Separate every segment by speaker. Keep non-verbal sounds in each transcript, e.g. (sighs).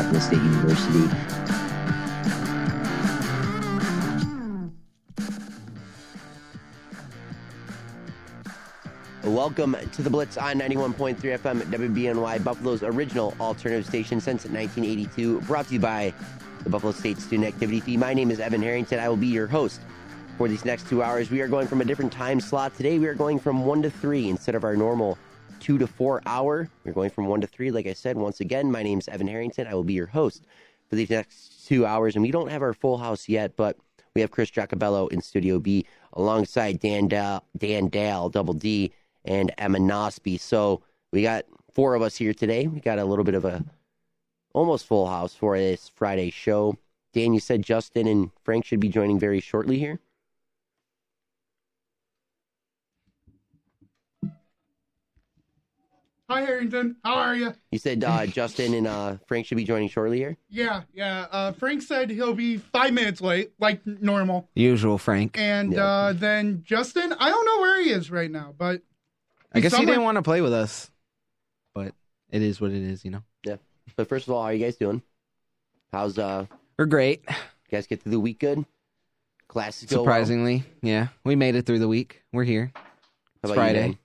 Speaker 1: Montana State University. Welcome to the Blitz on 91.3 FM, WBNY, Buffalo's original alternative station since 1982, brought to you by the Buffalo State Student Activity Fee. My name is Evan Harrington. I will be your host for these next two hours. We are going from a different time slot today. We are going from 1 to 3 instead of our normal 2 to 4 hour. We're going from 1 to 3. Like I said, once again, my name is Evan Harrington. I will be your host for these next two hours. And we don't have our full house yet, but we have Chris Jacobello in Studio B alongside Dan Dal, Dan Dal, Double D, and Emma Nosby. So we got four of us here today. We got a little bit of a almost full house for this Friday show. Dan, you said Justin and Frank should be joining very shortly here.
Speaker 2: Hi, Harrington. How are you?
Speaker 1: You said
Speaker 3: (laughs)
Speaker 1: uh, Justin and uh, Frank should be joining shortly here.
Speaker 2: Yeah, yeah. Uh, Frank said he'll be five minutes late, like normal.
Speaker 3: Usual Frank.
Speaker 2: And
Speaker 1: Yeah.
Speaker 2: uh, then Justin, I don't know where he is right now, but
Speaker 3: I guess he
Speaker 2: somewhere-
Speaker 3: didn't want to play with us, but it is what it is, you know.
Speaker 1: But first of all, how are you guys doing? How's uh, you
Speaker 3: We're great,
Speaker 1: guys get through the week good? Classes go well?
Speaker 3: surprisingly. Yeah, we made it through the week. We're here.
Speaker 1: How
Speaker 3: It's
Speaker 1: about you,
Speaker 3: Friday.
Speaker 1: Dan?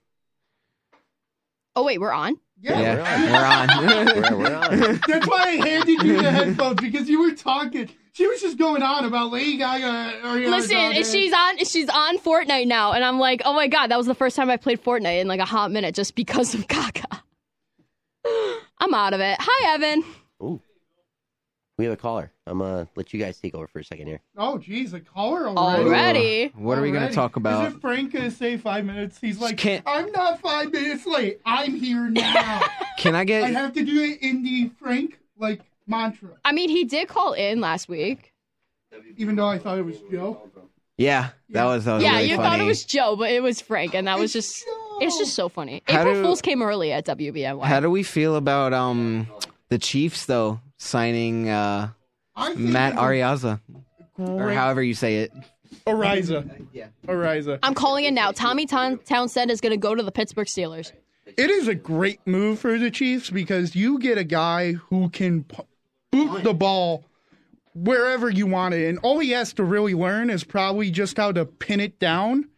Speaker 4: Oh wait, we're on.
Speaker 2: yeah.
Speaker 1: Yeah.
Speaker 3: we're on.
Speaker 1: We're-
Speaker 4: (laughs)
Speaker 1: we're on.
Speaker 2: (laughs)
Speaker 1: (laughs)
Speaker 2: That's why I handed you the headphones because you were talking. She was just going on about Lady Gaga. uh, Ariana
Speaker 4: Listen,
Speaker 2: Grande.
Speaker 4: she's on she's on Fortnite now, and I'm like, oh my god, that was the first time I played Fortnite in like a hot minute just because of (laughs) Gaga. I'm out of it. Hi, Evan.
Speaker 1: We have a caller. I'm gonna let you guys take over for a second here.
Speaker 2: Oh, geez, a caller already.
Speaker 4: Already. Ready?
Speaker 3: What are we going to
Speaker 2: Already.
Speaker 3: talk about?
Speaker 2: Isn't Frank going to say five minutes? He's like,
Speaker 3: Can't-
Speaker 2: I'm not five minutes late. I'm here now.
Speaker 3: (laughs) Can I
Speaker 2: I
Speaker 3: get?
Speaker 2: have to do it in the Frank like mantra,
Speaker 4: I mean, he did call in last week.
Speaker 2: even though I thought it was Joe.
Speaker 3: Yeah, that was, that was
Speaker 4: yeah,
Speaker 3: really
Speaker 4: you
Speaker 3: funny.
Speaker 4: thought it was Joe, but it was Frank, and that was just it's just so funny.
Speaker 3: How
Speaker 4: April
Speaker 3: do-
Speaker 4: Fools came early at WBNY.
Speaker 3: How do we feel about um the Chiefs though signing uh
Speaker 2: I think
Speaker 3: Matt
Speaker 2: it's a
Speaker 3: Ariaza or
Speaker 2: great-
Speaker 3: however you say it?
Speaker 2: Ariza. Yeah. Ariza.
Speaker 4: I'm calling in now. Tommy Town- Townsend is going to go to the Pittsburgh Steelers.
Speaker 2: It is a great move for the Chiefs because you get a guy who can p- boot the ball wherever you want it. And all he has to really learn is probably just how to pin it down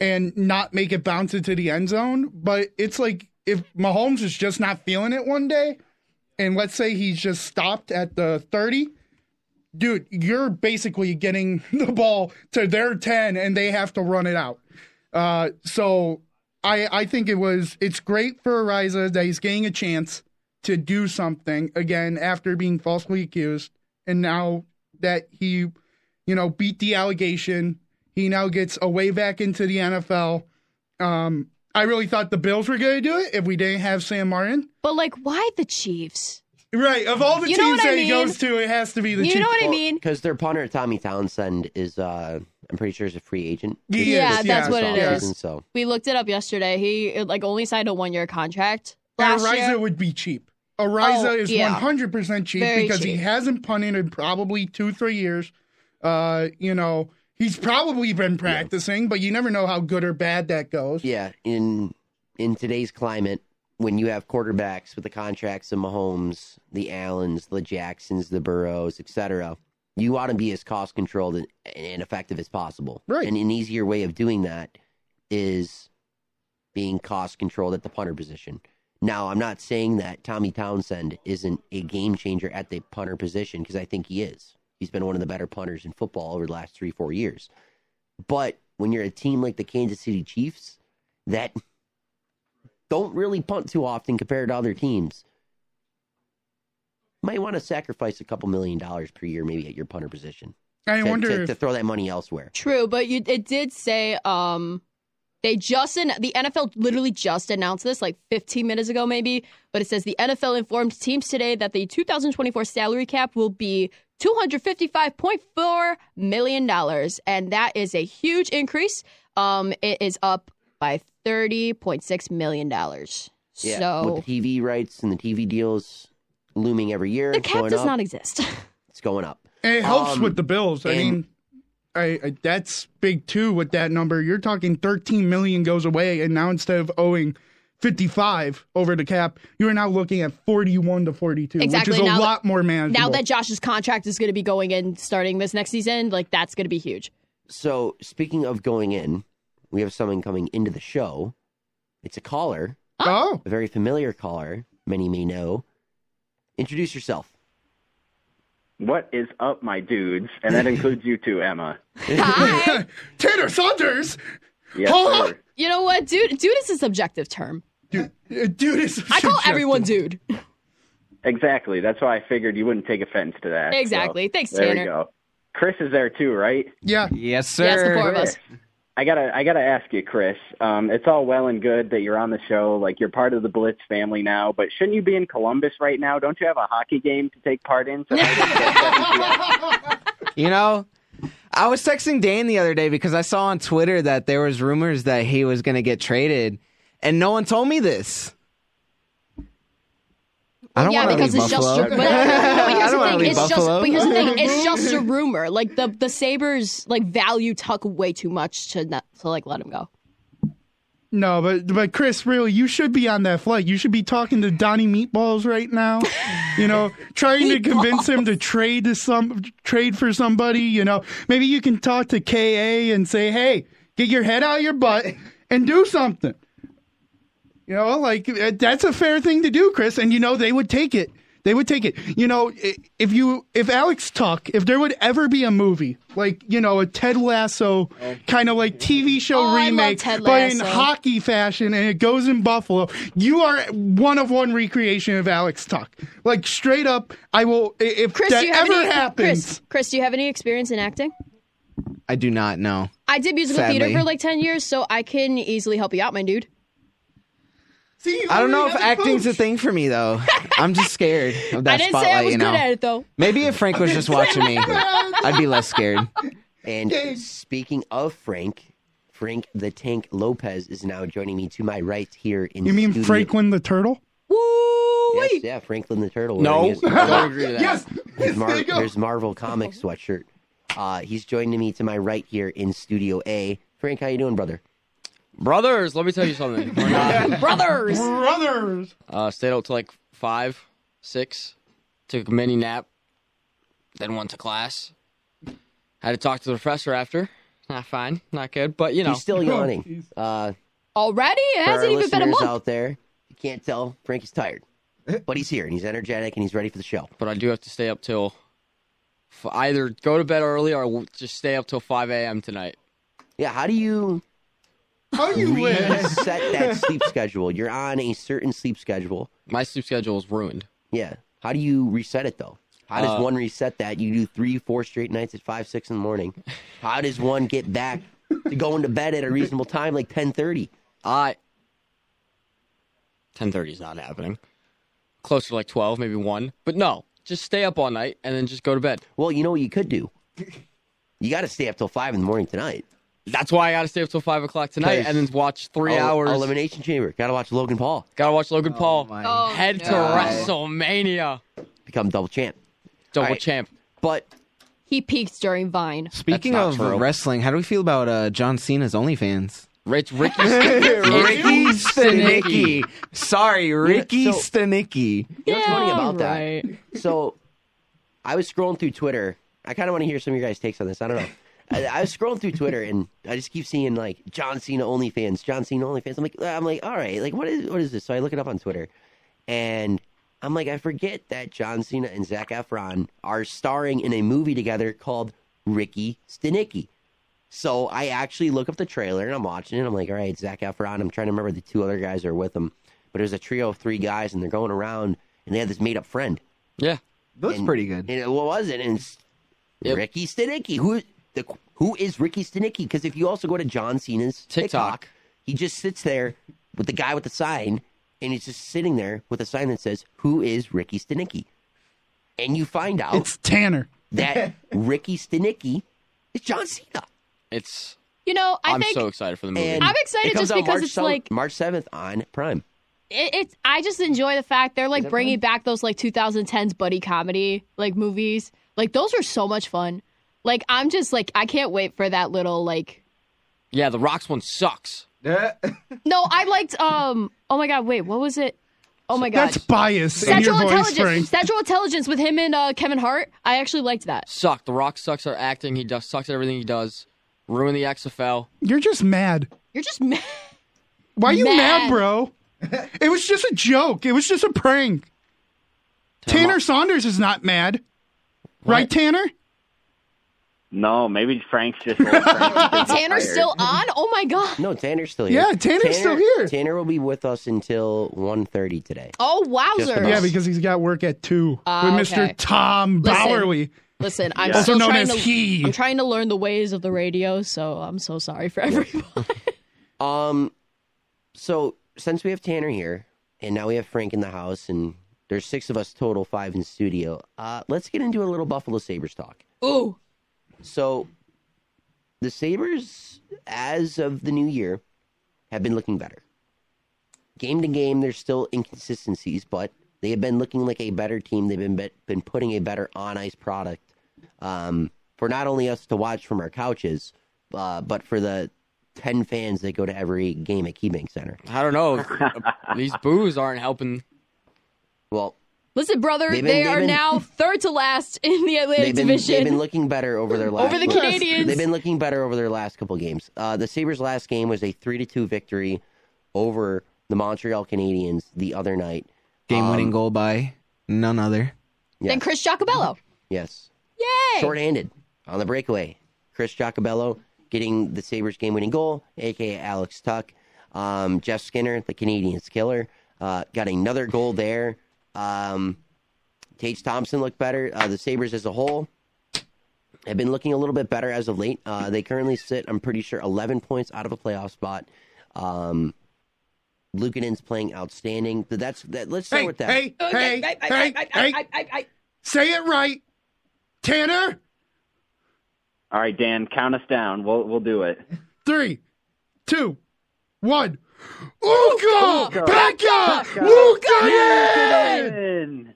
Speaker 2: and not make it bounce into the end zone. But it's like if Mahomes is just not feeling it one day, and let's say he's just stopped at the 30, dude, you're basically getting (laughs) the ball to their 10 and they have to run it out. Uh, so I I think it was it's great for Ariza that he's getting a chance to do something again after being falsely accused, and now that he, you know, beat the allegation, he now gets a way back into the NFL. Um, I really thought the Bills were going to do it if we didn't have Sam Martin.
Speaker 4: But like, why the Chiefs?
Speaker 2: Right, of all the
Speaker 4: You know
Speaker 2: teams
Speaker 4: what I
Speaker 2: that he
Speaker 4: mean?
Speaker 2: goes to, it has to be the
Speaker 4: you know
Speaker 2: Chiefs.
Speaker 4: what I mean?
Speaker 1: Because their punter Tommy Townsend is, uh, I'm pretty sure, is a free agent.
Speaker 2: He
Speaker 4: Yeah,
Speaker 2: is,
Speaker 4: that's
Speaker 2: yes,
Speaker 4: what it
Speaker 2: yes.
Speaker 4: is.
Speaker 1: So
Speaker 4: We looked it up yesterday. He like only signed a one year contract
Speaker 2: And
Speaker 4: last
Speaker 2: Ariza
Speaker 4: year.
Speaker 2: would be cheap. Ariza
Speaker 4: Oh,
Speaker 2: is
Speaker 4: yeah.
Speaker 2: 100% cheap
Speaker 4: Very
Speaker 2: because he
Speaker 4: cheap.
Speaker 2: hasn't punted in probably two, three years. Uh, you know, he's probably been practicing, but you never know how good or bad that goes.
Speaker 1: yeah, in in today's climate, when you have quarterbacks with the contracts of Mahomes, the Allens, the Jacksons, the Burrows, etc., you want to be as cost controlled and, and effective as possible.
Speaker 2: Right.
Speaker 1: And an easier way of doing that is being cost controlled at the punter position. Now, I'm not saying that Tommy Townsend isn't a game changer at the punter position because I think he is. He's been one of the better punters in football over the last three, four years. But when you're a team like the Kansas City Chiefs that don't really punt too often compared to other teams, might want to sacrifice a couple million dollars per year maybe at your punter position
Speaker 2: I
Speaker 1: to-
Speaker 2: wonder
Speaker 1: to,
Speaker 2: if
Speaker 1: to throw that money elsewhere.
Speaker 4: True, but you it did say um they just an- the NFL literally just announced this like 15 minutes ago maybe, but it says the NFL informed teams today that the 2024 salary cap will be 255.4 million dollars and that is a huge increase. Um it is up by 30.6 million dollars. So
Speaker 1: with the TV rights and the TV deals looming every year,
Speaker 4: the
Speaker 1: it's
Speaker 4: cap
Speaker 1: going
Speaker 4: does
Speaker 1: up.
Speaker 4: not exist. (laughs)
Speaker 1: It's going up.
Speaker 2: it helps
Speaker 1: um,
Speaker 2: with the Bills. I
Speaker 1: and-
Speaker 2: mean, I, I that's big too with that number. You're talking 13 million goes away, and now instead of owing 55 over the cap. You are now looking at 41 to 42,
Speaker 4: Exactly.
Speaker 2: which is a
Speaker 4: Now that-
Speaker 2: lot more manageable.
Speaker 4: Now that Josh's contract is going to be going in starting this next season, like that's going to be huge.
Speaker 1: So, speaking of going in, we have someone coming into the show. It's a caller,
Speaker 2: oh,
Speaker 1: a very familiar caller, many may know. Introduce yourself.
Speaker 5: What is up, my dudes? And
Speaker 4: (laughs)
Speaker 5: that includes you too, Emma.
Speaker 4: Hi.
Speaker 2: (laughs) Tanner Oh, Saunders,
Speaker 5: Yes,
Speaker 2: Huh?
Speaker 5: sir.
Speaker 4: (laughs) you know what, dude? Dude is a subjective term.
Speaker 2: dude, uh, dude is.
Speaker 4: I call everyone dude.
Speaker 5: Exactly. That's why I figured you wouldn't take offense to that.
Speaker 4: Exactly. Thanks,
Speaker 5: there
Speaker 4: Tanner.
Speaker 5: we go. Chris is there too, right?
Speaker 2: Yeah,
Speaker 3: Yes, sir.
Speaker 4: Yes, the four of us.
Speaker 5: Chris, I gotta, I gotta ask you, Chris. Um, it's all well and good that you're on the show, like you're part of the Blitz family now, but shouldn't you be in Columbus right now? Don't you have a hockey game to take
Speaker 4: (laughs)
Speaker 5: part in? (laughs)
Speaker 3: You know, I was texting Dan the other day because I saw on Twitter that there was rumors that he was going to get traded, and no one told me this. I don't
Speaker 4: yeah,
Speaker 3: want to
Speaker 4: because
Speaker 3: leave
Speaker 4: it's
Speaker 3: Buffalo. (laughs)
Speaker 4: just. But, no, but
Speaker 3: I
Speaker 4: here's
Speaker 3: don't
Speaker 4: the
Speaker 3: wanna
Speaker 4: thing.
Speaker 3: leave
Speaker 4: It's just.
Speaker 3: Buffalo.
Speaker 4: But here's the thing.
Speaker 3: (laughs)
Speaker 4: It's just a rumor. Like the the Sabers like value Tuck way too much to not to like let him go.
Speaker 2: no, but but Chris, really, you should be on that flight. You should be talking to Donnie Meatballs right now. You
Speaker 4: (laughs)
Speaker 2: know, trying to convince him to trade to some trade for somebody. You know, maybe you can talk to Ka and say, hey, get your head out of your butt and do something. You know, like uh, that's a fair thing to do, Chris, and you know they would take it. They would take it. You know, i- if you if Alex Tuck, if there would ever be a movie like you know a Ted Lasso kind of like TV show
Speaker 4: Oh, I love
Speaker 2: remake,
Speaker 4: Ted
Speaker 2: but in
Speaker 4: Lasso.
Speaker 2: hockey fashion, and it goes in Buffalo, you are one of one recreation of Alex Tuck. Like straight up, I will. i- If
Speaker 4: Chris,
Speaker 2: that
Speaker 4: do you have
Speaker 2: ever
Speaker 4: any
Speaker 2: happens,
Speaker 4: Chris, Chris, do you have any experience in acting?
Speaker 3: I do not know.
Speaker 4: I did musical
Speaker 3: Sadly.
Speaker 4: theater for like ten years, so I can easily help you out, my dude.
Speaker 2: See, you
Speaker 3: I
Speaker 4: Oh,
Speaker 3: don't know
Speaker 2: already
Speaker 3: if
Speaker 2: have the
Speaker 3: acting's
Speaker 2: coach.
Speaker 3: a thing for me though. I'm just scared of that
Speaker 4: I didn't
Speaker 3: spotlight.
Speaker 4: say I was
Speaker 3: you
Speaker 4: good
Speaker 3: know.
Speaker 4: at it though.
Speaker 3: Maybe if Frank was just watching
Speaker 4: (laughs)
Speaker 3: me, I'd be less scared.
Speaker 1: And speaking of Frank, Frank the Tank Lopez is now joining me to my right here in
Speaker 2: You mean
Speaker 1: studio.
Speaker 2: Franklin the Turtle?
Speaker 1: Yes, yeah, Franklin the Turtle.
Speaker 3: No.
Speaker 2: (laughs)
Speaker 1: wearing his-
Speaker 6: (laughs)
Speaker 2: Yes.
Speaker 1: his Mar-
Speaker 2: There you go.
Speaker 1: there's Marvel Comics sweatshirt. Uh, he's joining me to my right here in Studio A. Frank, how you doing, brother?
Speaker 6: Brothers, let me tell you something. We're
Speaker 3: (laughs)
Speaker 6: not,
Speaker 4: Brothers.
Speaker 2: Brothers.
Speaker 6: uh, stayed up till like five, six, took a mini nap, then went to class. Had to talk to the professor after. Not fine, not good, but you know,
Speaker 1: He's
Speaker 2: Oh,
Speaker 1: still yawning. Uh,
Speaker 4: Already? It
Speaker 1: for our
Speaker 4: hasn't even been a
Speaker 1: listeners
Speaker 4: month.
Speaker 1: out there, if you can't tell. Frank is tired,
Speaker 2: Eh.
Speaker 1: but he's here and he's energetic and he's ready for the show.
Speaker 6: but I do have to stay up till f- either go to bed early or w- just stay up till 5 a.m. tonight.
Speaker 1: Yeah, how do you
Speaker 2: How you live?
Speaker 1: set that sleep schedule? You're on a certain sleep schedule.
Speaker 6: My sleep schedule is ruined.
Speaker 1: Yeah. How do you reset it though? How does
Speaker 6: Uh,
Speaker 1: one reset that? You do three, four straight nights at five, six in the
Speaker 6: (laughs)
Speaker 1: morning. How does one get back to going to bed at a reasonable time, like ten thirty?
Speaker 6: I. 10.30 is not happening. Closer to like 12, maybe 1. But no, just stay up all night and then just go to bed.
Speaker 1: Well, you know what you could do. You got to stay up till five in the morning tonight.
Speaker 6: That's why I gotta stay up till five o'clock tonight and then watch three
Speaker 1: El-
Speaker 6: hours.
Speaker 1: Elimination Chamber. Got to watch Logan Paul
Speaker 6: gotta watch Logan Paul.
Speaker 3: my
Speaker 4: Oh,
Speaker 6: Head to
Speaker 4: no.
Speaker 6: WrestleMania.
Speaker 1: become double champ.
Speaker 6: Double
Speaker 1: right.
Speaker 6: champ.
Speaker 1: But
Speaker 4: He peaked during Vine.
Speaker 3: Speaking
Speaker 6: not
Speaker 3: of
Speaker 6: true.
Speaker 3: wrestling, how do we feel about uh, John Cena's OnlyFans?
Speaker 6: Rich (laughs) Ricky Stenicki.
Speaker 3: Ricky
Speaker 6: Stenicki.
Speaker 3: Stenicki. Sorry, Ricky
Speaker 1: so-
Speaker 3: Stenicki.
Speaker 1: you know what's funny about
Speaker 4: right.
Speaker 1: that? So I was scrolling through Twitter. I kind of want to hear some of your guys' takes on this. I don't know. I, I was scrolling through Twitter and I just keep seeing like John Cena OnlyFans, John Cena OnlyFans. I'm like, uh, I'm like, all right, like what is what is this? So I look it up on Twitter, and I'm like, I forget that John Cena and Zach Efron are starring in a movie together called Ricky Stenicki. So I actually look up the trailer and I'm watching it. I'm like, all right, Zach Efron. I'm trying to remember the two other guys that are with him, but it was a trio of three guys and they're going around and they had this made up friend.
Speaker 6: Yeah.
Speaker 3: That's
Speaker 1: And-
Speaker 3: pretty good.
Speaker 1: And it, what was it? And it's
Speaker 6: Yep.
Speaker 1: Ricky Stenicki. Who the who is Ricky Stenicki? Because if you also go to John Cena's TikTok,
Speaker 6: TikTok.
Speaker 1: he just sits there with the guy with the sign, and he's just sitting there with a sign that says, "Who is Ricky Stenicki?" And you find out
Speaker 2: It's Tanner.
Speaker 3: (laughs)
Speaker 1: that Ricky Stenicki is John Cena.
Speaker 6: It's
Speaker 4: You know, I
Speaker 6: I am
Speaker 4: think
Speaker 6: so excited for the movie.
Speaker 1: And
Speaker 4: I'm excited
Speaker 1: it comes
Speaker 4: just
Speaker 1: out
Speaker 4: because
Speaker 1: March
Speaker 4: it's
Speaker 1: sev-
Speaker 4: like-
Speaker 1: March seventh on Prime.
Speaker 4: it, it's. I just enjoy the fact they're like bringing back those like 2010s buddy comedy like movies. Like those are so much fun. Like I'm just like I can't wait for that little like
Speaker 6: yeah, the Rocks one sucks.
Speaker 4: No, I liked. Um. Oh my god. Wait. What was it? Oh my god.
Speaker 2: That's bias in your
Speaker 4: Central
Speaker 2: voice,
Speaker 4: Intelligence.
Speaker 2: Frank.
Speaker 4: Central Intelligence with him and uh, Kevin Hart. I actually liked that.
Speaker 6: Suck. The Rock sucks at acting. He does sucks at everything he does. Ruin the XFL.
Speaker 2: You're just mad.
Speaker 4: You're just mad.
Speaker 2: Why you mad,
Speaker 4: Mad.
Speaker 2: bro? It was just a joke. It was just a prank. Tanner Saunders is not mad. Right, Tanner?
Speaker 5: No, maybe Frank's just. Frank's
Speaker 4: (laughs)
Speaker 5: just
Speaker 4: Tanner's
Speaker 5: tired.
Speaker 4: still on. Oh my god.
Speaker 1: No, Tanner's still here.
Speaker 2: Yeah, Tanner's still here.
Speaker 1: Tanner will be with us until 1.30 today.
Speaker 4: Oh
Speaker 1: Just
Speaker 4: wowzers.
Speaker 1: about.
Speaker 2: Yeah, because he's got work at 2
Speaker 4: Ah,
Speaker 2: with
Speaker 4: okay.
Speaker 2: Mr. Tom
Speaker 4: Listen.
Speaker 2: Bowerly,
Speaker 4: Listen, I'm
Speaker 2: also
Speaker 4: still
Speaker 2: known
Speaker 4: trying
Speaker 2: as
Speaker 4: to.
Speaker 2: he.
Speaker 4: I'm trying to learn the ways of the radio, so I'm so sorry for (laughs) everyone.
Speaker 1: Um, so since we have Tanner here, and now we have Frank in the house, and there's six of us total, five in studio. Uh, let's get into a little Buffalo Sabres talk.
Speaker 4: Ooh.
Speaker 1: So, the Sabres, as of the new year, have been looking better. Game to game, there's still inconsistencies, but they have been looking like a better team. They've been bet- been putting a better on ice product um, for not only us to watch from our couches, uh, but for the ten fans that go to every game at KeyBank Center.
Speaker 6: I don't know. These boos aren't helping.
Speaker 1: Well,
Speaker 4: Listen, brother,
Speaker 1: They've been-
Speaker 4: they
Speaker 1: they've
Speaker 4: are
Speaker 1: been-
Speaker 4: now third to last in the Atlantic
Speaker 1: they've been, they've
Speaker 4: Division.
Speaker 1: been looking better over their last
Speaker 4: Over the
Speaker 1: look-
Speaker 4: Canadians.
Speaker 1: They've been looking better over their last couple games. Uh, the Sabres' last game was a three to two victory over the Montreal Canadiens the other night.
Speaker 3: Game winning goal by none other.
Speaker 4: Then Chris Jacobello.
Speaker 1: Yes,
Speaker 4: Yay!
Speaker 1: shorthanded on the breakaway. Chris Jacobello getting the Sabres' game-winning goal, aka Alex Tuck. Um, Jeff Skinner, the Canadiens killer, uh, got another goal there. Um, Tage Thompson looked better. Uh, the Sabres as a whole have been looking a little bit better as of late. Uh, they currently sit, I'm pretty sure, 11 points out of a playoff spot. Um, Lukanen's playing outstanding. But That's that. Let's start
Speaker 2: Hey,
Speaker 1: with that.
Speaker 2: hey, Oh, hey, hey, hey. Say it right. Tanner,
Speaker 5: All right, Dan, count us down. We'll we'll
Speaker 3: (laughs)
Speaker 5: do it.
Speaker 2: three, two, one. Uka!
Speaker 4: Uka!
Speaker 2: Becca!
Speaker 4: Becca!
Speaker 2: Lukanen!
Speaker 5: Dan!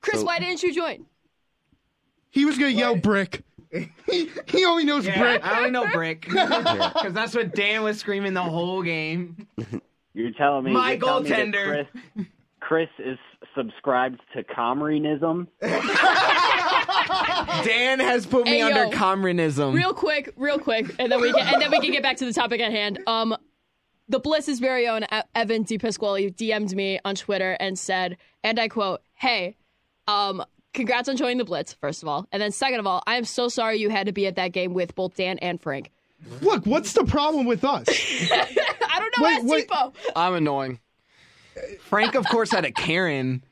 Speaker 4: Chris, why didn't you join?
Speaker 2: He was going to yell brick. he, he only knows brick.
Speaker 3: I only know brick (laughs) because that's what Dan was screaming the whole game.
Speaker 5: You're telling me
Speaker 3: My
Speaker 5: you're telling me that
Speaker 3: goaltender.
Speaker 5: Chris, Chris is subscribed to Comrinism.
Speaker 3: Dan has put me
Speaker 4: Hey,
Speaker 3: under
Speaker 4: yo.
Speaker 3: communism.
Speaker 4: Real quick, real quick, and then we can, and then we can get back to the topic at hand. Um, the Bliss's very own E- Evan DePasquale DM'd me on Twitter and said, and I quote, "Hey, um, congrats on joining the Blitz, first of all, and then second of all, I am so sorry you had to be at that game with both Dan and Frank. (laughs)
Speaker 2: Look, what's the problem with us?
Speaker 4: I don't know,
Speaker 2: Wait,
Speaker 4: ask
Speaker 2: wait.
Speaker 4: Tipo.
Speaker 6: I'm annoying.
Speaker 3: Frank, of course, had a Karen.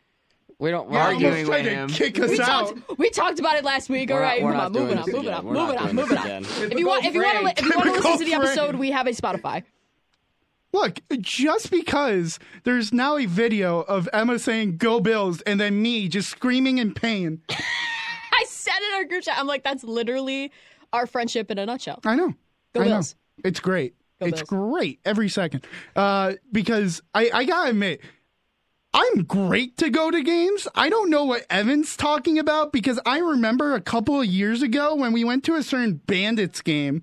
Speaker 6: We don't. We're
Speaker 3: Yeah,
Speaker 6: arguing.
Speaker 2: Almost tried to
Speaker 3: with him.
Speaker 2: kick us
Speaker 4: We
Speaker 2: out.
Speaker 4: talked, we talked about it last week. all
Speaker 6: We're not-
Speaker 4: right,
Speaker 6: we're
Speaker 4: come
Speaker 6: not
Speaker 4: on,
Speaker 6: doing
Speaker 4: moving
Speaker 6: this
Speaker 4: on, moving
Speaker 6: again.
Speaker 4: on,
Speaker 6: We're not
Speaker 4: moving on,
Speaker 6: doing
Speaker 4: moving
Speaker 6: this
Speaker 4: on.
Speaker 6: again.
Speaker 4: If you want, if you want to, if you want to
Speaker 2: Typical
Speaker 4: listen to the
Speaker 2: Frank.
Speaker 4: episode, we have a Spotify.
Speaker 2: Look, just because there's now a video of Emma saying "Go Bills" and then me just screaming in pain,
Speaker 4: I said in our group chat, I'm like, that's literally our friendship in a nutshell.
Speaker 2: I know.
Speaker 4: Go
Speaker 2: I know.
Speaker 4: Bills.
Speaker 2: It's great. it's
Speaker 4: Bills.
Speaker 2: great every second. Uh, because I, I gotta admit, I'm great to go to games. I don't know what Evan's talking about because I remember a couple of years ago when we went to a certain Bandits game,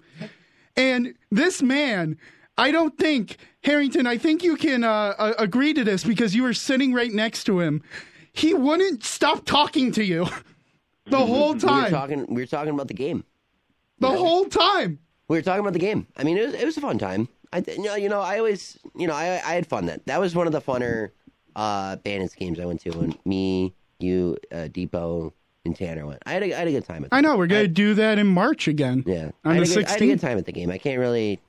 Speaker 2: and this man. I don't think Harrington. I think you can uh, uh, agree to this because you were sitting right next to him. He wouldn't stop talking to you (laughs) the whole
Speaker 1: We were
Speaker 2: time.
Speaker 1: talking. We were talking about the game.
Speaker 2: the whole time.
Speaker 1: we were talking about the game. I mean, it was, it was a fun time. I th- you know, you know, I always you know I I had fun that that was one of the funner uh bandits games I went to when me, you, uh, Depot, and Tanner went. I had a, I had a good time. At
Speaker 2: I know we're gonna
Speaker 1: I-
Speaker 2: do that in March again.
Speaker 1: yeah, I
Speaker 2: on
Speaker 1: had,
Speaker 2: the
Speaker 1: a good, I had a good
Speaker 2: sixteenth.
Speaker 1: time at the game. I can't really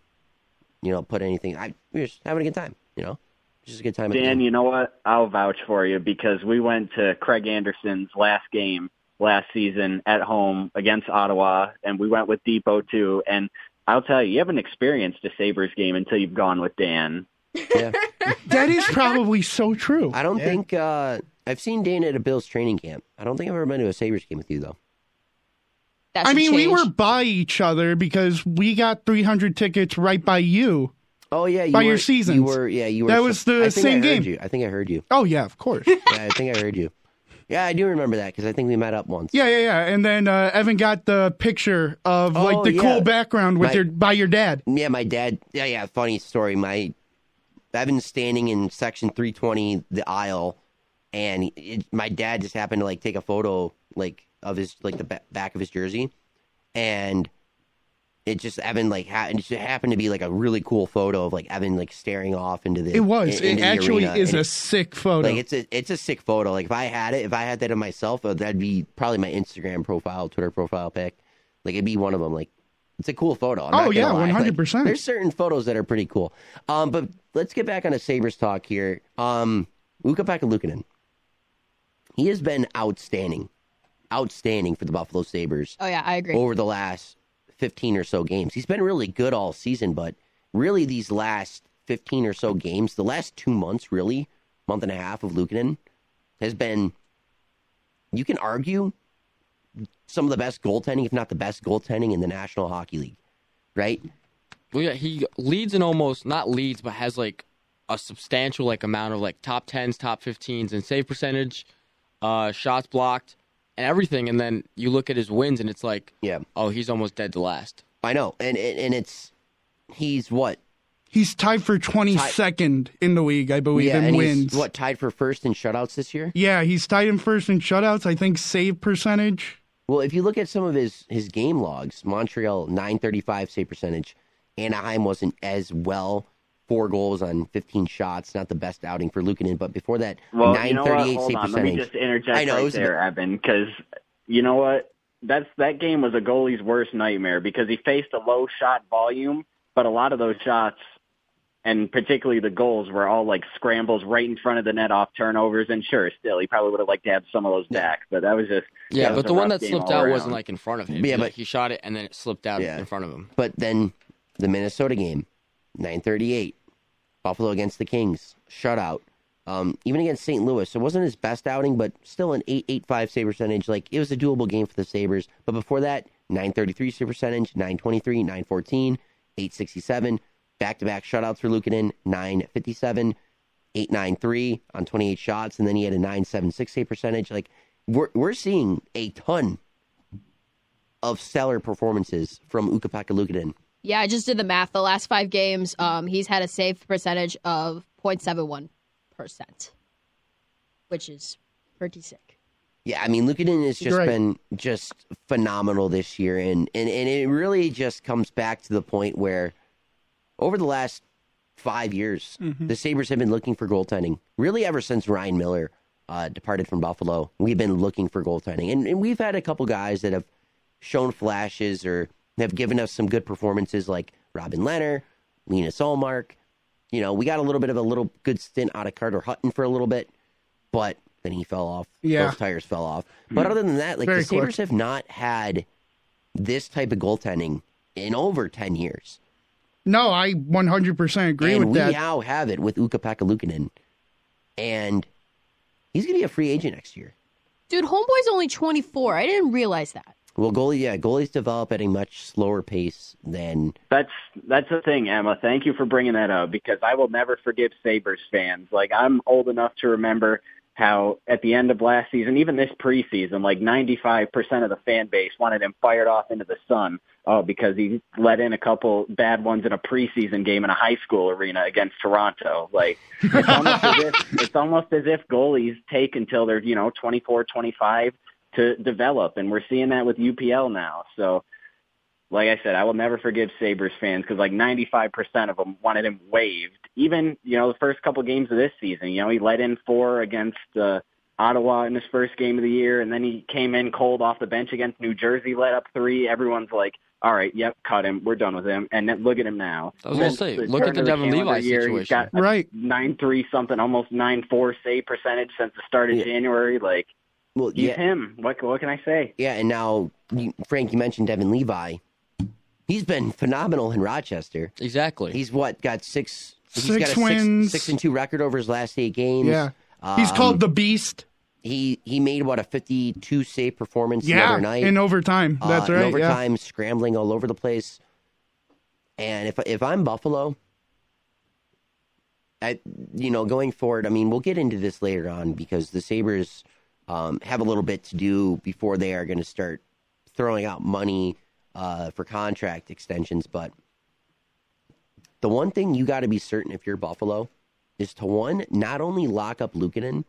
Speaker 1: you know put anything. I we were just having a good time. You know, just a good time. at the
Speaker 5: Dan,
Speaker 1: game.
Speaker 5: you know what? I'll vouch for you because we went to Craig Anderson's last game last season at home against Ottawa, and we went with Depot too. And I'll tell you, you haven't experienced a Sabres game until you've gone with Dan.
Speaker 1: Yeah.
Speaker 2: That is probably so true.
Speaker 1: I
Speaker 2: (laughs)
Speaker 1: don't think uh I've seen Dan at a Bills training camp. I don't think I've ever been to a Sabres game with you though.
Speaker 4: That
Speaker 2: I
Speaker 4: should
Speaker 2: mean, we
Speaker 4: change.
Speaker 2: were by each other because we got 300 tickets right by you.
Speaker 1: Oh yeah, you
Speaker 2: By
Speaker 1: were,
Speaker 2: your
Speaker 1: You
Speaker 2: seasons.
Speaker 1: were yeah, you were.
Speaker 2: That was the
Speaker 1: I think I
Speaker 2: same
Speaker 1: heard
Speaker 2: game.
Speaker 1: You. I think I heard you.
Speaker 2: Oh yeah, of course.
Speaker 1: Yeah, I think I heard you. Yeah, I do remember that because I think we met up once.
Speaker 2: (laughs) Yeah, yeah, yeah. And then uh, Evan got the picture of like
Speaker 1: Oh,
Speaker 2: the
Speaker 1: yeah.
Speaker 2: cool background with
Speaker 1: My-
Speaker 2: your by your dad.
Speaker 1: Yeah, my dad. Yeah, yeah. Funny story. My I've been standing in section 320, the aisle, and it, my dad just happened to like take a photo like of his like the ba- back of his jersey, and it just Evan like ha- it just happened to be like a really cool photo of like Evan like staring off into the
Speaker 2: It was.
Speaker 1: in- into
Speaker 2: It
Speaker 1: the
Speaker 2: actually
Speaker 1: arena.
Speaker 2: is
Speaker 1: And
Speaker 2: a
Speaker 1: it-
Speaker 2: sick photo.
Speaker 1: like it's a it's a sick photo. Like if I had it, if I had that of myself, uh, that'd be probably my Instagram profile, Twitter profile pic. Like it'd be one of them. Like it's a cool photo. I'm
Speaker 2: Oh,
Speaker 1: not gonna
Speaker 2: yeah,
Speaker 1: lie. Like,
Speaker 2: 100%.
Speaker 1: There's certain photos that are pretty cool. Um, but let's get back on a Sabres talk here. Um, Luka Pakalukinen. He has been outstanding, outstanding for the Buffalo Sabers
Speaker 4: Oh yeah, I
Speaker 1: (laughs)
Speaker 4: agree.
Speaker 1: over the last 15 or so games. He's been really good all season, but really these last 15 or so games, the last two months, really, month and a half of Lukanen has been, you can argue, some of the best goaltending, if not the best goaltending in the National Hockey League, right?
Speaker 6: Well, yeah, he leads in almost not leads, but has like a substantial like amount of like top tens, top fifteens and save percentage, uh, shots blocked, and everything. And then you look at his wins, and it's like,
Speaker 1: Yeah.
Speaker 6: oh, he's almost dead to last.
Speaker 1: I know. And, and, and it's, he's what?
Speaker 2: He's tied for twenty second in the league, I believe, in
Speaker 1: and
Speaker 2: wins.
Speaker 1: he's what, tied for first in shutouts this year?
Speaker 2: Yeah, he's tied in first in shutouts. I think save percentage.
Speaker 1: Well, if you look at some of his his game logs, Montreal 935 save percentage, Anaheim wasn't as well. Four goals on 15 shots, not the best outing for Lukanen, but before that,
Speaker 5: Well, you know what?
Speaker 1: 938
Speaker 5: Hold
Speaker 1: save
Speaker 5: on. Let
Speaker 1: percentage.
Speaker 5: me just interject
Speaker 1: I know, it
Speaker 5: right
Speaker 1: was a
Speaker 5: there, Evan, because you know what? That's that game was a goalie's worst nightmare because he faced a low shot volume, but a lot of those shots, and particularly the goals, were all like scrambles right in front of the net off turnovers. And sure, still he probably would have liked to have some of those back, but that was just
Speaker 6: Yeah,
Speaker 5: was
Speaker 6: but
Speaker 5: a
Speaker 6: the one
Speaker 5: rough
Speaker 6: that
Speaker 5: game
Speaker 6: slipped
Speaker 5: all
Speaker 6: out
Speaker 5: around.
Speaker 6: wasn't like in front of him.
Speaker 1: Yeah,
Speaker 6: Like,
Speaker 1: but-
Speaker 6: he shot it and then it slipped out
Speaker 1: Yeah.
Speaker 6: in front of him.
Speaker 1: But then the Minnesota game, 938. Buffalo against the Kings, shutout. Um, even against St. Louis, it wasn't his best outing, but still an 885 save percentage. Like, it was a doable game for the Sabres. But before that, 933 save percentage, 923, 914, 867. Back to back shutouts for Lukanen, 957, 893 on 28 shots. And then he had a 976 save percentage. Like, we're, we're seeing a ton of stellar performances from Ukapaka Lukanen.
Speaker 4: Yeah, I just did the math. The last five games, um, he's had a save percentage of 0.71 percent, which is pretty sick.
Speaker 1: Yeah, I mean, Lukanen has just
Speaker 2: Great.
Speaker 1: been just phenomenal this year, and, and and it really just comes back to the point where over the last five years, the Sabres have been looking for goaltending. Really, ever since Ryan Miller uh, departed from Buffalo, we've been looking for goaltending, and and we've had a couple guys that have shown flashes or have given us some good performances, like Robin Leonard, Lena Solmark. You know, we got a little bit of a little good stint out of Carter Hutton for a little bit, but then he fell off.
Speaker 2: Yeah. Hmm.
Speaker 1: Both tires fell off. But other than that, like
Speaker 2: Very
Speaker 1: the Sabres have not had this type of goaltending in over 10 years.
Speaker 2: No, I one hundred percent agree
Speaker 1: and
Speaker 2: with
Speaker 1: we
Speaker 2: that.
Speaker 1: now have it with Uka Pakalukinen. And he's going to be a free agent next year.
Speaker 4: Dude, Homeboy's only 24. I didn't realize that.
Speaker 1: Well, goalie, yeah, goalies develop at a much slower pace than
Speaker 5: That's that's the thing, Emma. Thank you for bringing that up because I will never forgive Sabres fans. Like I'm old enough to remember how at the end of last season, even this preseason, like 95% of the fan base wanted him fired off into the sun oh, because he let in a couple bad ones in a preseason game in a high school arena against Toronto. Like it's almost as if it's almost as if goalies take until they're, you know, 24, 25 to develop and we're seeing that with UPL now. So like I said, I will never forgive Sabres fans because like 95% of them wanted him waived. Even, you know, the first couple games of this season, you know, he let in four against uh, Ottawa in his first game of the year, and then he came in cold off the bench against New Jersey, let up three. Everyone's like, all right, yep, cut him. We're done with him. And then look at him now.
Speaker 6: I was gonna
Speaker 5: Then
Speaker 6: say,
Speaker 5: the
Speaker 6: look at
Speaker 5: turn
Speaker 6: the
Speaker 5: of
Speaker 6: Devin
Speaker 5: calendar
Speaker 6: Levi
Speaker 5: year, He's
Speaker 6: situation.
Speaker 5: got a
Speaker 2: Right.
Speaker 5: nine three something, almost nine four save percentage since the start of
Speaker 1: Yeah.
Speaker 5: January. Like,
Speaker 1: well,
Speaker 5: he's
Speaker 1: yeah,
Speaker 5: him. What what can I say?
Speaker 1: yeah. And now, you, Frank, you mentioned Devin Levi. He's been phenomenal in Rochester.
Speaker 6: Exactly.
Speaker 1: He's what got six. he's
Speaker 2: Six
Speaker 1: got a
Speaker 2: wins.
Speaker 1: six and two record over his last eight games.
Speaker 2: Yeah. He's
Speaker 1: Um,
Speaker 2: called the Beast.
Speaker 1: he he made what a 52 save performance the
Speaker 2: Yeah,
Speaker 1: other night
Speaker 2: in overtime.
Speaker 1: Uh,
Speaker 2: Mm-hmm. That's
Speaker 1: in
Speaker 2: right. yeah.
Speaker 1: overtime scrambling all over the place and if if I'm Buffalo I you know going forward I mean we'll get into this later on because the Sabres um, have a little bit to do before they are going to start throwing out money uh, for contract extensions. But the one thing you got to be certain if you're Buffalo is to one not only lock up Lukanen,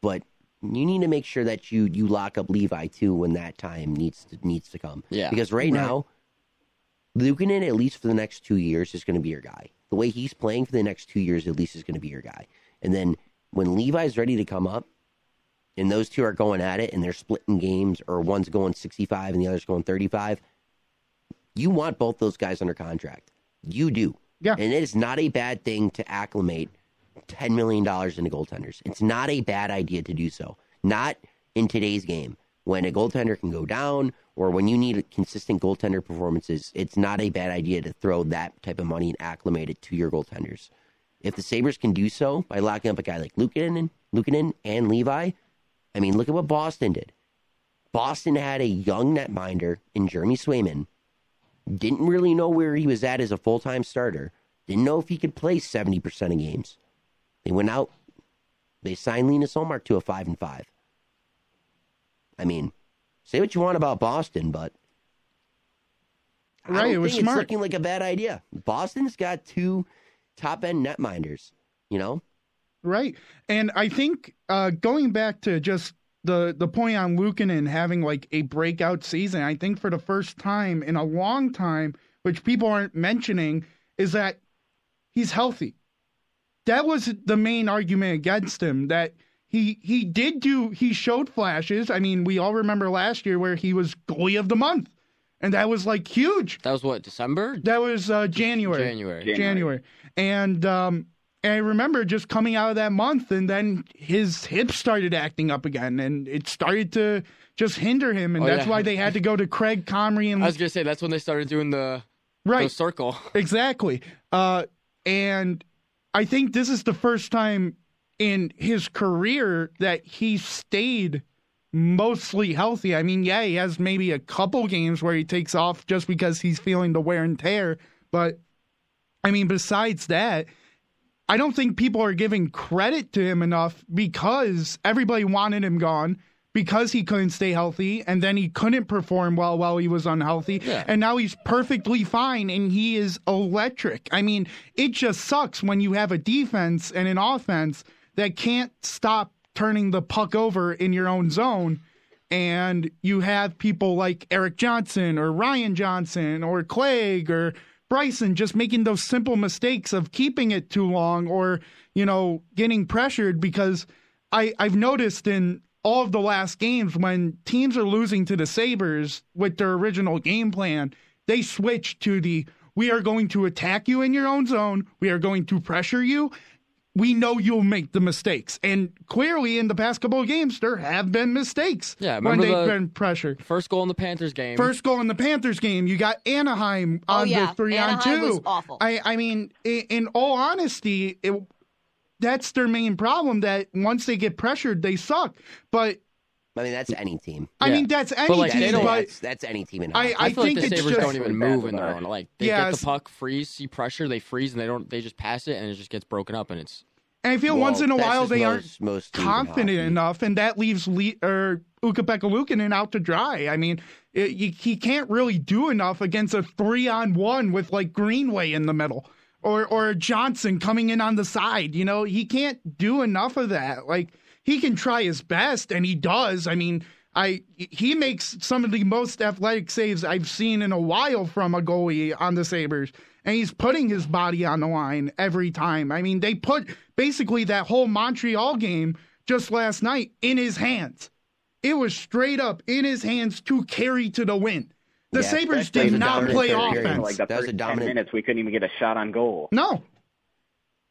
Speaker 1: but you need to make sure that you you lock up Levi too when that time needs to needs to come.
Speaker 6: Yeah.
Speaker 1: Because right, now, Lukanen at least for the next two years is going to be your guy. The way he's playing for the next two years at least is going to be your guy. And then when Levi's ready to come up, and those two are going at it, and they're splitting games, or one's going sixty five and the other's going thirty five. You want both those guys under contract. You do.
Speaker 2: Yeah.
Speaker 1: And it is not a bad thing to acclimate $10 million into goaltenders. It's not a bad idea to do so. Not in today's game when a goaltender can go down or when you need consistent goaltender performances. It's not a bad idea to throw that type of money and acclimate it to your goaltenders. If the Sabres can do so by locking up a guy like Lukanen, Lukanen and Levi, I mean, look at what Boston did. Boston had a young netminder in Jeremy Swayman didn't really know where he was at as a full time starter, didn't know if he could play 70% of games. They went out, they signed Linus Olmark to a 5 and 5. I mean, say what you want about Boston, but. I
Speaker 2: Right,
Speaker 1: don't
Speaker 2: it was
Speaker 1: think
Speaker 2: smart.
Speaker 1: It's looking like a bad idea. Boston's got two top end netminders, you know?
Speaker 2: Right. And I think uh, going back to just the, the point on Lukanen having like a breakout season, I think for the first time in a long time, which people aren't mentioning, is that he's healthy. That was the main argument against him that he he did do he showed flashes. I mean, we all remember last year where he was goalie of the month. And that was like huge.
Speaker 6: That was what December,
Speaker 2: That was uh,
Speaker 6: January.
Speaker 2: January. And um and I remember just coming out of that month and then his hips started acting up again and it started to just hinder him and
Speaker 6: Oh,
Speaker 2: that's
Speaker 6: yeah.
Speaker 2: why they had to go to Craig Comrie and
Speaker 6: I was gonna say that's when they started doing the, the
Speaker 2: right
Speaker 6: circle.
Speaker 2: exactly uh and I think this is the first time in his career that he stayed mostly healthy. I mean, yeah, he has maybe a couple games where he takes off just because he's feeling the wear and tear, but I mean, besides that, I don't think people are giving credit to him enough because everybody wanted him gone because he couldn't stay healthy and then he couldn't perform well while he was unhealthy and now he's perfectly fine and he is electric. I mean, it just sucks when you have a defense and an offense that can't stop turning the puck over in your own zone and you have people like Eric Johnson or Ryan Johnson or Clegg or Bryson just making those simple mistakes of keeping it too long or, you know, getting pressured because I, I've noticed in all of the last games when teams are losing to the Sabres with their original game plan, they switch to the we are going to attack you in your own zone, we are going to pressure you, we know you'll make the mistakes. And clearly, in the past couple of games, there have been mistakes
Speaker 6: Yeah,
Speaker 2: when
Speaker 6: remember
Speaker 2: they've
Speaker 6: the-
Speaker 2: been pressured.
Speaker 6: First goal in the Panthers game.
Speaker 2: First goal in the Panthers game, you got Anaheim on
Speaker 4: Oh, yeah.
Speaker 2: the three
Speaker 4: Anaheim
Speaker 2: on two.
Speaker 4: was awful.
Speaker 2: I, I mean, i- in all honesty, it, that's their main problem. That once they get pressured, they suck. But
Speaker 1: I mean, that's any team.
Speaker 2: I
Speaker 6: Yeah.
Speaker 2: mean, that's any
Speaker 6: like, they
Speaker 2: team.
Speaker 6: don't-
Speaker 2: But
Speaker 1: that's, that's any team in
Speaker 2: I-
Speaker 1: hockey.
Speaker 6: I, feel
Speaker 2: think
Speaker 6: like the
Speaker 2: it's
Speaker 6: Sabres
Speaker 2: just-
Speaker 6: don't even move in their
Speaker 5: Bad
Speaker 6: own. Like they
Speaker 2: Yeah,
Speaker 6: get
Speaker 2: it's-
Speaker 6: the puck, freeze, see pressure, they freeze, and they don't. They just pass it, and it just gets broken up, and it's
Speaker 2: and I feel
Speaker 1: Well,
Speaker 2: once in a
Speaker 1: that's
Speaker 2: while
Speaker 1: just most-
Speaker 2: they aren't
Speaker 1: most teams in
Speaker 2: confident
Speaker 1: hockey.
Speaker 2: enough, and that leaves Le- or Ukapekalukanen out to dry. I mean, it, you, he can't really do enough against a three on one with like Greenway in the middle or or Johnson coming in on the side. You know, he can't do enough of that. Like he can try his best, and he does. I mean. I he makes some of the most athletic saves I've seen in a while from a goalie on the Sabres. And he's putting his body on the line every time. I mean, they put basically that whole Montreal game just last night in his hands. It was straight up in his hands to carry to the win. The
Speaker 1: Yeah, that's-
Speaker 2: Sabres
Speaker 1: that's
Speaker 2: did
Speaker 1: a
Speaker 2: not
Speaker 1: dominant
Speaker 2: play
Speaker 1: third period. Oh
Speaker 2: offense.
Speaker 1: Like
Speaker 5: Like the
Speaker 1: That was
Speaker 5: first
Speaker 1: a dominant-
Speaker 5: 10 minutes, we couldn't even get a shot on goal.
Speaker 2: no.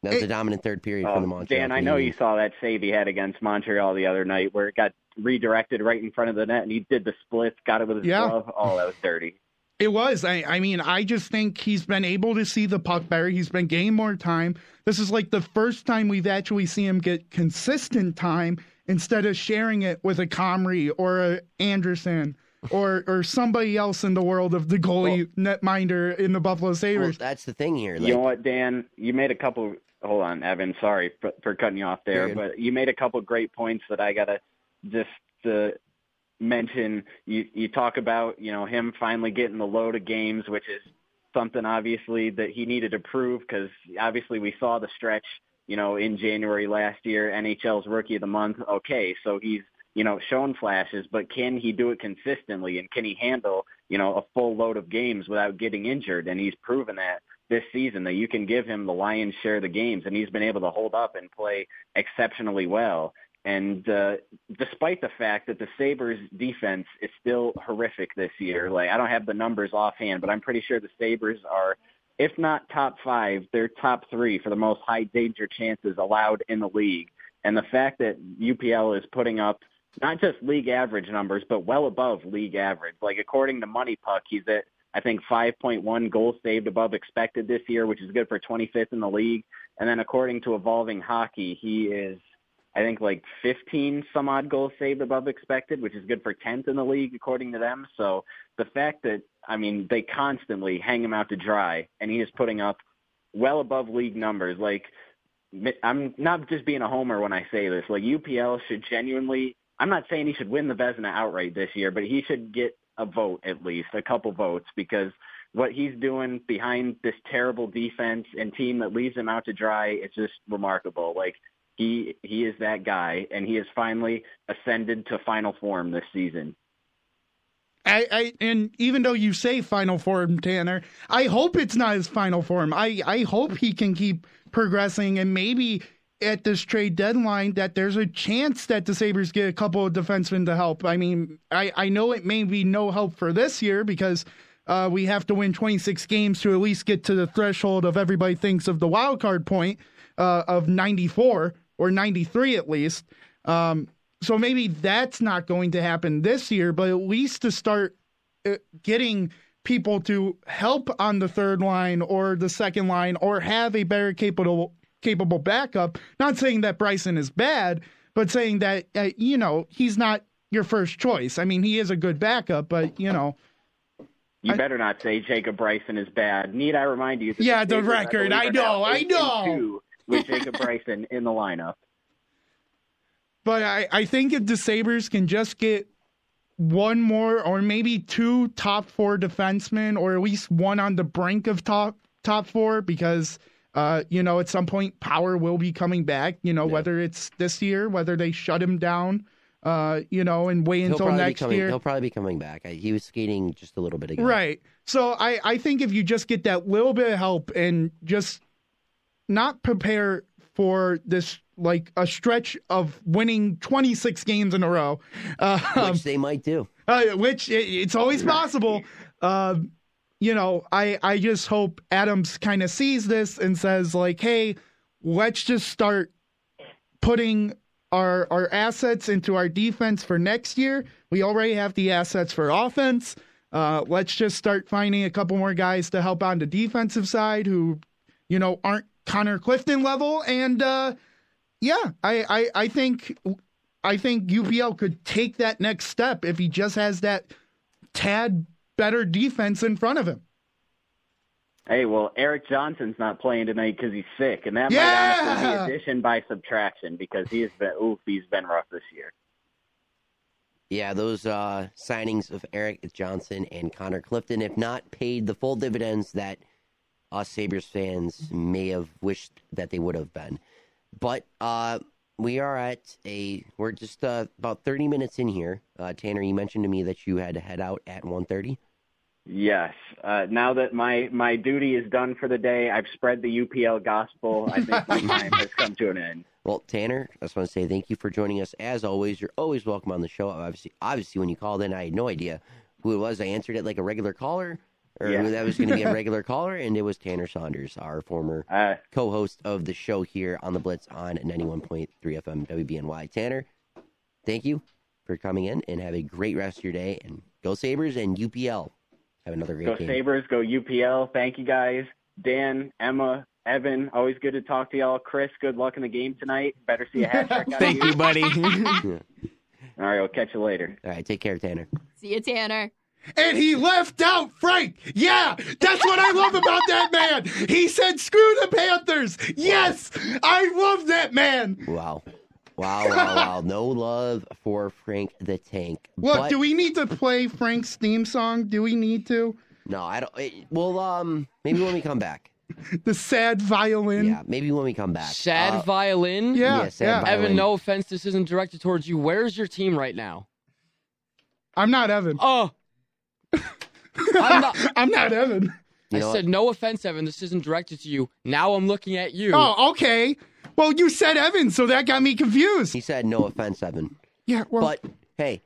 Speaker 1: That was
Speaker 2: It-
Speaker 1: a dominant third period
Speaker 5: Oh,
Speaker 1: for the Montreal.
Speaker 5: Dan, I know
Speaker 1: Canadiens.
Speaker 5: you saw that save he had against Montreal the other night where it got redirected right in front of the net and he did the splits, got it with his
Speaker 2: Yeah.
Speaker 5: glove. Oh, that was dirty.
Speaker 2: It was. I, I mean, I just think he's been able to see the puck better. He's been getting more time. This is like the first time we've actually seen him get consistent time instead of sharing it with a Comrie or a Anderson or or somebody else in the world of the goalie netminder in the Buffalo
Speaker 1: Well,
Speaker 2: Sabres.
Speaker 1: that's the thing here. Like,
Speaker 5: you know what, Dan? You made a couple. Hold on, Evan. Sorry for, for cutting you off
Speaker 1: You're
Speaker 5: there,
Speaker 1: good.
Speaker 5: but you made a couple great points that I gotta just the mention you you talk about you know him finally getting the load of games, which is something obviously that he needed to prove because obviously we saw the stretch you know in January last year NHL's rookie of the month. Okay, so he's you know shown flashes, but can he do it consistently and can he handle you know a full load of games without getting injured? And he's proven that this season that you can give him the lion's share of the games, and he's been able to hold up and play exceptionally well. And uh, despite the fact that the Sabres defense is still horrific this year, like I don't have the numbers offhand, but I'm pretty sure the Sabres are, if not top five, they're top three for the most high danger chances allowed in the league. And the fact that UPL is putting up not just league average numbers, but well above league average. Like according to Money Puck, he's at I think 5.1 goals saved above expected this year, which is good for 25th in the league. And then according to Evolving Hockey, he is, I think, like 15 some odd goals saved above expected, which is good for 10th in the league according to them. So the fact that, I mean, they constantly hang him out to dry and he is putting up well above league numbers. Like, I'm not just being a homer when I say this. Like, UPL should genuinely, I'm not saying he should win the Vesna outright this year, but he should get a vote at least, a couple votes, because what he's doing behind this terrible defense and team that leaves him out to dry is just remarkable. Like he he is that guy, and he has finally ascended to final form this season.
Speaker 2: I, I and even though you say final form, Tanner, I hope it's not his final form. I I hope he can keep progressing and maybe at this trade deadline that there's a chance that the Sabres get a couple of defensemen to help. I mean, I, I know it may be no help for this year because uh, we have to win 26 games to at least get to the threshold of everybody thinks of the wild card point uh, of 94 or 93 at least. Um, so maybe that's not going to happen this year, but at least to start uh, getting people to help on the third line or the second line or have a better capable capable backup. Not saying that Bryson is bad, but saying that uh, you know he's not your first choice. I mean, he is a good backup, but you know.
Speaker 5: You I, better not say Jacob Bryson is bad. Need I remind you?
Speaker 2: Yeah, the, the record. I, I know. I
Speaker 5: know. With Jacob Bryson in the lineup.
Speaker 2: But I, I think if the Sabres can just get one more or maybe two top four defensemen or at least one on the brink of top top four because uh, you know, at some point, power will be coming back. You know, yeah. whether it's this year, whether they shut him down, uh, you know, and wait
Speaker 1: he'll
Speaker 2: until next
Speaker 1: coming,
Speaker 2: year.
Speaker 1: He'll probably be coming back. I, he was skating just a little bit ago.
Speaker 2: Right. So I, I think if you just get that little bit of help and just not prepare for this, like a stretch of winning 26 games in a row,
Speaker 1: uh,
Speaker 2: Um,
Speaker 1: which they might do,
Speaker 2: Uh, which it, it's always possible Um, you know, I, I just hope Adams kind of sees this and says, like, hey, let's just start putting our our assets into our defense for next year. We already have the assets for offense. Uh, let's just start finding a couple more guys to help on the defensive side who, you know, aren't Connor Clifton level. And uh, yeah, I, I, I think I think UPL could take that next step if he just has that tad better defense in front of him.
Speaker 5: Hey, well, Eric Johnson's not playing tonight because he's sick, and that yeah! might honestly be addition by subtraction because he has been oof, he's been rough this year.
Speaker 1: Yeah, those uh, signings of Eric Johnson and Connor Clifton, if not paid the full dividends that us Sabres fans may have wished that they would have been. But uh, we are at a we're just uh, about 30 minutes in here uh, tanner you mentioned to me that you had to head out at 1.30
Speaker 5: yes uh, now that my my duty is done for the day i've spread the upl gospel i think
Speaker 7: (laughs)
Speaker 5: my time has come to an end
Speaker 1: well tanner i just want to say thank you for joining us as always you're always welcome on the show obviously obviously when you called in i had no idea who it was i answered it like a regular caller or yeah. that was going to be a regular caller, and it was Tanner Saunders, our former uh, co-host of the show here on the Blitz on 91.3 FM WBNY. Tanner, thank you for coming in, and have a great rest of your day. And go Sabers and UPL. Have another great
Speaker 5: go
Speaker 1: game.
Speaker 5: Go Sabers, go UPL. Thank you guys, Dan, Emma, Evan. Always good to talk to y'all. Chris, good luck in the game tonight. Better see a hat trick.
Speaker 7: (laughs)
Speaker 3: thank you, buddy. (laughs)
Speaker 5: yeah. All right, we'll catch you later.
Speaker 1: All right, take care, Tanner.
Speaker 4: See you, Tanner
Speaker 2: and he left out Frank. Yeah, that's what I love about that man. He said, "Screw the Panthers." Yes, I love that man.
Speaker 1: Wow. Wow, wow, wow. No love for Frank the Tank.
Speaker 2: Look,
Speaker 1: But-
Speaker 2: do we need to play Frank's theme song? Do we need to?
Speaker 1: No, I don't. It, well, um, maybe when we come back.
Speaker 2: The sad violin.
Speaker 1: Yeah, maybe when we come back.
Speaker 6: Sad
Speaker 1: Uh,
Speaker 6: violin.
Speaker 2: Yeah,
Speaker 1: yeah, sad
Speaker 2: yeah.
Speaker 1: violin.
Speaker 6: Evan, no offense, this isn't directed towards you. Where's your team right now?
Speaker 2: I'm not Evan.
Speaker 6: Oh, (laughs) I'm not.
Speaker 2: I'm not Evan.
Speaker 1: You
Speaker 6: I
Speaker 1: know
Speaker 6: said no offense, Evan. This isn't directed to you. Now I'm looking at you.
Speaker 2: Oh, okay. Well, you said Evan, so that got me confused.
Speaker 1: He said no offense, Evan.
Speaker 2: Yeah, well,
Speaker 1: But hey,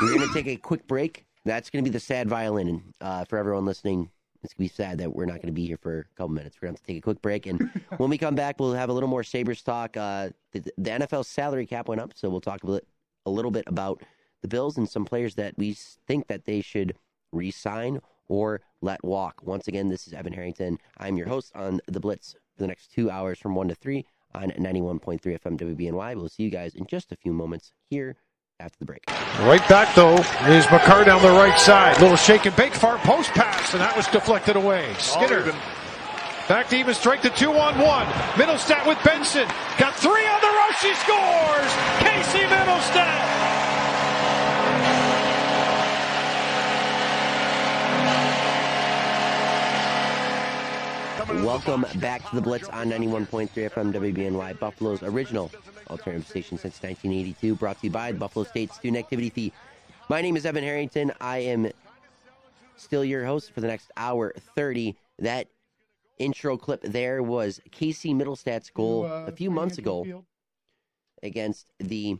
Speaker 1: we're gonna take a quick break. That's gonna be the sad violin, and uh, for everyone listening, it's gonna be sad that we're not gonna be here for a couple minutes. We're gonna have to take a quick break, and when we come back, we'll have a little more Sabres talk. Uh, the, the NFL salary cap went up, so we'll talk a, bit, a little bit about the Bills and some players that we s- think that they should re-sign or let walk. Once again, this is Evan Harrington. I'm your host on the Blitz for the next two hours from one to three on 91.3 FM WBNY. We'll see you guys in just a few moments here after the break.
Speaker 8: Right back though is McCarr down the right side. Little shake and bake, far post pass, and that was deflected away. Skinner back to even strike the two on one. Middlestat with Benson got three on the rush. He scores. Casey Middlestat.
Speaker 1: Welcome back to the Blitz on 91.3 FM WBNY, Buffalo's original alternative station since 1982, brought to you by the Buffalo State Student Activity Fee. My name is Evan Harrington. I am still your host for the next hour 30. That intro clip there was Casey Middlestat's goal
Speaker 2: uh,
Speaker 1: a few months ago against the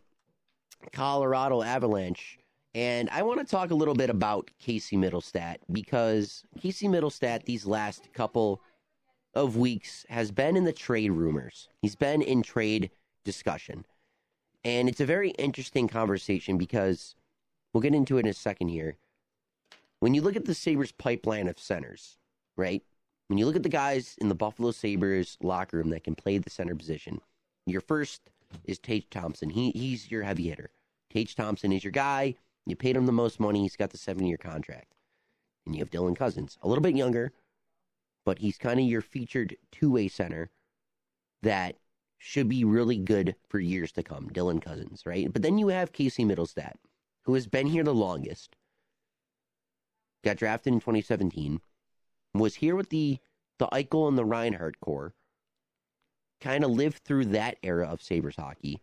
Speaker 1: Colorado Avalanche. And I want to talk a little bit about Casey Middlestat because Casey Middlestat, these last couple of weeks, has been in the trade rumors. He's been in trade discussion. And it's a very interesting conversation because we'll get into it in a second here. When you look at the Sabres pipeline of centers, right? When you look at the guys in the Buffalo Sabres locker room that can play the center position, your first is Tage Thompson. He he's your heavy hitter. Tage Thompson is your guy. You paid him the most money. He's got the seven year contract. And you have Dylan Cousins, a little bit younger, but he's kind of your featured two way center that should be really good for years to come. Dylan Cousins, right? But then you have Casey Middlestat, who has been here the longest. Got drafted in 2017. Was here with the the Eichel and the Reinhardt core kind of lived through that era of Sabres hockey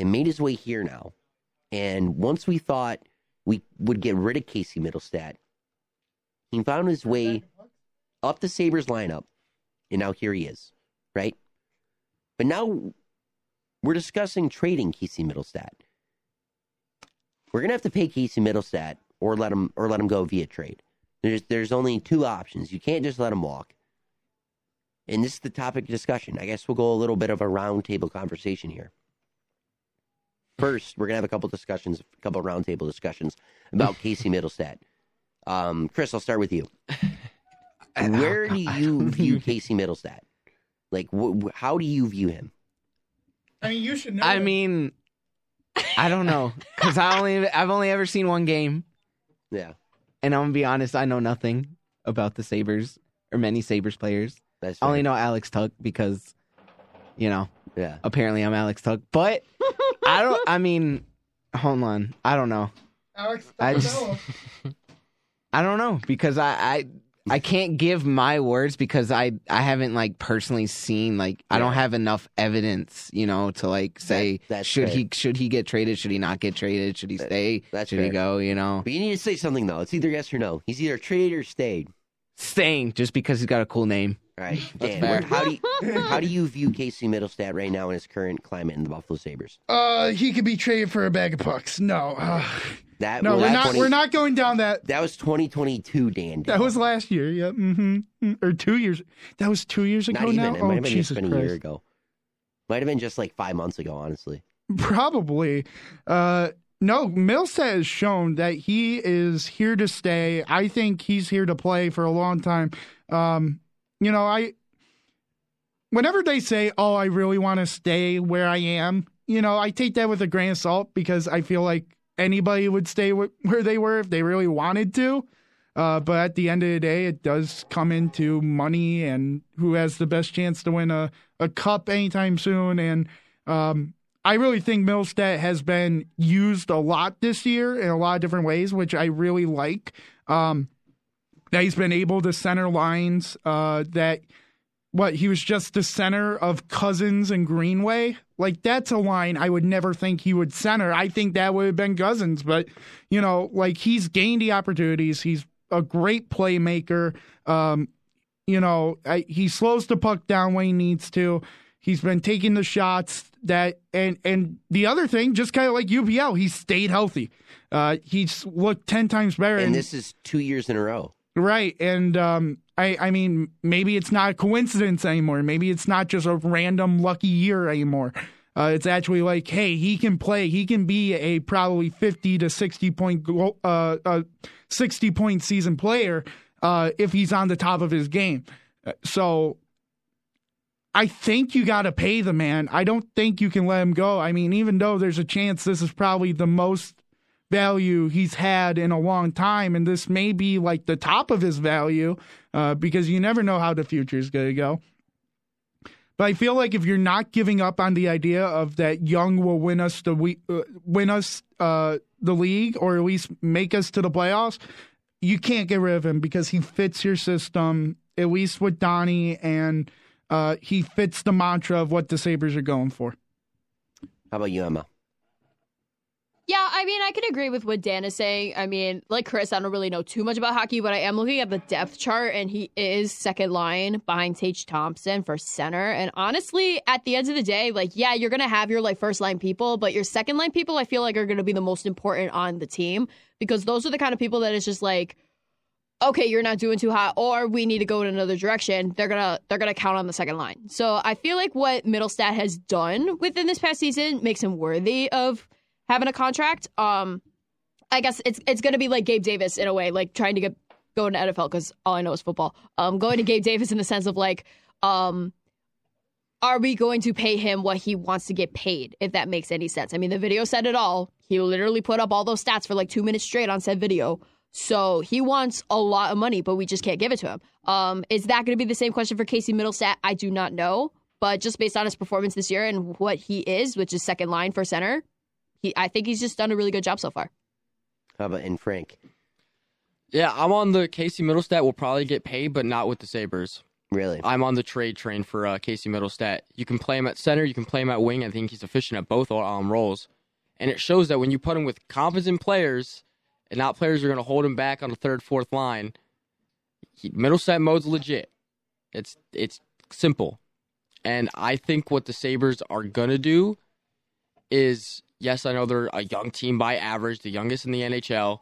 Speaker 1: and made his way here now. And once we thought we would get rid of Casey Middlestat, he found his way up the Sabres lineup, and now here he is, right? But now we're discussing trading Casey Middlestat. We're gonna have to pay Casey Middlestat or let him or let him go via trade. There's there's only two options. You can't just let him walk and this is the topic of discussion. I guess we'll go a little bit of a roundtable conversation here. First, we're gonna have a couple discussions, a couple roundtable discussions about Casey Middlestat. Um, Chris, I'll start with (laughs) you. Where do you view Casey Middlestat? Like, wh- wh- how do you view him?
Speaker 2: I mean, you should know.
Speaker 3: I
Speaker 2: that.
Speaker 3: mean, I don't know because I only I've only ever seen one game,
Speaker 1: Yeah,
Speaker 3: and I'm gonna be honest, I know nothing about the Sabers or many Sabers players.
Speaker 1: that's
Speaker 3: I only
Speaker 1: fair.
Speaker 3: know Alex Tuck because, you know,
Speaker 1: Yeah,
Speaker 3: apparently I'm Alex Tuck, but I don't. I mean, hold on, I don't know.
Speaker 2: Alex,
Speaker 3: I just- I don't know because I, I I can't give my words because I I haven't like personally seen like I don't have enough evidence you know to like say
Speaker 1: That- that's
Speaker 3: should
Speaker 1: fair.
Speaker 3: he should he get traded should he not get traded should he stay
Speaker 1: that's
Speaker 3: should he
Speaker 1: fair.
Speaker 3: go you know
Speaker 1: but you need to say something though. It's either yes or no. He's either traded or stayed.
Speaker 3: staying just because he's got a cool name.
Speaker 1: All right, Dan.
Speaker 3: fair.
Speaker 1: where- how do
Speaker 2: (laughs)
Speaker 1: you how do you view Casey Middlestat right now in his current climate in the Buffalo Sabers?
Speaker 2: uh, he could be traded for a bag of pucks. No, uh,
Speaker 1: That
Speaker 2: no,
Speaker 1: was
Speaker 2: we're not.
Speaker 1: 20
Speaker 2: We're not going down that.
Speaker 1: That was 2022, Dan.
Speaker 2: That was last year. Yeah, mm-hmm. or two years. That was two years ago
Speaker 1: not even.
Speaker 2: now.
Speaker 1: It might
Speaker 2: oh,
Speaker 1: have been
Speaker 2: Jesus
Speaker 1: just been a year
Speaker 2: Christ!
Speaker 1: ago. Might have been just like five months ago, honestly.
Speaker 2: (laughs) Probably. Uh, no, Millsat has shown that he is here to stay. I think he's here to play for a long time. Um, you know, I whenever they say, "Oh, I really want to stay where I am," you know, I take that with a grain of salt because I feel like anybody would stay wh- where they were if they really wanted to. Uh, but at the end of the day, it does come into money and who has the best chance to win a, a cup anytime soon. And um, I really think Milstead has been used a lot this year in a lot of different ways, which I really like. Um, that he's been able to center lines. Uh, that what he was just the center of Cousins and Greenway. Like that's a line I would never think he would center. I think that would have been Cousins, but you know, like he's gained the opportunities. He's a great playmaker. Um, you know, I, he slows the puck down when he needs to. He's been taking the shots that, and and the other thing, just kind of like UPL, he stayed healthy. Uh, he's looked ten times better.
Speaker 1: And this is two years in a row.
Speaker 2: Right. And um, I, I mean, maybe it's not a coincidence anymore. Maybe it's not just a random lucky year anymore. Uh, it's actually like, hey, he can play. He can be a probably 50 to 60 point, goal, uh, uh, 60 point season player uh, if he's on the top of his game. Uh, So I think you got to pay the man. I don't think you can let him go. I mean, even though there's a chance this is probably the most value he's had in a long time, and this may be like the top of his value uh, because you never know how the future is going to go. But I feel like if you're not giving up on the idea of that Young will win us the we, uh, win us uh, the league or at least make us to the playoffs, you can't get rid of him because he fits your system at least with Donnie and uh, he fits the mantra of what the Sabers are going for.
Speaker 1: How about you, Emma?
Speaker 4: Yeah, I mean, I can agree with what Dan is saying. I mean, like Chris, I don't really know too much about hockey, but I am looking at the depth chart, and he is second line behind Tage Thompson for center. And honestly, at the end of the day, like, yeah, you're going to have your like first line people, but your second line people, I feel like, are going to be the most important on the team because those are the kind of people that is just like, okay, you're not doing too hot, or we need to go in another direction. They're gonna they're gonna count on the second line. So I feel like what Middlestat has done within this past season makes him worthy of having a contract. Um, I guess it's it's gonna be like Gabe Davis in a way, like trying to get going to NFL because all I know is football. Um, going to Gabe (laughs) Davis in the sense of like, um, are we going to pay him what he wants to get paid? If that makes any sense. I mean, the video said it all. He literally put up all those stats for like two minutes straight on said video. So he wants a lot of money, but we just can't give it to him. Um, is that going to be the same question for Casey Middlestat? I do not know. But just based on his performance this year and what he is, which is second line for center, he, I think he's just done a really good job so far.
Speaker 1: How about in Frank?
Speaker 6: Yeah, I'm on the Casey Middlestat. Will probably get paid, but not with the Sabers.
Speaker 1: Really?
Speaker 6: I'm on the trade train for uh, Casey Middlestat. You can play him at center, you can play him at wing. I think he's efficient at both um, roles. And it shows that when you put him with competent players and not players who are going to hold him back on the third, fourth line, he, Middlestat mode's legit. It's it's simple. And I think what the Sabres are going to do is yes, I know they're a young team by average, the youngest in the NHL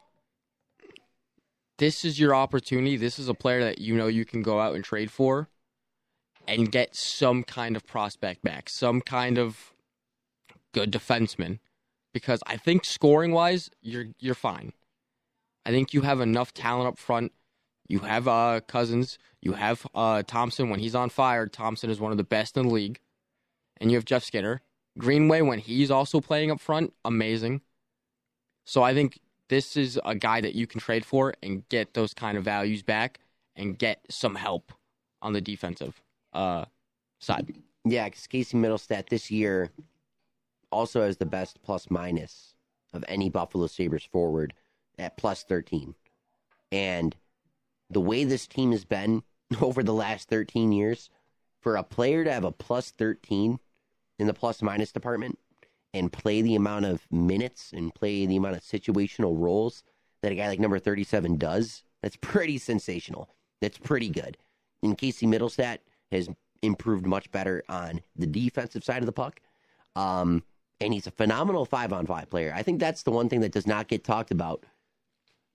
Speaker 6: this is your opportunity. This is a player that you know you can go out and trade for and get some kind of prospect back, some kind of good defenseman. Because I think scoring wise, you're you're fine. I think you have enough talent up front. You have uh, Cousins. You have uh, Thompson. When he's on fire, Thompson is one of the best in the league. And you have Jeff Skinner. Greenway, when he's also playing up front, amazing. So I think this is a guy that you can trade for and get those kind of values back and get some help on the defensive uh, side.
Speaker 1: Yeah, because Casey Middlestat this year also has the best plus minus of any Buffalo Sabres forward at plus 13. And the way this team has been (laughs) over the last 13 years, for a player to have a plus 13 in the plus minus department and play the amount of minutes and play the amount of situational roles that a guy like number 37 does, that's pretty sensational. That's pretty good. And Casey Middlestat has improved much better on the defensive side of the puck. Um, and he's a phenomenal five on five player. I think that's the one thing that does not get talked about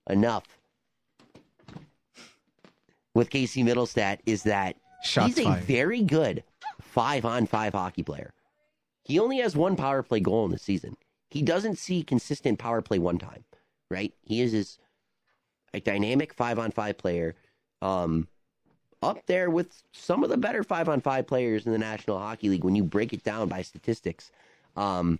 Speaker 1: enough with Casey Middlestat is that
Speaker 9: Shots
Speaker 1: he's a
Speaker 9: fired.
Speaker 1: very good five on five hockey player. He only has one power play goal in the season. He doesn't see consistent power play one time, right? He is his a dynamic five on five player, um, up there with some of the better five on five players in the National Hockey League when you break it down by statistics. Um,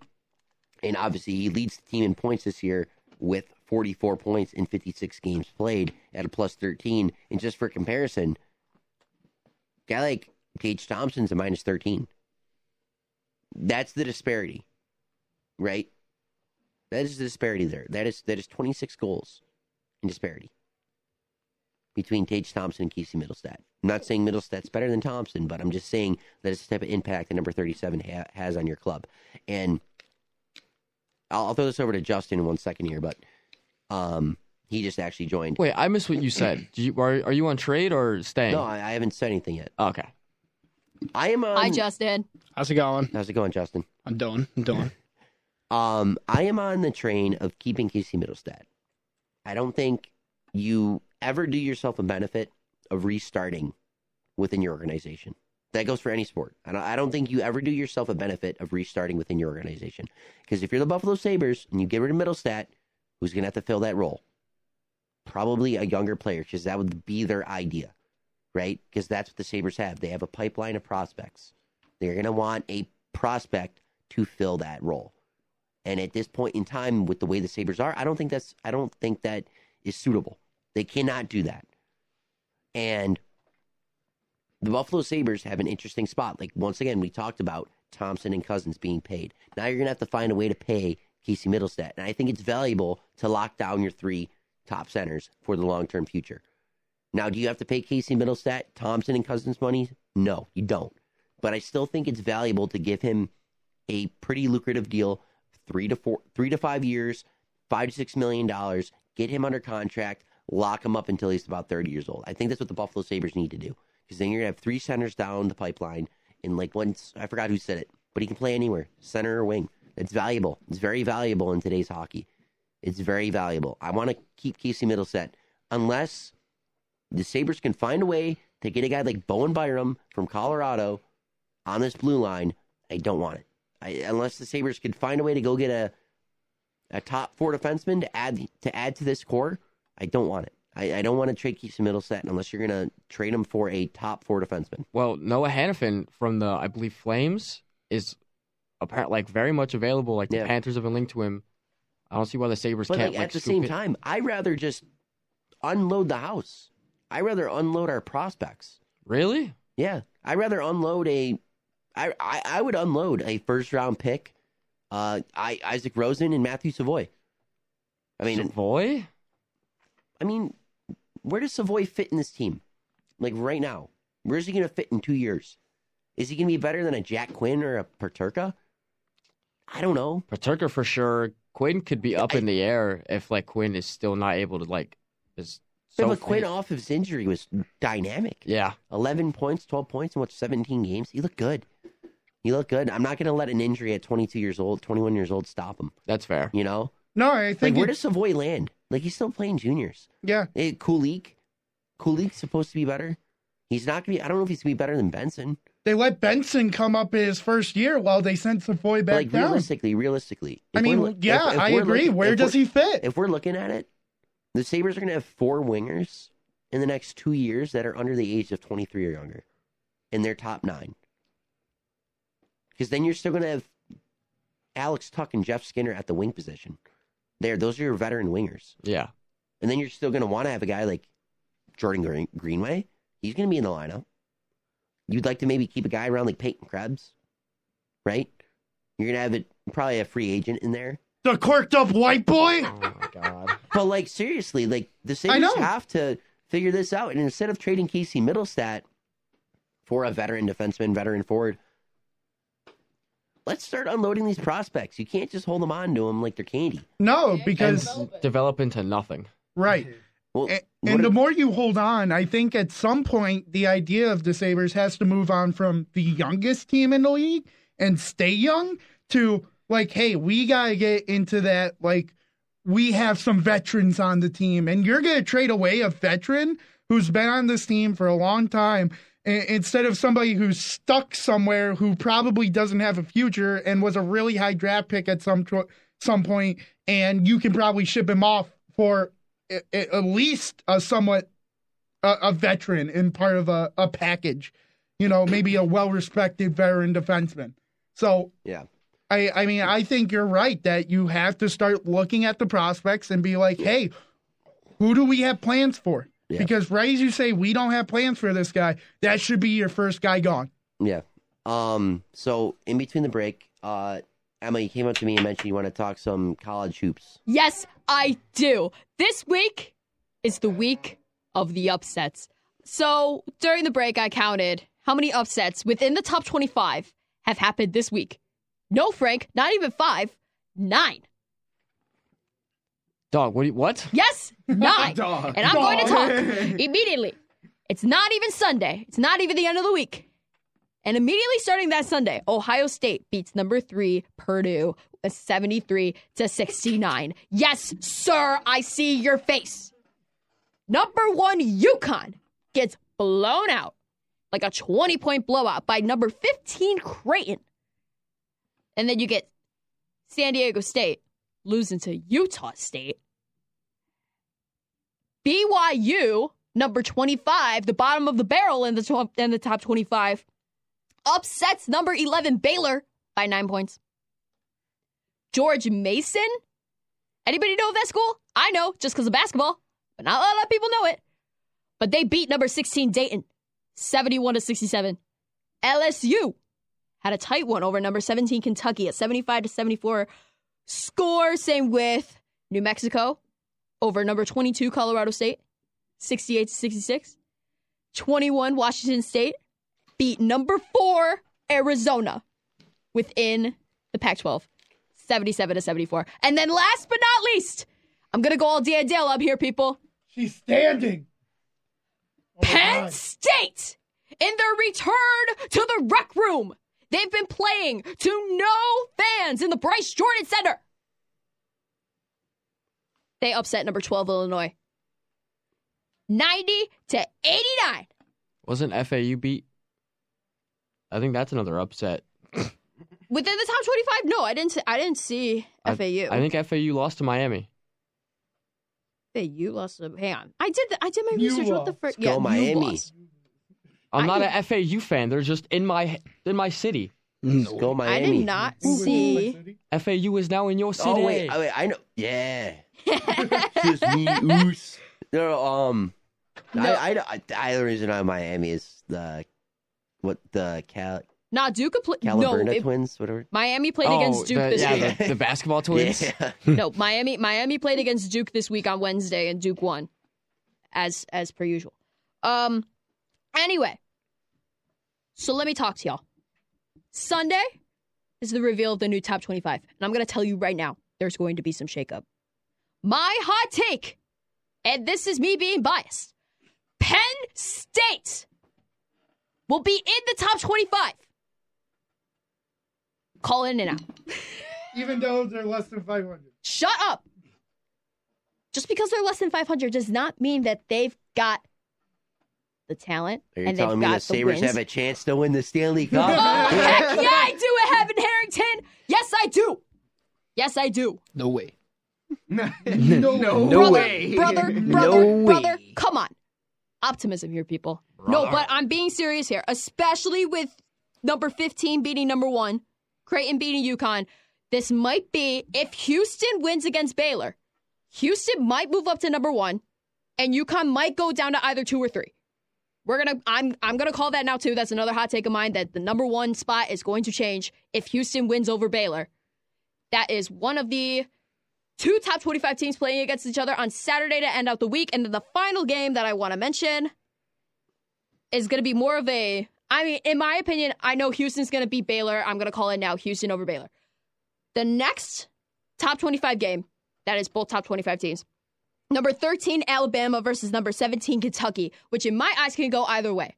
Speaker 1: and obviously, he leads the team in points this year with 44 points in 56 games played at a plus 13. And just for comparison, guy like Gage Thompson's a minus 13. That's the disparity. right? That is the disparity there. That is that is 26 goals in disparity between Tage Thompson and Casey Middlestat. I'm not saying Middlestat's better than Thompson, but I'm just saying that it's the type of impact that number 37 ha- has on your club. And I'll, I'll throw this over to Justin in one second here, but um, he just actually joined.
Speaker 6: Wait, I missed what you said. Do you, are, are you on trade or staying? Oh,
Speaker 1: No, I, I haven't said anything yet.
Speaker 6: okay.
Speaker 1: I am on.
Speaker 4: Hi, Justin.
Speaker 9: How's it going?
Speaker 1: How's it going, Justin?
Speaker 9: I'm doing. I'm doing.
Speaker 1: Um, I am on the train of keeping Casey Middlestad. I don't think you ever do yourself a benefit of restarting within your organization. That goes for any sport. I don't, I don't think you ever do yourself a benefit of restarting within your organization. Because if you're the Buffalo Sabres and you get rid of Middlestat, who's going to have to fill that role? Probably a younger player, because that would be their idea, right? Because that's what the Sabres have. They have a pipeline of prospects. They're going to want a prospect to fill that role. And at this point in time, with the way the Sabres are, I don't think that's I don't think that is suitable. They cannot do that. And the Buffalo Sabres have an interesting spot. Like once again, we talked about Thompson and Cousins being paid. Now you're gonna have to find a way to pay Casey Middlestat. And I think it's valuable to lock down your three top centers for the long term future. Now, do you have to pay Casey Middlestat, Thompson, and Cousins money? No, you don't. But I still think it's valuable to give him a pretty lucrative deal, three to four, three to five years, five to six million dollars. Get him under contract, lock him up until he's about thirty years old. I think that's what the Buffalo Sabers need to do because then you're gonna have three centers down the pipeline, and like once I forgot who said it, but he can play anywhere, center or wing. It's valuable. It's very valuable in today's hockey. It's very valuable. I want to keep Casey Middleset unless the Sabres can find a way to get a guy like Bowen Byram from Colorado on this blue line, I don't want it. I, unless the Sabres could find a way to go get a a top four defenseman to add to add to this core, I don't want it. I, I don't want to trade Keith middle set unless you're going to trade him for a top four defenseman.
Speaker 6: Well, Noah Hannafin from the I believe Flames is apparent like very much available. Like
Speaker 1: Yeah.
Speaker 6: the Panthers have been linked to him. I don't see why the Sabres
Speaker 1: But
Speaker 6: can't
Speaker 1: like,
Speaker 6: like,
Speaker 1: at the
Speaker 6: scoop
Speaker 1: same
Speaker 6: it.
Speaker 1: time, I rather just unload the house. I rather unload our prospects.
Speaker 6: Really?
Speaker 1: Yeah, I rather unload a. I, I I would unload a first round pick, uh, I Isaac Rosen and Matthew Savoy. I mean,
Speaker 6: Savoy?
Speaker 1: I mean, where does Savoy fit in this team? Like right now, where is he going to fit in two years? Is he going to be better than a Jack Quinn or a Paterka? I don't know.
Speaker 6: Paterka for sure. Quinn could be up in the air if like Quinn is still not able to like is
Speaker 1: But
Speaker 6: so
Speaker 1: look, Quinn
Speaker 6: fit.
Speaker 1: off of his injury was dynamic.
Speaker 6: Yeah.
Speaker 1: 11 points, 12 points in what 17 games. He looked good. He looked good. I'm not going to let an injury at 22 years old, 21 years old stop him.
Speaker 6: That's fair.
Speaker 1: You know.
Speaker 2: No, I
Speaker 1: Like,
Speaker 2: think
Speaker 1: where
Speaker 2: it-
Speaker 1: does Savoy land? Like, he's still playing juniors.
Speaker 2: yeah.
Speaker 1: Eh, Kulik, Kulik's supposed to be better. He's not gonna be. I don't know if he's gonna be better than Benson.
Speaker 2: They let Benson come up in his first year while they sent Savoy
Speaker 1: But,
Speaker 2: back
Speaker 1: like,
Speaker 2: down.
Speaker 1: realistically, realistically.
Speaker 2: I
Speaker 1: if we're
Speaker 2: mean,
Speaker 1: look-
Speaker 2: yeah,
Speaker 1: if- if
Speaker 2: I
Speaker 1: we're
Speaker 2: agree.
Speaker 1: looking-
Speaker 2: Where
Speaker 1: if
Speaker 2: does
Speaker 1: we're-
Speaker 2: he fit?
Speaker 1: If we're looking at it, the Sabers are gonna have four wingers in the next two years that are under the age of 23 or younger, in their top nine. Because then you're still gonna have Alex Tuck and Jeff Skinner at the wing position. There, those are your veteran wingers.
Speaker 6: Yeah.
Speaker 1: And then you're still going to want to have a guy like Jordan Green- Greenway. He's going to be in the lineup. You'd like to maybe keep a guy around like Peyton Krebs, right? You're going to have it, probably a free agent in there.
Speaker 2: the corked up white boy?
Speaker 9: Oh my god.
Speaker 1: But like, seriously, like the
Speaker 2: I
Speaker 1: Sabres
Speaker 2: know.
Speaker 1: have to figure this out. And instead of trading Casey Middlestat for a veteran defenseman, veteran forward, let's start unloading these prospects. You can't just hold them on to them like they're candy.
Speaker 2: No, because
Speaker 6: And develop into nothing.
Speaker 2: right.
Speaker 1: Well,
Speaker 2: And,
Speaker 1: what
Speaker 2: and
Speaker 1: if-
Speaker 2: the more you hold on, I think at some point the idea of the Sabres has to move on from the youngest team in the league and stay young to like, hey, we gotta get into that like we have some veterans on the team and you're gonna trade away a veteran who's been on this team for a long time i- instead of somebody who's stuck somewhere who probably doesn't have a future and was a really high draft pick at some tro- some point and you can probably ship him off for a- a- at least a somewhat a, a veteran and part of a, a package, you know, maybe a well respected veteran defenseman. So
Speaker 1: Yeah.
Speaker 2: I I mean I think you're right that you have to start looking at the prospects and be like, hey, who do we have plans for?
Speaker 1: Yeah.
Speaker 2: Because right as you say we don't have plans for this guy, that should be your first guy gone.
Speaker 1: Yeah. Um. So in between the break, uh, Emma, you came up to me and mentioned you want to talk some college hoops.
Speaker 4: Yes, I do. This week is the week of the upsets. So during the break, I counted how many upsets within the top 25 have happened this week. No, Frank, not even five, nine.
Speaker 6: Dog, what? Do you, what?
Speaker 4: Yes, nine. and I'm going to talk immediately. It's not even Sunday. It's not even the end of the week. And immediately starting that Sunday, Ohio State beats number three Purdue 73 to 69. Yes, sir, I see your face. Number one Yukon gets blown out like a 20 point blowout by number 15 Creighton. And then you get San Diego State losing to Utah State. BYU, number 25, the bottom of the barrel in the top, in the top 25, upsets number 11 Baylor by 9 points. George Mason? Anybody know of that school? I know just cuz of basketball, but not a lot of people know it. But they beat number 16 Dayton 71 to 67. LSU had a tight one over number 17 Kentucky at 75 to 74. Score same with New Mexico over number 22 Colorado State 68 to 66 21 Washington State beat number 4 Arizona within the Pac-12 77 to 74 and then last but not least I'm going to go all Dan Dale up here people
Speaker 2: She's standing.
Speaker 4: Penn State in their return to the rec room they've been playing to no fans in the Bryce Jordan Center they upset number 12 Illinois 90 to 89
Speaker 6: Wasn't FAU beat? I think that's another upset.
Speaker 4: within the top 25 no I didn't I didn't see
Speaker 6: I-
Speaker 4: FAU
Speaker 6: I think FAU lost to Miami.
Speaker 4: FAU lost to hang on I did the, I did my
Speaker 2: You
Speaker 4: research what the
Speaker 2: lost.
Speaker 4: first
Speaker 1: Go Miami.
Speaker 6: I'm
Speaker 4: I
Speaker 6: not
Speaker 4: didn't-
Speaker 6: a FAU fan. They're just in my in my city.
Speaker 1: Let's go
Speaker 4: I
Speaker 1: Miami.
Speaker 4: did not see
Speaker 6: FAU is now in your city.
Speaker 1: Oh wait, oh, wait, I know.
Speaker 4: (laughs)
Speaker 1: Yeah. Just me, oos. No, um, I, I, I, the other reason I'm Miami is the what the Cal,
Speaker 4: Nah, Duke pl- no.
Speaker 1: Caliburna
Speaker 4: it-
Speaker 1: twins,
Speaker 4: (laughs)
Speaker 1: whatever.
Speaker 4: Miami played
Speaker 6: Oh,
Speaker 4: against Duke
Speaker 6: the,
Speaker 4: this
Speaker 6: yeah,
Speaker 4: week.
Speaker 6: The, the
Speaker 7: (laughs)
Speaker 6: basketball twins.
Speaker 1: Yeah.
Speaker 4: no, Miami Miami played against Duke this week on Wednesday, and Duke won, as as per usual. Um. Anyway, so let me talk to y'all. Sunday is the reveal of the new top twenty-five, and I'm gonna tell you right now, there's going to be some shakeup. My hot take, and this is me being biased. Penn State will be in the top twenty-five. Call in and out.
Speaker 2: Even though they're less than
Speaker 4: (laughs)
Speaker 2: 500.
Speaker 4: Shut up. Just because they're less than 500 does not mean that they've got the talent
Speaker 1: Are you
Speaker 4: and they've
Speaker 1: telling me
Speaker 4: got
Speaker 1: the Sabres
Speaker 4: the wins.
Speaker 1: have a chance to win the Stanley
Speaker 4: oh,
Speaker 1: Cup?
Speaker 4: (laughs) heck yeah, I do, Evan Harrington. Yes, I do. Yes, I do.
Speaker 9: No way.
Speaker 2: No,
Speaker 9: No
Speaker 4: brother,
Speaker 9: way. (laughs)
Speaker 4: brother, brother,
Speaker 9: No
Speaker 4: brother.
Speaker 9: way.
Speaker 4: Come on. Optimism here, people. No, but I'm being serious here, especially with number 15 beating number one, Creighton beating UConn. This might be, if Houston wins against Baylor, Houston might move up to number one, and UConn might go down to either two or three. We're gonna. I'm. I'm gonna call that now too. That's another hot take of mine. That the number one spot is going to change if Houston wins over Baylor. That is one of the two top 25 teams playing against each other on Saturday to end out the week. And then the final game that I want to mention is going to be more of a. I mean, in my opinion, I know Houston's going to beat Baylor. I'm going to call it now Houston over Baylor. The next top 25 game, that is both top 25 teams. Number 13, Alabama versus number 17, Kentucky, which in my eyes can go either way.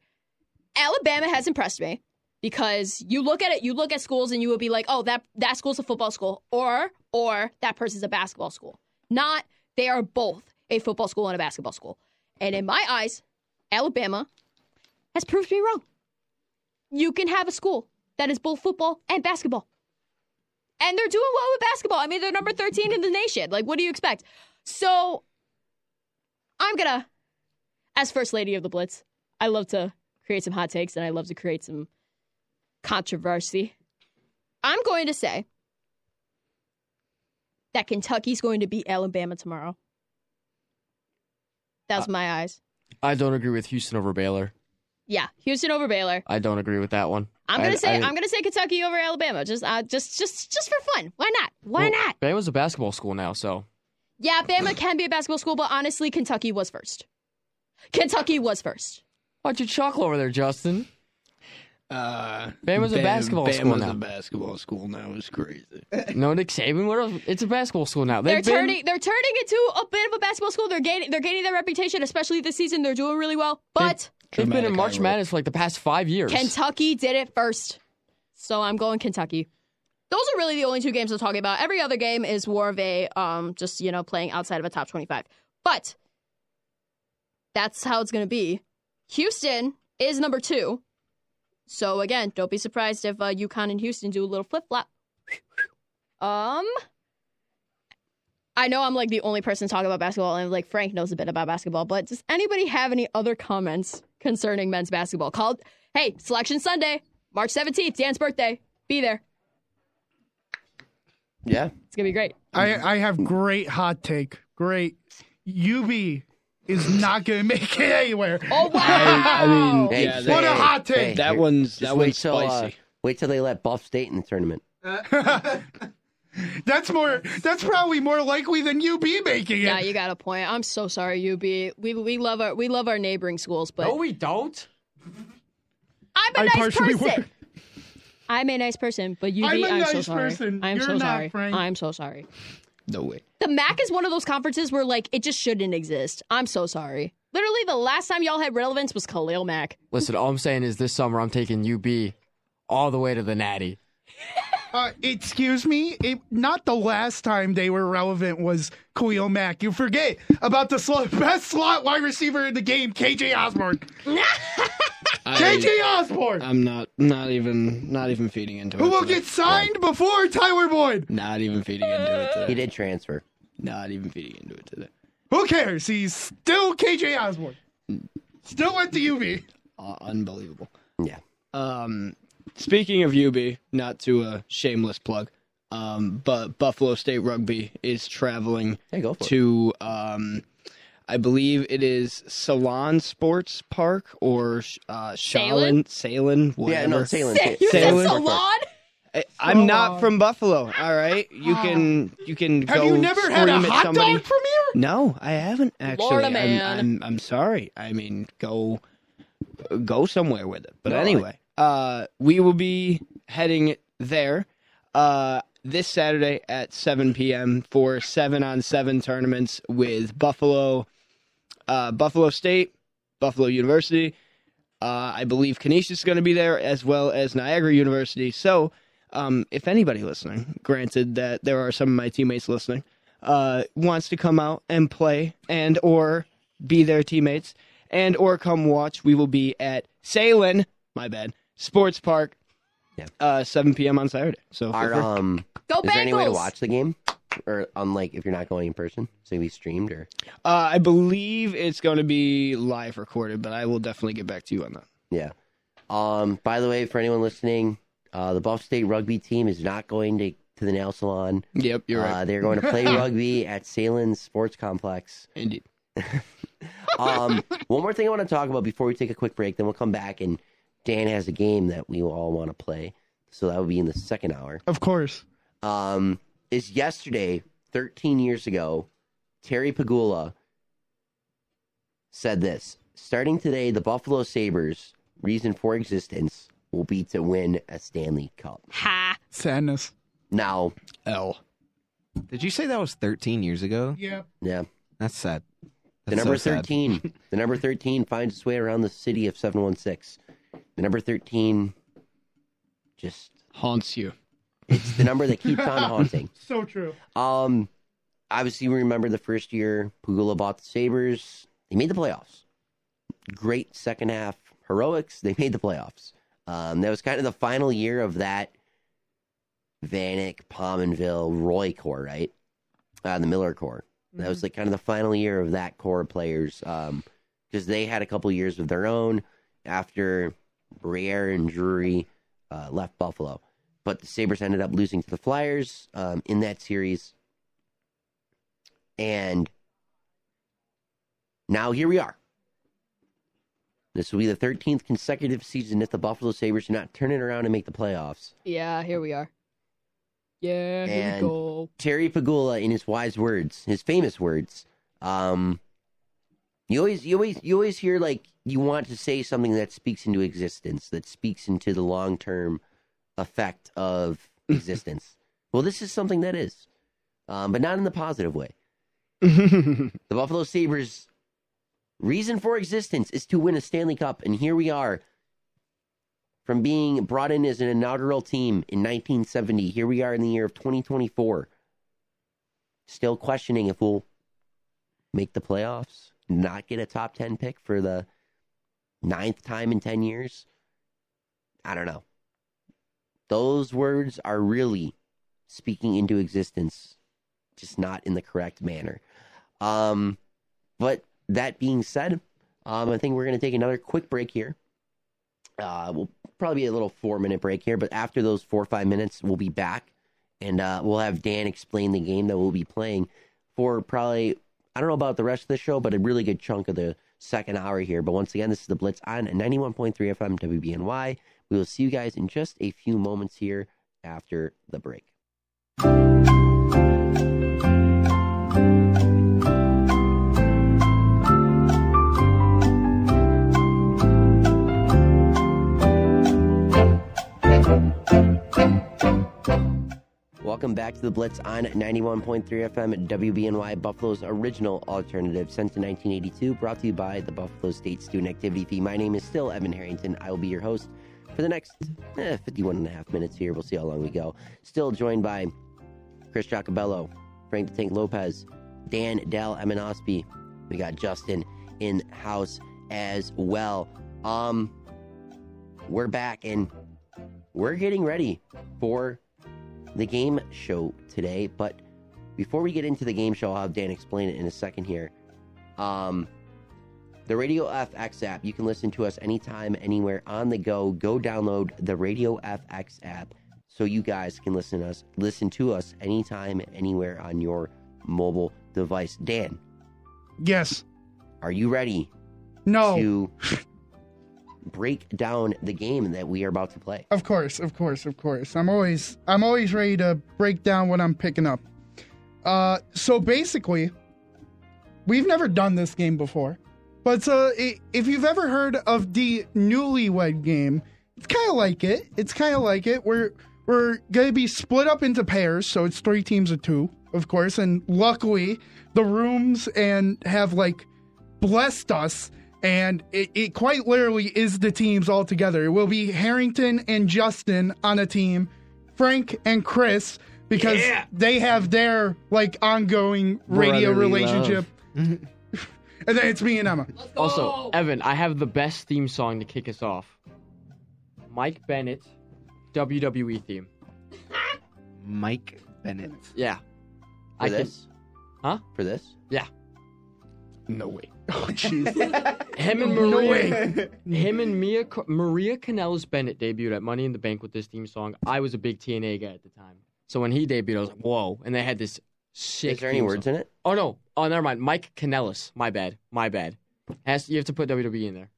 Speaker 4: Alabama has impressed me because you look at it, you look at schools, and you would be like, oh, that that school's a football school, or or that person's a basketball school. Not they are both a football school and a basketball school. And in my eyes, Alabama has proved me wrong. You can have a school that is both football and basketball. And they're doing well with basketball. I mean, they're number 13 in the nation. Like, what do you expect? So, I'm going to, as First Lady of the Blitz, I love to create some hot takes and I love to create some controversy. I'm going to say that Kentucky's going to beat Alabama tomorrow. That's
Speaker 6: Uh,
Speaker 4: my eyes.
Speaker 6: I don't agree with Houston over Baylor.
Speaker 4: Yeah, Houston over Baylor.
Speaker 6: I don't agree with that one.
Speaker 4: I'm gonna
Speaker 3: I-
Speaker 4: say I,
Speaker 3: I-
Speaker 4: am gonna say Kentucky over Alabama. Just uh, just just just for fun. Why not? Why
Speaker 6: Well,
Speaker 4: not?
Speaker 6: Bama's a basketball school now, so
Speaker 4: Yeah, Bama can be a basketball school, but honestly, Kentucky was first. Kentucky was first.
Speaker 6: why'd you chuckle over there, Justin?
Speaker 7: Uh,
Speaker 6: Bama's a
Speaker 7: Bam-
Speaker 6: basketball
Speaker 7: Bama's
Speaker 6: school now.
Speaker 7: a basketball school now. It's crazy.
Speaker 6: no, Nick Saban. What? else? It's a basketball school now.
Speaker 4: They're
Speaker 6: They've been-
Speaker 4: turning they're turning into a bit of a basketball school. They're gaining they're gaining their reputation, especially this season. They're doing really well. But
Speaker 6: They've been in
Speaker 7: Dramatic eye
Speaker 6: March
Speaker 7: roll.
Speaker 6: Madness for like the past five years.
Speaker 4: Kentucky did it first. So I'm going Kentucky. Those are really the only two games I'm talking about. Every other game is more of a um, just, you know, playing outside of a top 25. But that's how it's going to be. Houston is number two. So again, don't be surprised if uh, UConn and Houston do a little flip flop. Um, I know I'm like the only person talking about basketball, and like Frank knows a bit about basketball. But does anybody have any other comments concerning men's basketball? Called hey, Selection Sunday, March 17th, Dan's birthday. Be there.
Speaker 1: Yeah.
Speaker 4: It's gonna be great.
Speaker 2: I, I have great hot take. Great. UB is not going to (laughs) make it anywhere.
Speaker 4: Oh wow!
Speaker 7: I mean,
Speaker 1: Hey,
Speaker 7: yeah,
Speaker 2: what
Speaker 7: they-
Speaker 2: a hot take.
Speaker 1: hey,
Speaker 7: that
Speaker 1: here-
Speaker 7: one's
Speaker 1: just
Speaker 7: that
Speaker 1: wait
Speaker 7: one's
Speaker 1: till, uh,
Speaker 7: spicy.
Speaker 1: wait till they let Buff State in the tournament.
Speaker 2: That's more. That's probably more likely than UB making it.
Speaker 4: yeah, you got a point. I'm so sorry, UB. We we love our we love our neighboring schools, but
Speaker 6: No, we don't.
Speaker 4: I'm a
Speaker 2: I
Speaker 4: nice
Speaker 2: partially
Speaker 4: person.
Speaker 2: would.
Speaker 4: I'm a nice person, but UB,
Speaker 2: I'm
Speaker 4: I'm,
Speaker 2: a
Speaker 4: so
Speaker 2: nice
Speaker 4: sorry.
Speaker 2: person.
Speaker 4: I'm
Speaker 2: You're
Speaker 4: so
Speaker 2: not,
Speaker 4: sorry.
Speaker 2: Frank.
Speaker 4: I'm so sorry.
Speaker 7: No way.
Speaker 4: The MAC is one of those conferences where like it just shouldn't exist. I'm so sorry. Literally, the last time y'all had relevance was Khalil (laughs) Mack.
Speaker 6: Listen, all I'm saying is this summer I'm taking UB all the way to the Natty.
Speaker 2: Uh, excuse me. It, not the last time they were relevant was Khalil Mack. You forget about the slot, (laughs) best slot wide receiver in the game, KJ Osborne.
Speaker 7: (laughs) I,
Speaker 2: KJ Osborne,
Speaker 7: I'm not not even not even feeding into it.
Speaker 2: who will
Speaker 7: today.
Speaker 2: get signed before Tyler Boyd.
Speaker 7: Not even feeding into it
Speaker 1: He
Speaker 7: today.
Speaker 1: did transfer.
Speaker 7: Not even feeding into it today.
Speaker 2: Who cares? He's still KJ Osborne. Still at the UB.
Speaker 7: Uh, unbelievable.
Speaker 1: Yeah.
Speaker 7: Um, speaking of UB, not to a shameless plug, um, but Buffalo State Rugby is traveling
Speaker 1: Hey, go for it.
Speaker 7: to, um, I believe it is Salon Sports Park or uh,
Speaker 4: Salem?
Speaker 7: Shalin, Salem, whatever.
Speaker 1: Yeah, no, Salem.
Speaker 4: you said
Speaker 7: Salem.
Speaker 4: Salon?
Speaker 7: I, I'm not from Buffalo. All right, you can you can
Speaker 2: Have
Speaker 7: go
Speaker 2: you never
Speaker 7: scream
Speaker 2: had a
Speaker 7: at
Speaker 2: hot
Speaker 7: somebody.
Speaker 2: dog from here?
Speaker 7: No, I haven't actually.
Speaker 4: Florida
Speaker 7: I'm,
Speaker 4: man.
Speaker 7: I'm I'm sorry. I mean, go go somewhere with it. But
Speaker 1: No, I-
Speaker 7: anyway, uh, we will be heading there uh, this Saturday at 7 p.m. for seven on seven tournaments with Buffalo, uh, Buffalo State, Buffalo University. Uh, I believe Canisius is going to be there as well as Niagara University. So, um, if anybody listening, granted that there are some of my teammates listening, uh, wants to come out and play and or be their teammates and or come watch, we will be at Salen, my bad, Sports Park,
Speaker 1: Yeah.
Speaker 7: uh, 7 p.m. on Saturday. So,
Speaker 1: Are,
Speaker 7: feel free.
Speaker 1: um, is
Speaker 4: Go Bengals!
Speaker 1: there any way to watch the game? Or on like if you're not going in person, so we streamed or
Speaker 7: uh, I believe it's going to be live recorded, but I will definitely get back to you on that.
Speaker 1: yeah. Um, by the way, for anyone listening, uh, the Buff State rugby team is not going to to the nail salon.
Speaker 7: Yep, you're
Speaker 1: Uh,
Speaker 7: right.
Speaker 1: they're going to
Speaker 7: (laughs)
Speaker 1: play rugby at Salem Sports Complex.
Speaker 7: Indeed.
Speaker 1: (laughs) Um, one more thing I want to talk about before we take a quick break, then we'll come back and Dan has a game that we all want to play. So that would be in the second hour.
Speaker 2: Of course.
Speaker 1: um, is yesterday, 13 years ago, Terry Pagula said this Starting today, the Buffalo Sabres, reason for existence, will be to win a Stanley Cup.
Speaker 4: Ha!
Speaker 2: Sadness.
Speaker 1: Now,
Speaker 7: L.
Speaker 3: Did you say that was 13 years ago?
Speaker 2: Yeah.
Speaker 1: yeah,
Speaker 3: That's sad.
Speaker 1: the
Speaker 3: That's
Speaker 1: number
Speaker 3: so sad. (laughs)
Speaker 1: 13, the number 13 finds its way around the city of 716. The number 13 just,
Speaker 7: Haunts you.
Speaker 1: it's the number that keeps on haunting.
Speaker 2: So true.
Speaker 1: Um, obviously, we remember the first year Pugula bought the Sabers. They made the playoffs. Great second half heroics. They (laughs) made the playoffs. Um, that was kind of the final year of that Vanek, Pominville, Roy core, right? Uh, the Miller core. That was like kind of the final year of that core of players. Um, because they had a couple years of their own after Briere and Drury uh, left Buffalo but the Sabres ended up losing to the Flyers um, in that series. And now here we are. This will be the 13th consecutive season if the Buffalo Sabres do not turn it around and make the playoffs.
Speaker 4: Yeah, here we are. Yeah, here
Speaker 1: And-
Speaker 4: we go.
Speaker 1: Terry Pagula, in his wise words, his famous words, um, you always, you always, you always hear like you want to say something that speaks into existence, that speaks into the long term effect of existence. well, this is something that is, um, but not in the positive way. The Buffalo Sabres' reason for existence is to win a Stanley Cup, and here we are. From being brought in as an inaugural team in 1970, here we are in the year of 2024. Still questioning if we'll make the playoffs, not get a top 10 pick for the ninth time in 10 years. I don't know. Those words are really speaking into existence, just not in the correct manner. Um, but that being said, um, I think we're going to take another quick break here. Uh, we'll probably be a little four minute break here, but after those four or five minutes, we'll be back and uh, we'll have Dan explain the game that we'll be playing for probably, I don't know about the rest of the show, but a really good chunk of the second hour here. But once again, this is the Blitz on 91.3 FM WBNY. We will see you guys in just a few moments here after the break. Welcome back to the Blitz on 91.3 FM WBNY Buffalo's original alternative since 1982, brought to you by the Buffalo State Student Activity Fee. My name is still Evan Harrington. I will be your host for the next eh, 51 and a half minutes here. We'll see how long we go. Still joined by Chris Jacobello, Frank the Tank Lopez, Dan Dell Eminospi. We got Justin in house as well. Um, we're back and we're getting ready for the game show today. But before we get into the game show, I'll have Dan explain it in a second here. Um, the Radio FX app, you can listen to us anytime, anywhere on the go. Go download the Radio FX app so you guys can listen to us, listen to us anytime, anywhere on your mobile device. Dan,
Speaker 2: Yes.
Speaker 1: are you ready
Speaker 2: No.
Speaker 1: to (laughs) break down the game that we are about to play?
Speaker 2: Of course, of course, of course. I'm always I'm always ready to break down what I'm picking up. Uh, so basically, we've never done this game before, but uh, i- if you've ever heard of the Newlywed Game, it's kind of like it. It's kind of like it. We're we're gonna be split up into pairs, so it's three teams of two, of course. And luckily, the rooms and have like blessed us, and it, it quite literally is the teams all together. It will be Harrington and Justin on a team, Frank and Chris, because they have their like ongoing radio
Speaker 7: Brotherly
Speaker 2: relationship. and then it's me and Emma.
Speaker 6: Also, Evan, I have the best theme song to kick us off. Mike Bennett, WWE E theme.
Speaker 3: Mike Bennett.
Speaker 6: Yeah.
Speaker 1: For
Speaker 6: I can-
Speaker 1: this?
Speaker 6: Huh?
Speaker 1: For this?
Speaker 7: No way.
Speaker 6: (laughs)
Speaker 2: (laughs)
Speaker 6: Him and Maria, him and Mia, Maria Canellas Bennett debuted at Money in the Bank with this theme song. I was a big TNA guy at the time, so when he debuted, I was like, "Whoa!" And they had this sick.
Speaker 1: Is there any
Speaker 6: theme
Speaker 1: words
Speaker 6: song.
Speaker 1: in it?
Speaker 6: Oh no! Oh, never mind. Mike Canellas. My bad. My bad. Has, you have to put WWE in there.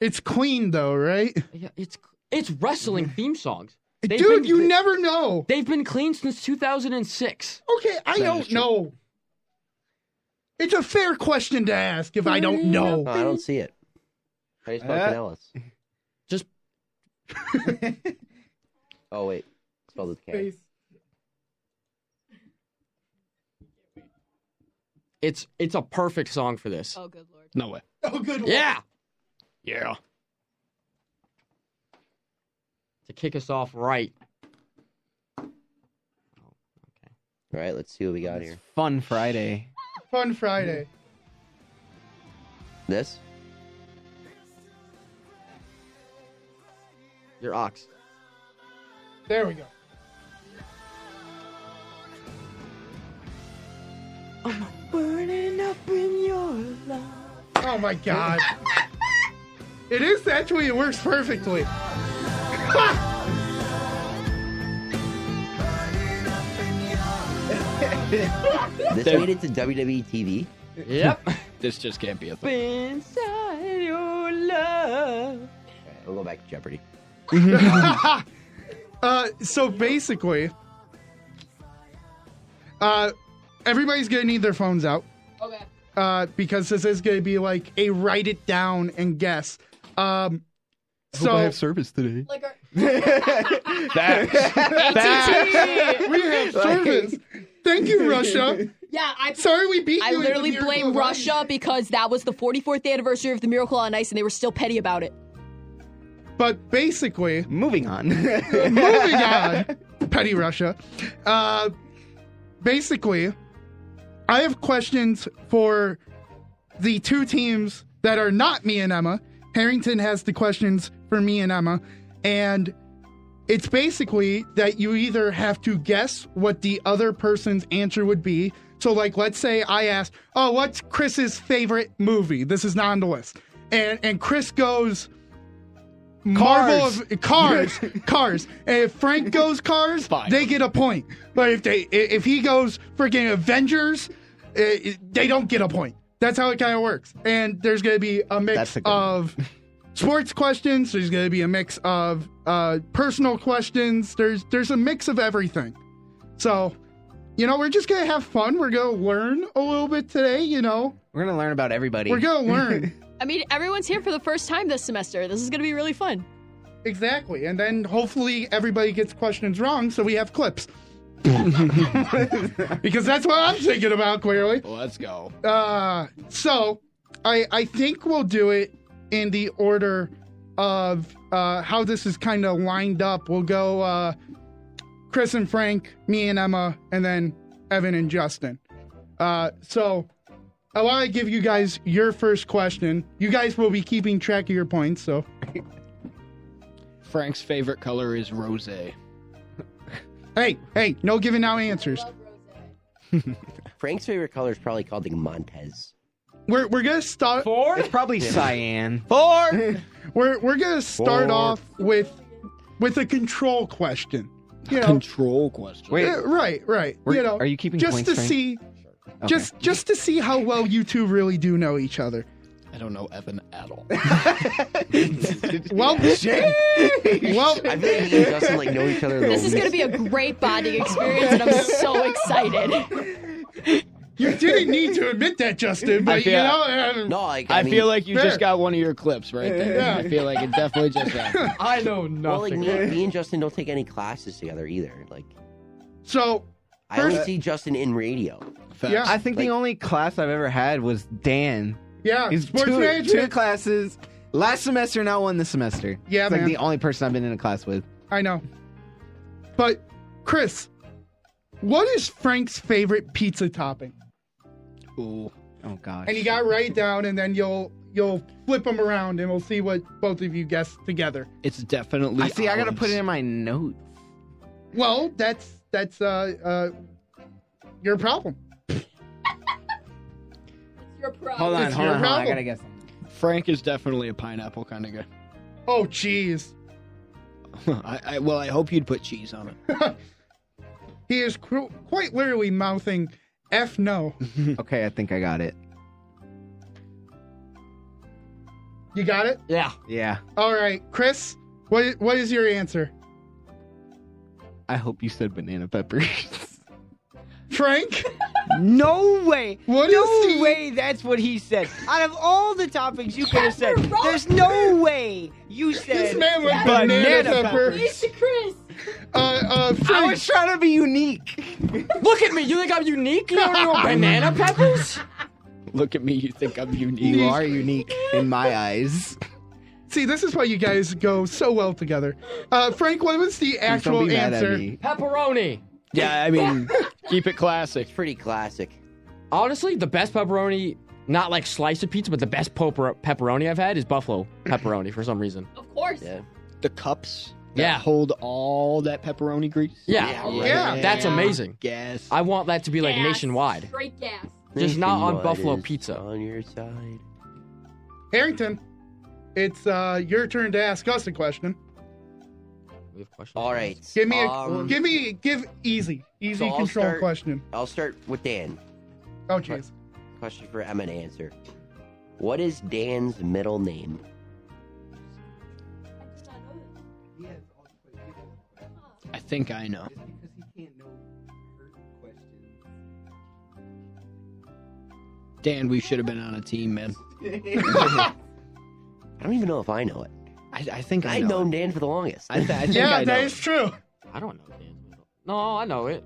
Speaker 2: It's clean though, right?
Speaker 6: Yeah, it's it's (laughs) wrestling theme songs. They've
Speaker 2: Dude,
Speaker 6: been-
Speaker 2: you never know.
Speaker 6: They've been clean since 2006.
Speaker 2: Okay, I don't know. It's a fair question to ask if I don't
Speaker 6: Mm-hmm.
Speaker 1: Oh,
Speaker 2: know.
Speaker 1: I don't see it. How do you spell
Speaker 7: Uh,
Speaker 1: Canellas?
Speaker 6: just-
Speaker 1: oh wait, spelled with K.
Speaker 6: It's it's a perfect song for this.
Speaker 4: Oh, good lord.
Speaker 7: No way.
Speaker 2: Oh, good.
Speaker 6: Yeah.
Speaker 7: Yeah.
Speaker 6: To kick us off right.
Speaker 1: All right, let's see what we got here.
Speaker 3: Fun Friday.
Speaker 2: Fun Friday.
Speaker 1: This?
Speaker 6: Your ox.
Speaker 2: There we go. Oh my god. it is actually it works perfectly.
Speaker 1: This
Speaker 7: There-
Speaker 1: made it to E WWE TV.
Speaker 6: Yep.
Speaker 7: This just can't be a thing.
Speaker 6: Inside your
Speaker 1: All
Speaker 6: love.
Speaker 1: right, we'll go back to Jeopardy.
Speaker 2: Uh, so basically, uh, everybody's gonna need their phones out
Speaker 4: Okay.
Speaker 2: uh, because this is gonna be like a write it down and guess. Um, so
Speaker 10: service today.
Speaker 4: Like,
Speaker 2: (laughs)
Speaker 4: are, (laughs)
Speaker 2: we have service. Thank you, Russia.
Speaker 4: yeah, I.
Speaker 2: Sorry, we beat
Speaker 4: I
Speaker 2: you. in the
Speaker 4: literally
Speaker 2: Miracle
Speaker 4: blame
Speaker 2: of Ice.
Speaker 4: Russia because that was the 44th anniversary of the Miracle on Ice, and they were still petty about it.
Speaker 2: But basically,
Speaker 3: Moving on. (laughs)
Speaker 2: moving on, petty Russia. Uh, basically, I have questions for the two teams that are not me and Emma. Harrington has the questions for me and Emma, and it's basically that you either have to guess what the other person's answer would be. So, like, let's say I asked, "Oh, what's Chris's favorite movie?" This is not on the list, and and Chris goes, Marvel of (laughs) cars, cars. And if Frank goes cars, they get a point. But if they, i- if he goes freaking Avengers, i- i- they don't get a point. That's how it kind of works. And there's going to be a mix
Speaker 3: That's a good one.
Speaker 2: of sports questions. There's going to be a mix of uh, personal questions. There's there's a mix of everything. So, you know, we're just going to have fun. We're going to learn a little bit today. You know,
Speaker 3: We're gonna learn about everybody.
Speaker 2: we're going to learn.
Speaker 4: I mean, everyone's here for the first time this semester. This is going to be really fun.
Speaker 2: Exactly. And then hopefully everybody gets questions wrong so we have clips. (laughs) because that's what I'm thinking about, clearly.
Speaker 7: Let's go.
Speaker 2: Uh, so I, I think we'll do it in the order of uh, how this is kind of lined up. We'll go uh, Chris and Frank, me and Emma, and then Evan and Justin. Uh, so I want to give you guys your first question. You guys will be keeping track of your points, so.
Speaker 7: Frank's favorite color is rose.
Speaker 2: Hey, hey, no giving out answers.
Speaker 1: Frank's favorite color is probably called the Montez.
Speaker 2: We're we're gonna start
Speaker 3: It's (laughs) probably cyan.
Speaker 2: we're we're gonna start off with with a control question. You know,
Speaker 7: Control question.
Speaker 3: Wait,
Speaker 2: yeah, right, right.
Speaker 3: Were-
Speaker 2: you know,
Speaker 3: are you keeping
Speaker 2: just
Speaker 3: points,
Speaker 2: to
Speaker 3: Frank?
Speaker 2: see just just to see how well you two really do know each
Speaker 10: (laughs)
Speaker 2: other.
Speaker 7: I don't know Evan at all.
Speaker 2: Well, (laughs) well,
Speaker 1: I feel like me and Justin like know each other. the
Speaker 4: This is going to be a great bonding experience, and I'm so excited.
Speaker 2: you didn't need to admit that, Justin. But
Speaker 7: feel-
Speaker 2: you know, uh,
Speaker 1: no. Like,
Speaker 7: I
Speaker 1: mean,
Speaker 7: feel like you
Speaker 2: Fair.
Speaker 7: just got one of your clips right there.
Speaker 2: Yeah.
Speaker 7: I feel like it
Speaker 2: (laughs)
Speaker 7: definitely just happened.
Speaker 10: I know
Speaker 1: well, like
Speaker 10: nothing.
Speaker 1: me, me and Justin don't take any classes together either. Like
Speaker 2: so
Speaker 1: I only
Speaker 2: First-
Speaker 1: see Justin in radio.
Speaker 2: yeah,
Speaker 3: I think the only class I've ever had was Dan.
Speaker 2: yeah,
Speaker 3: He's
Speaker 2: sports
Speaker 3: two, two
Speaker 2: management.
Speaker 3: classes. Last semester, not one this semester.
Speaker 2: Yeah,
Speaker 3: it's
Speaker 2: man.
Speaker 3: like the only person I've been in a class with.
Speaker 2: I know, but Chris, what is Frank's favorite pizza topping?
Speaker 7: Ooh.
Speaker 3: Oh gosh.
Speaker 2: and you got to write down, and then you'll you'll flip them around, and we'll see what both of you guess together.
Speaker 7: It's definitely.
Speaker 3: I see. I gotta
Speaker 7: olives.
Speaker 3: put it in my notes.
Speaker 2: Well, that's that's uh, uh your problem.
Speaker 4: Your pro.
Speaker 3: Hold on,
Speaker 2: It's
Speaker 3: hold
Speaker 2: your
Speaker 3: on, hold on. I
Speaker 2: problem.
Speaker 3: gotta guess.
Speaker 7: Frank is definitely a pineapple kind of guy.
Speaker 2: Oh, jeez,
Speaker 7: (laughs) I, I, well, I hope you'd put cheese on it.
Speaker 2: (laughs) he is cr- quite literally mouthing "f no."
Speaker 3: Okay, I think I got it.
Speaker 2: You got
Speaker 7: (laughs)
Speaker 2: it.
Speaker 10: Yeah.
Speaker 3: Yeah.
Speaker 2: All right, Chris. What i- what is your answer,
Speaker 3: I hope you said banana peppers.
Speaker 2: Frank?
Speaker 10: No way.
Speaker 2: What is
Speaker 10: no
Speaker 2: he-
Speaker 10: way that's what he said. Out of all the topics you could have said,
Speaker 4: (laughs) You're wrong.
Speaker 10: there's no way you
Speaker 2: This
Speaker 10: said
Speaker 2: man with banana,
Speaker 10: banana
Speaker 2: pepper.
Speaker 10: peppers.
Speaker 4: Chris.
Speaker 2: Uh, uh,
Speaker 3: I
Speaker 2: Frank.
Speaker 3: was trying to be unique.
Speaker 6: (laughs) Look at me. You think I'm unique? You don't know banana peppers?
Speaker 7: Look at me. You think I'm unique?
Speaker 3: You are unique (laughs) in my eyes.
Speaker 2: See, this is why you guys go so well together. Uh, Frank, what was the
Speaker 3: Please don't
Speaker 2: actual
Speaker 3: be mad
Speaker 2: answer?
Speaker 3: at me.
Speaker 6: Pepperoni.
Speaker 7: Yeah, I mean, keep it classic.
Speaker 1: It's pretty classic.
Speaker 6: Honestly, the best pepperoni, not like slice of pizza, but the best poper- pepperoni I've had is buffalo pepperoni for some reason.
Speaker 4: Of course.
Speaker 1: Yeah.
Speaker 7: The cups that
Speaker 6: Yeah.
Speaker 7: hold all that pepperoni grease.
Speaker 6: Yeah.
Speaker 1: Yeah,
Speaker 2: Yeah.
Speaker 6: That's amazing.
Speaker 7: Yes.
Speaker 6: I want that to be like
Speaker 4: Gas.
Speaker 6: nationwide.
Speaker 4: Straight gas.
Speaker 6: Just not on
Speaker 1: Nationwide
Speaker 6: buffalo
Speaker 1: is
Speaker 6: pizza.
Speaker 1: On your side.
Speaker 2: Harrington, it's uh, your turn to ask us a question.
Speaker 6: We have questions.
Speaker 1: All right.
Speaker 2: Give me a
Speaker 1: um,
Speaker 2: give me give easy easy
Speaker 1: so I'll
Speaker 2: control
Speaker 1: start-
Speaker 2: question.
Speaker 1: I'll start with Dan.
Speaker 2: Oh jeez.
Speaker 1: Question for Emma to answer. What is Dan's middle name?
Speaker 7: think I know. Dan, we should have been on a team, man.
Speaker 1: I don't even know if I know it.
Speaker 7: I, I think I,
Speaker 1: I've
Speaker 7: know.
Speaker 1: known Dan for the longest.
Speaker 7: I, th- I think
Speaker 2: yeah,
Speaker 7: I know.
Speaker 2: that is true.
Speaker 6: I don't know Dan's middle. No, I know it.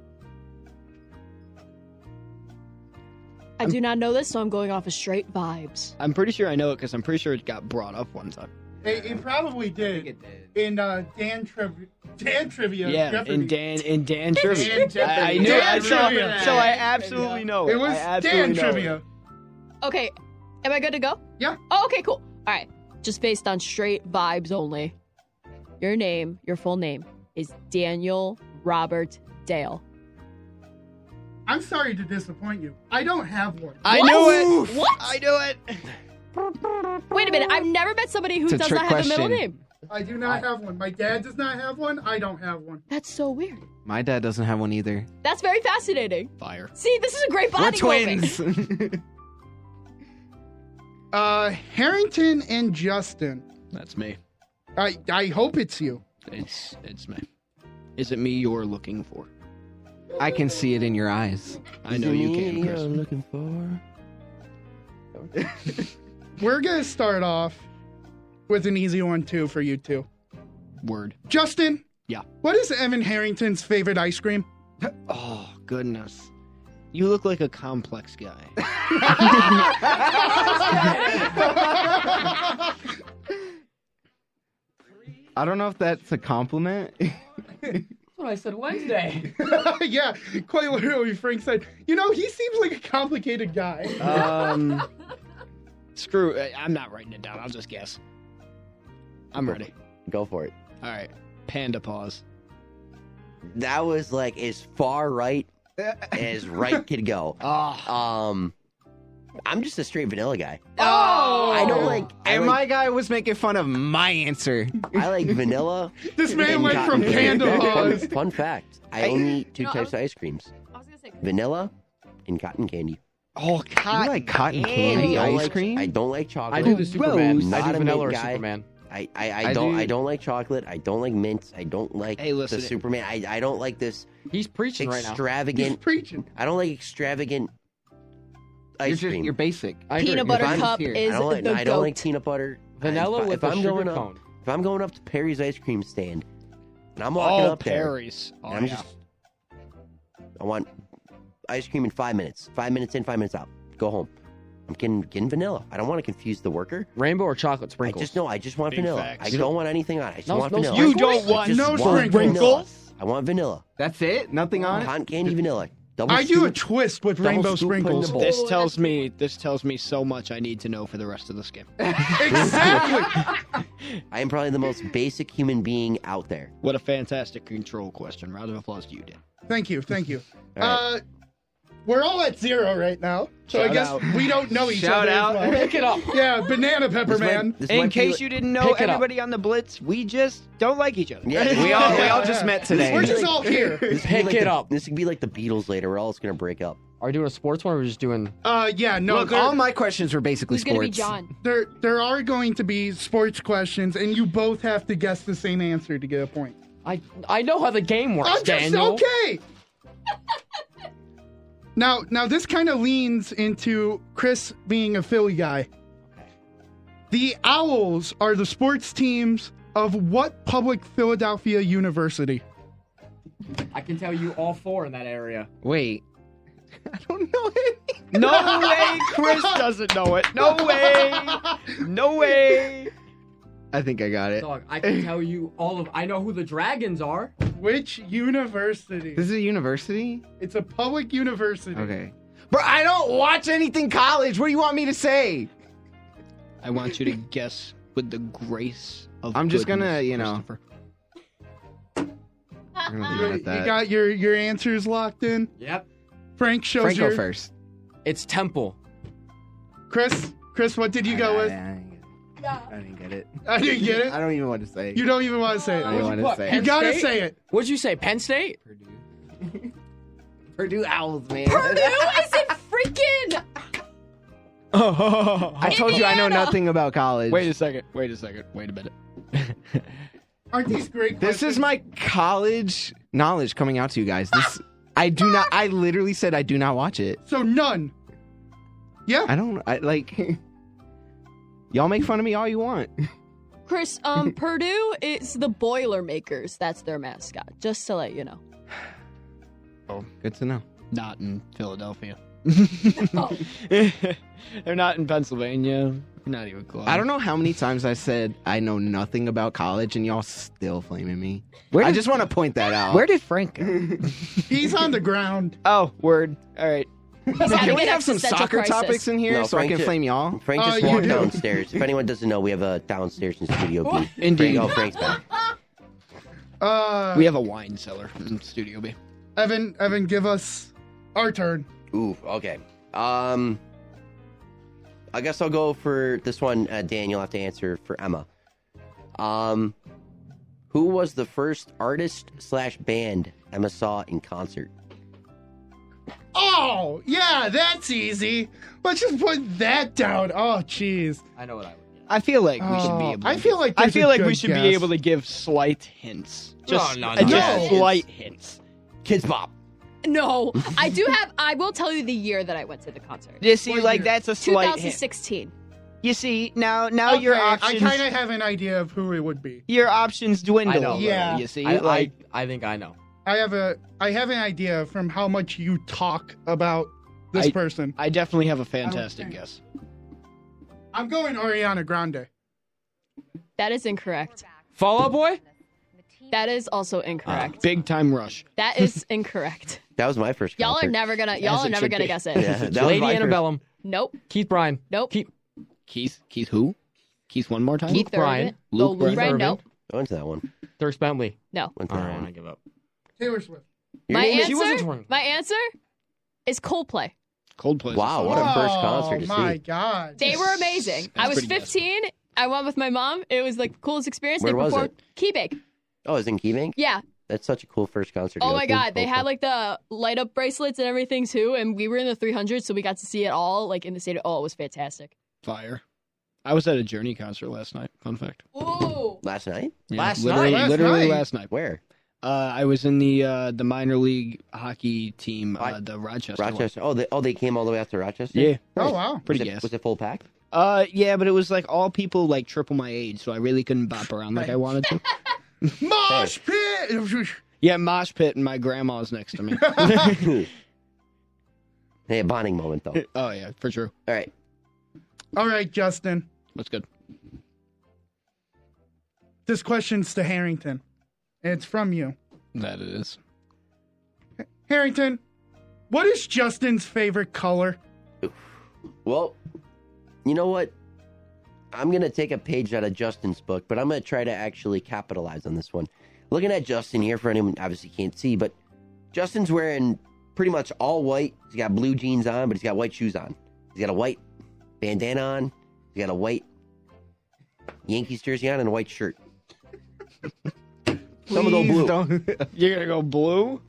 Speaker 4: I do not know this, so I'm going off of straight vibes.
Speaker 7: I'm pretty sure I know it because I'm pretty sure it got brought up one time.
Speaker 2: It, it probably did. In uh, Dan, Triv- Dan Trivia.
Speaker 7: Yeah,
Speaker 2: Jeopardy.
Speaker 7: in Dan in Dan trivia.
Speaker 2: Dan
Speaker 7: I, I knew
Speaker 2: Dan
Speaker 7: I saw
Speaker 2: trivia.
Speaker 7: so I absolutely know it.
Speaker 2: It was
Speaker 7: I absolutely
Speaker 2: Dan
Speaker 7: know
Speaker 2: Trivia.
Speaker 7: It.
Speaker 4: Okay, am I good to go?
Speaker 2: Yeah.
Speaker 4: Oh, okay, cool. All right, just based on straight vibes only. Your name, your full name, is Daniel Robert Dale.
Speaker 2: I'm sorry to disappoint you. I don't have one.
Speaker 7: I
Speaker 4: What?
Speaker 7: knew it.
Speaker 4: What?
Speaker 7: I knew it.
Speaker 4: Wait a minute, I've never met somebody who
Speaker 3: It's a
Speaker 4: does
Speaker 3: trick
Speaker 4: not have a middle
Speaker 3: question.
Speaker 4: name.
Speaker 2: I do not have one. My dad does not have one. I don't have one.
Speaker 4: That's so weird.
Speaker 3: My dad doesn't have one either.
Speaker 4: That's very fascinating.
Speaker 7: Fire.
Speaker 4: See, this is a great body
Speaker 3: We're
Speaker 4: moment.
Speaker 3: twins.
Speaker 1: (laughs)
Speaker 2: Uh, Harrington and Justin.
Speaker 7: That's me.
Speaker 2: I I hope it's you.
Speaker 7: It's it's me. Is it me you're looking for?
Speaker 3: I can see it in your eyes.
Speaker 7: I know you
Speaker 1: (laughs)
Speaker 7: can, Chris.
Speaker 1: looking for.
Speaker 2: We're gonna start off with an easy one too for you two.
Speaker 7: Word.
Speaker 2: Justin.
Speaker 7: Yeah.
Speaker 2: What is Evan Harrington's favorite ice cream? (laughs)
Speaker 7: Oh goodness. You look like a complex guy.
Speaker 2: (laughs)
Speaker 3: I don't know if that's a compliment.
Speaker 2: yeah, quite literally. Frank said, "You know, he seems like a complicated guy."
Speaker 7: Um, screw. I- I'm not writing it down. I'll just guess. I'm ready.
Speaker 1: Go for it.
Speaker 7: All right. Panda paws.
Speaker 1: That was like as far right as right could go.
Speaker 7: Ah.
Speaker 1: Um, I'm just a straight vanilla guy.
Speaker 7: Oh.
Speaker 1: I don't like. I
Speaker 3: and
Speaker 1: like,
Speaker 3: my guy was making fun of my answer.
Speaker 1: I like vanilla.
Speaker 2: this man
Speaker 1: and
Speaker 2: went
Speaker 1: cotton
Speaker 2: from
Speaker 1: candy. (laughs)
Speaker 2: panda
Speaker 1: Fun,
Speaker 2: paws.
Speaker 1: fun fact: I only eat two
Speaker 4: No, I
Speaker 1: types
Speaker 4: was-
Speaker 1: of ice creams:
Speaker 4: I was gonna say,
Speaker 1: vanilla and cotton candy.
Speaker 7: Oh,
Speaker 3: You
Speaker 7: cotton.
Speaker 3: like cotton
Speaker 1: I
Speaker 3: candy
Speaker 1: don't
Speaker 3: ice
Speaker 1: like-
Speaker 3: cream?
Speaker 1: I don't like chocolate.
Speaker 6: I do the Superman. I
Speaker 1: Oh, Not
Speaker 6: do
Speaker 1: a
Speaker 6: vanilla or
Speaker 1: big guy.
Speaker 6: Superman.
Speaker 1: I, I, I,
Speaker 3: I
Speaker 1: don't
Speaker 3: do-
Speaker 1: I don't like chocolate. I don't like mints. I don't like
Speaker 7: Hey, listen,
Speaker 1: the
Speaker 7: it-
Speaker 1: Superman. I, I don't like this
Speaker 6: He's preaching right now.
Speaker 2: He's
Speaker 1: extravagant.
Speaker 2: preaching.
Speaker 1: I don't like extravagant
Speaker 3: you're
Speaker 1: ice
Speaker 3: just
Speaker 1: cream.
Speaker 3: you're basic.
Speaker 6: I agree.
Speaker 4: peanut
Speaker 6: If
Speaker 4: butter
Speaker 1: I'm
Speaker 4: cup
Speaker 3: here,
Speaker 1: I
Speaker 4: is
Speaker 1: don't like
Speaker 4: the
Speaker 1: I
Speaker 4: goat.
Speaker 1: don't like peanut butter.
Speaker 6: Vanilla
Speaker 1: if,
Speaker 6: with
Speaker 1: if
Speaker 6: a
Speaker 1: I'm
Speaker 6: sugar
Speaker 1: going
Speaker 6: cone.
Speaker 1: Up, if I'm going up to Perry's ice cream stand and I'm walking
Speaker 7: Oh,
Speaker 1: up there,
Speaker 7: Perry's. Oh,
Speaker 1: and I'm
Speaker 7: yeah.
Speaker 1: just I want ice cream in five minutes. Five minutes in, five minutes out. Go home. I'm getting getting vanilla. I don't want to confuse the worker.
Speaker 6: Rainbow or chocolate
Speaker 1: I
Speaker 6: sprinkles.
Speaker 1: just know I just want
Speaker 7: Big
Speaker 1: vanilla.
Speaker 7: facts.
Speaker 1: I don't want anything on it. I just
Speaker 6: No-
Speaker 1: want
Speaker 6: no
Speaker 1: vanilla.
Speaker 7: You don't
Speaker 1: I
Speaker 7: want
Speaker 1: just
Speaker 2: no
Speaker 1: want
Speaker 2: sprinkles.
Speaker 1: vanilla. I want vanilla.
Speaker 3: That's it. Nothing on it.
Speaker 1: Cotton candy vanilla. Double
Speaker 2: I do a
Speaker 1: scoop.
Speaker 2: twist with
Speaker 1: double
Speaker 2: rainbow
Speaker 1: scoop in the
Speaker 2: sprinkles.
Speaker 1: bowl.
Speaker 7: This
Speaker 4: Oh,
Speaker 7: tells me. This tells me so much. I need to know for the rest of
Speaker 2: (laughs)
Speaker 7: this game.
Speaker 2: exactly.
Speaker 1: I am probably the most basic human being out there.
Speaker 7: What a fantastic control question. Round of applause to you, Dan.
Speaker 2: Thank you. Thank you.
Speaker 1: All right.
Speaker 2: Uh, we're all at zero right now, so I
Speaker 7: Shout
Speaker 2: guess
Speaker 7: out.
Speaker 2: we don't know each
Speaker 7: Shout
Speaker 2: other. as
Speaker 7: out.
Speaker 2: well.
Speaker 7: Pick it up.
Speaker 2: Yeah, banana pepper
Speaker 1: This might-
Speaker 2: man.
Speaker 1: this
Speaker 7: In
Speaker 1: might be
Speaker 7: case
Speaker 1: like-
Speaker 7: you didn't know,
Speaker 6: Pick it up.
Speaker 7: everybody on the Blitz, we just don't like each other.
Speaker 1: Yeah.
Speaker 3: We all we
Speaker 1: (laughs)
Speaker 3: all just
Speaker 2: (laughs)
Speaker 3: met
Speaker 2: We're
Speaker 3: today.
Speaker 2: just all here.
Speaker 1: this could be
Speaker 6: Pick
Speaker 1: like
Speaker 6: it
Speaker 1: the-
Speaker 6: up.
Speaker 1: This could be like the Beatles later. We're all just gonna break up.
Speaker 6: Are we doing a sports one or are we just doing
Speaker 2: Uh, yeah, no,
Speaker 3: Look,
Speaker 2: there,
Speaker 3: all my questions were basically
Speaker 4: Who's gonna
Speaker 3: sports.
Speaker 2: (laughs)
Speaker 4: be John?
Speaker 2: there there are going to be sports questions, and you both have to guess the same answer to get a point.
Speaker 6: I I know how the game works,
Speaker 2: I'm just
Speaker 6: Daniel.
Speaker 2: okay. (laughs) now, now this kind of leans into Chris being a Philly guy. The Owls are the sports teams of what public Philadelphia university?
Speaker 6: I can tell you all four in that area.
Speaker 3: Wait. I don't know any.
Speaker 7: No way Chris doesn't know it.
Speaker 2: (laughs)
Speaker 7: No way. No way.
Speaker 3: I think I got it.
Speaker 6: I can
Speaker 2: (laughs)
Speaker 6: tell you all of I know who the dragons are.
Speaker 2: Which university?
Speaker 3: This is a university?
Speaker 2: It's a public university.
Speaker 3: Okay. Bro, I don't watch anything college. What do you want me to say?
Speaker 7: I want you to guess with the grace of
Speaker 3: I'm just
Speaker 7: goodness,
Speaker 3: gonna, you know. (laughs)
Speaker 7: Christopher.
Speaker 3: I'm gonna
Speaker 2: You,
Speaker 3: leave it
Speaker 2: you
Speaker 3: at that.
Speaker 2: got your your answers locked in.
Speaker 6: Yep.
Speaker 2: Frank shows
Speaker 3: Franco
Speaker 2: your
Speaker 3: first.
Speaker 6: It's Temple.
Speaker 2: Chris. Chris, what did you go with?
Speaker 3: I, I didn't get it.
Speaker 2: I didn't get
Speaker 3: (laughs) I
Speaker 2: it.
Speaker 3: don't even want to say.
Speaker 2: You don't even want to say
Speaker 3: I don't
Speaker 2: it.
Speaker 3: want to say.
Speaker 2: You
Speaker 3: it.
Speaker 2: gotta
Speaker 6: State?
Speaker 2: say it.
Speaker 6: What'd you say? Penn State?
Speaker 3: Purdue. Purdue Owls, man.
Speaker 4: Purdue is in freaking.
Speaker 3: I told you I know
Speaker 4: Indiana.
Speaker 3: nothing about college.
Speaker 7: Wait a second. Wait a second. Wait a minute.
Speaker 2: Aren't these great?
Speaker 3: This is my college knowledge coming out to you guys. This I do not. I literally said I do not watch it.
Speaker 2: So none. Yeah.
Speaker 3: I don't. I like. (laughs) Y'all make fun of me all you want.
Speaker 4: Chris, um, Purdue is the Boilermakers. That's their mascot. Just to let you know.
Speaker 3: Oh, good to know.
Speaker 7: Not in
Speaker 3: (laughs)
Speaker 7: Philadelphia. (laughs)
Speaker 4: Oh.
Speaker 7: They're not in Pennsylvania. Not even close.
Speaker 3: I don't know how many times I said I know nothing about college, and y'all still flaming me. I just want to point that out.
Speaker 7: Where did Frank go?
Speaker 2: He's on the
Speaker 3: (laughs)
Speaker 2: ground.
Speaker 7: Oh, word. All right.
Speaker 4: He's having
Speaker 3: Can we
Speaker 4: an
Speaker 3: have some
Speaker 4: existential
Speaker 3: soccer
Speaker 4: crisis.
Speaker 3: topics in here
Speaker 1: No,
Speaker 3: so I
Speaker 1: Frank
Speaker 3: can
Speaker 1: ju-
Speaker 3: flame y'all?
Speaker 1: Frank
Speaker 7: Oh,
Speaker 1: just
Speaker 2: Uh, you
Speaker 1: walked
Speaker 2: do.
Speaker 1: downstairs. If anyone doesn't know, we have a downstairs in Studio B.
Speaker 7: Indeed.
Speaker 1: Frank, oh, Frank's back.
Speaker 2: Uh,
Speaker 7: We have a wine cellar in Studio B.
Speaker 2: Evan, Evan, give us our turn.
Speaker 1: Ooh, okay. Um, I guess I'll go for this one. Uh, Dan, you'll have to answer for Emma. Um, who was the first artist slash band Emma saw in concert?
Speaker 2: Oh, yeah, that's easy. Let's just put that down. Oh, jeez.
Speaker 6: I know what I would.
Speaker 7: I feel like we should be
Speaker 2: Oh,
Speaker 7: able. To
Speaker 2: I feel like
Speaker 7: I
Speaker 2: there's
Speaker 7: feel
Speaker 2: a
Speaker 7: like we
Speaker 2: good
Speaker 7: should be
Speaker 2: guess. Oh,
Speaker 7: able to give slight hints. Just,
Speaker 6: no,
Speaker 7: uh,
Speaker 6: no,
Speaker 7: just
Speaker 2: no.
Speaker 7: slight hints.
Speaker 1: Kids Bop.
Speaker 4: No, I do have. I will tell you the year that I went to the concert.
Speaker 7: You see,
Speaker 2: What
Speaker 7: like
Speaker 2: year?
Speaker 7: that's a slight hint.
Speaker 4: 2016.
Speaker 7: You see, now now
Speaker 2: Okay,
Speaker 7: your
Speaker 2: I
Speaker 7: options
Speaker 2: kind of have an idea of who it would be.
Speaker 7: your options dwindle.
Speaker 6: I know,
Speaker 7: a little,
Speaker 2: yeah.
Speaker 7: You see,
Speaker 6: I,
Speaker 7: like
Speaker 6: I, I think I know.
Speaker 2: I have a I have an idea from how much you talk about this
Speaker 7: I-
Speaker 2: person.
Speaker 7: I definitely have a fantastic guess.
Speaker 2: I'm going Ariana Grande.
Speaker 4: That is incorrect.
Speaker 6: Fall Out Boy?
Speaker 4: That is also incorrect.
Speaker 7: Big time rush.
Speaker 4: that
Speaker 7: (laughs)
Speaker 4: is incorrect.
Speaker 1: That was my first.
Speaker 4: Y'all are
Speaker 1: concert.
Speaker 4: never gonna. Y'all
Speaker 7: As
Speaker 4: are
Speaker 7: it
Speaker 4: never
Speaker 7: should
Speaker 4: gonna
Speaker 7: be.
Speaker 4: guess it. (laughs)
Speaker 1: Yeah, that was
Speaker 6: Lady
Speaker 1: my first-
Speaker 6: Antebellum.
Speaker 4: Nope.
Speaker 6: Keith Bryan.
Speaker 4: Nope.
Speaker 6: Keith,
Speaker 7: Keith, Keith, who? Keith, one more time.
Speaker 4: Keith
Speaker 6: Bryan.
Speaker 4: Urban.
Speaker 7: Luke
Speaker 4: Oh,
Speaker 7: Bryan.
Speaker 4: Bryan. Nope.
Speaker 6: Urban.
Speaker 1: I went to that one.
Speaker 6: Dirk Bentley.
Speaker 4: No.
Speaker 1: Went to
Speaker 6: I
Speaker 1: that
Speaker 6: don't want to
Speaker 1: one.
Speaker 6: give up.
Speaker 2: Taylor Swift.
Speaker 1: Your
Speaker 4: my
Speaker 1: name is-
Speaker 6: She wasn't
Speaker 4: answer.
Speaker 6: touring.
Speaker 4: My answer is Coldplay.
Speaker 7: Coldplay.
Speaker 1: Wow, what a first
Speaker 2: Oh,
Speaker 1: concert to
Speaker 2: my
Speaker 1: see.
Speaker 2: god.
Speaker 4: They were amazing. I was
Speaker 7: pretty bad.
Speaker 4: 15. I went with my mom. It was like the coolest experience. they
Speaker 1: Where was
Speaker 4: performed Quebec.
Speaker 1: Oh, it's in Keybank.
Speaker 4: Yeah.
Speaker 1: That's such a cool first concert. to
Speaker 4: Oh
Speaker 1: go
Speaker 4: my
Speaker 1: to.
Speaker 4: god, they
Speaker 1: Cool.
Speaker 4: had like the light up bracelets and everything too, and we were in the 300, so we got to see it all like in the state. Of, oh, it was fantastic.
Speaker 7: fire. I was at a Journey concert last night. Fun fact.
Speaker 4: Ooh,
Speaker 1: last night.
Speaker 7: Yeah,
Speaker 6: Last
Speaker 7: literally,
Speaker 6: night?
Speaker 2: Last
Speaker 7: literally
Speaker 2: night?
Speaker 7: last night.
Speaker 1: Where?
Speaker 7: Uh, I was in the uh, the minor league hockey team,
Speaker 1: Right.
Speaker 7: uh, the Rochester. one.
Speaker 1: Rochester. Oh, they oh they came all the way out to Rochester.
Speaker 7: Yeah,
Speaker 2: Oh wow.
Speaker 1: Was
Speaker 7: pretty
Speaker 1: it,
Speaker 7: gas.
Speaker 1: was it full pack? (laughs)
Speaker 7: Uh, yeah, but it was like all people like triple my age, so I really couldn't bop around like I
Speaker 2: (laughs)
Speaker 7: wanted to.
Speaker 2: Mosh
Speaker 7: (laughs)
Speaker 2: pit.
Speaker 7: Yeah, mosh pit, and my grandma's next
Speaker 2: (laughs)
Speaker 7: to me.
Speaker 1: Hey, a bonding moment
Speaker 6: (laughs)
Speaker 1: though.
Speaker 7: oh yeah, for sure.
Speaker 1: All right.
Speaker 2: All right, Justin.
Speaker 7: That's good.
Speaker 2: This question's to Harrington. It's from you.
Speaker 7: That it is.
Speaker 2: Harrington, what is Justin's favorite color?
Speaker 1: Well, you know what? I'm going to take a page out of Justin's book, but I'm going to try to actually capitalize on this one. Looking at Justin here for anyone obviously can't see, but Justin's wearing pretty much all white. He's got blue jeans on, but he's got white shoes on. He's got a white bandana on. He's got a white Yankees jersey on and a white shirt. Some of those blue.
Speaker 7: You're gonna go blue.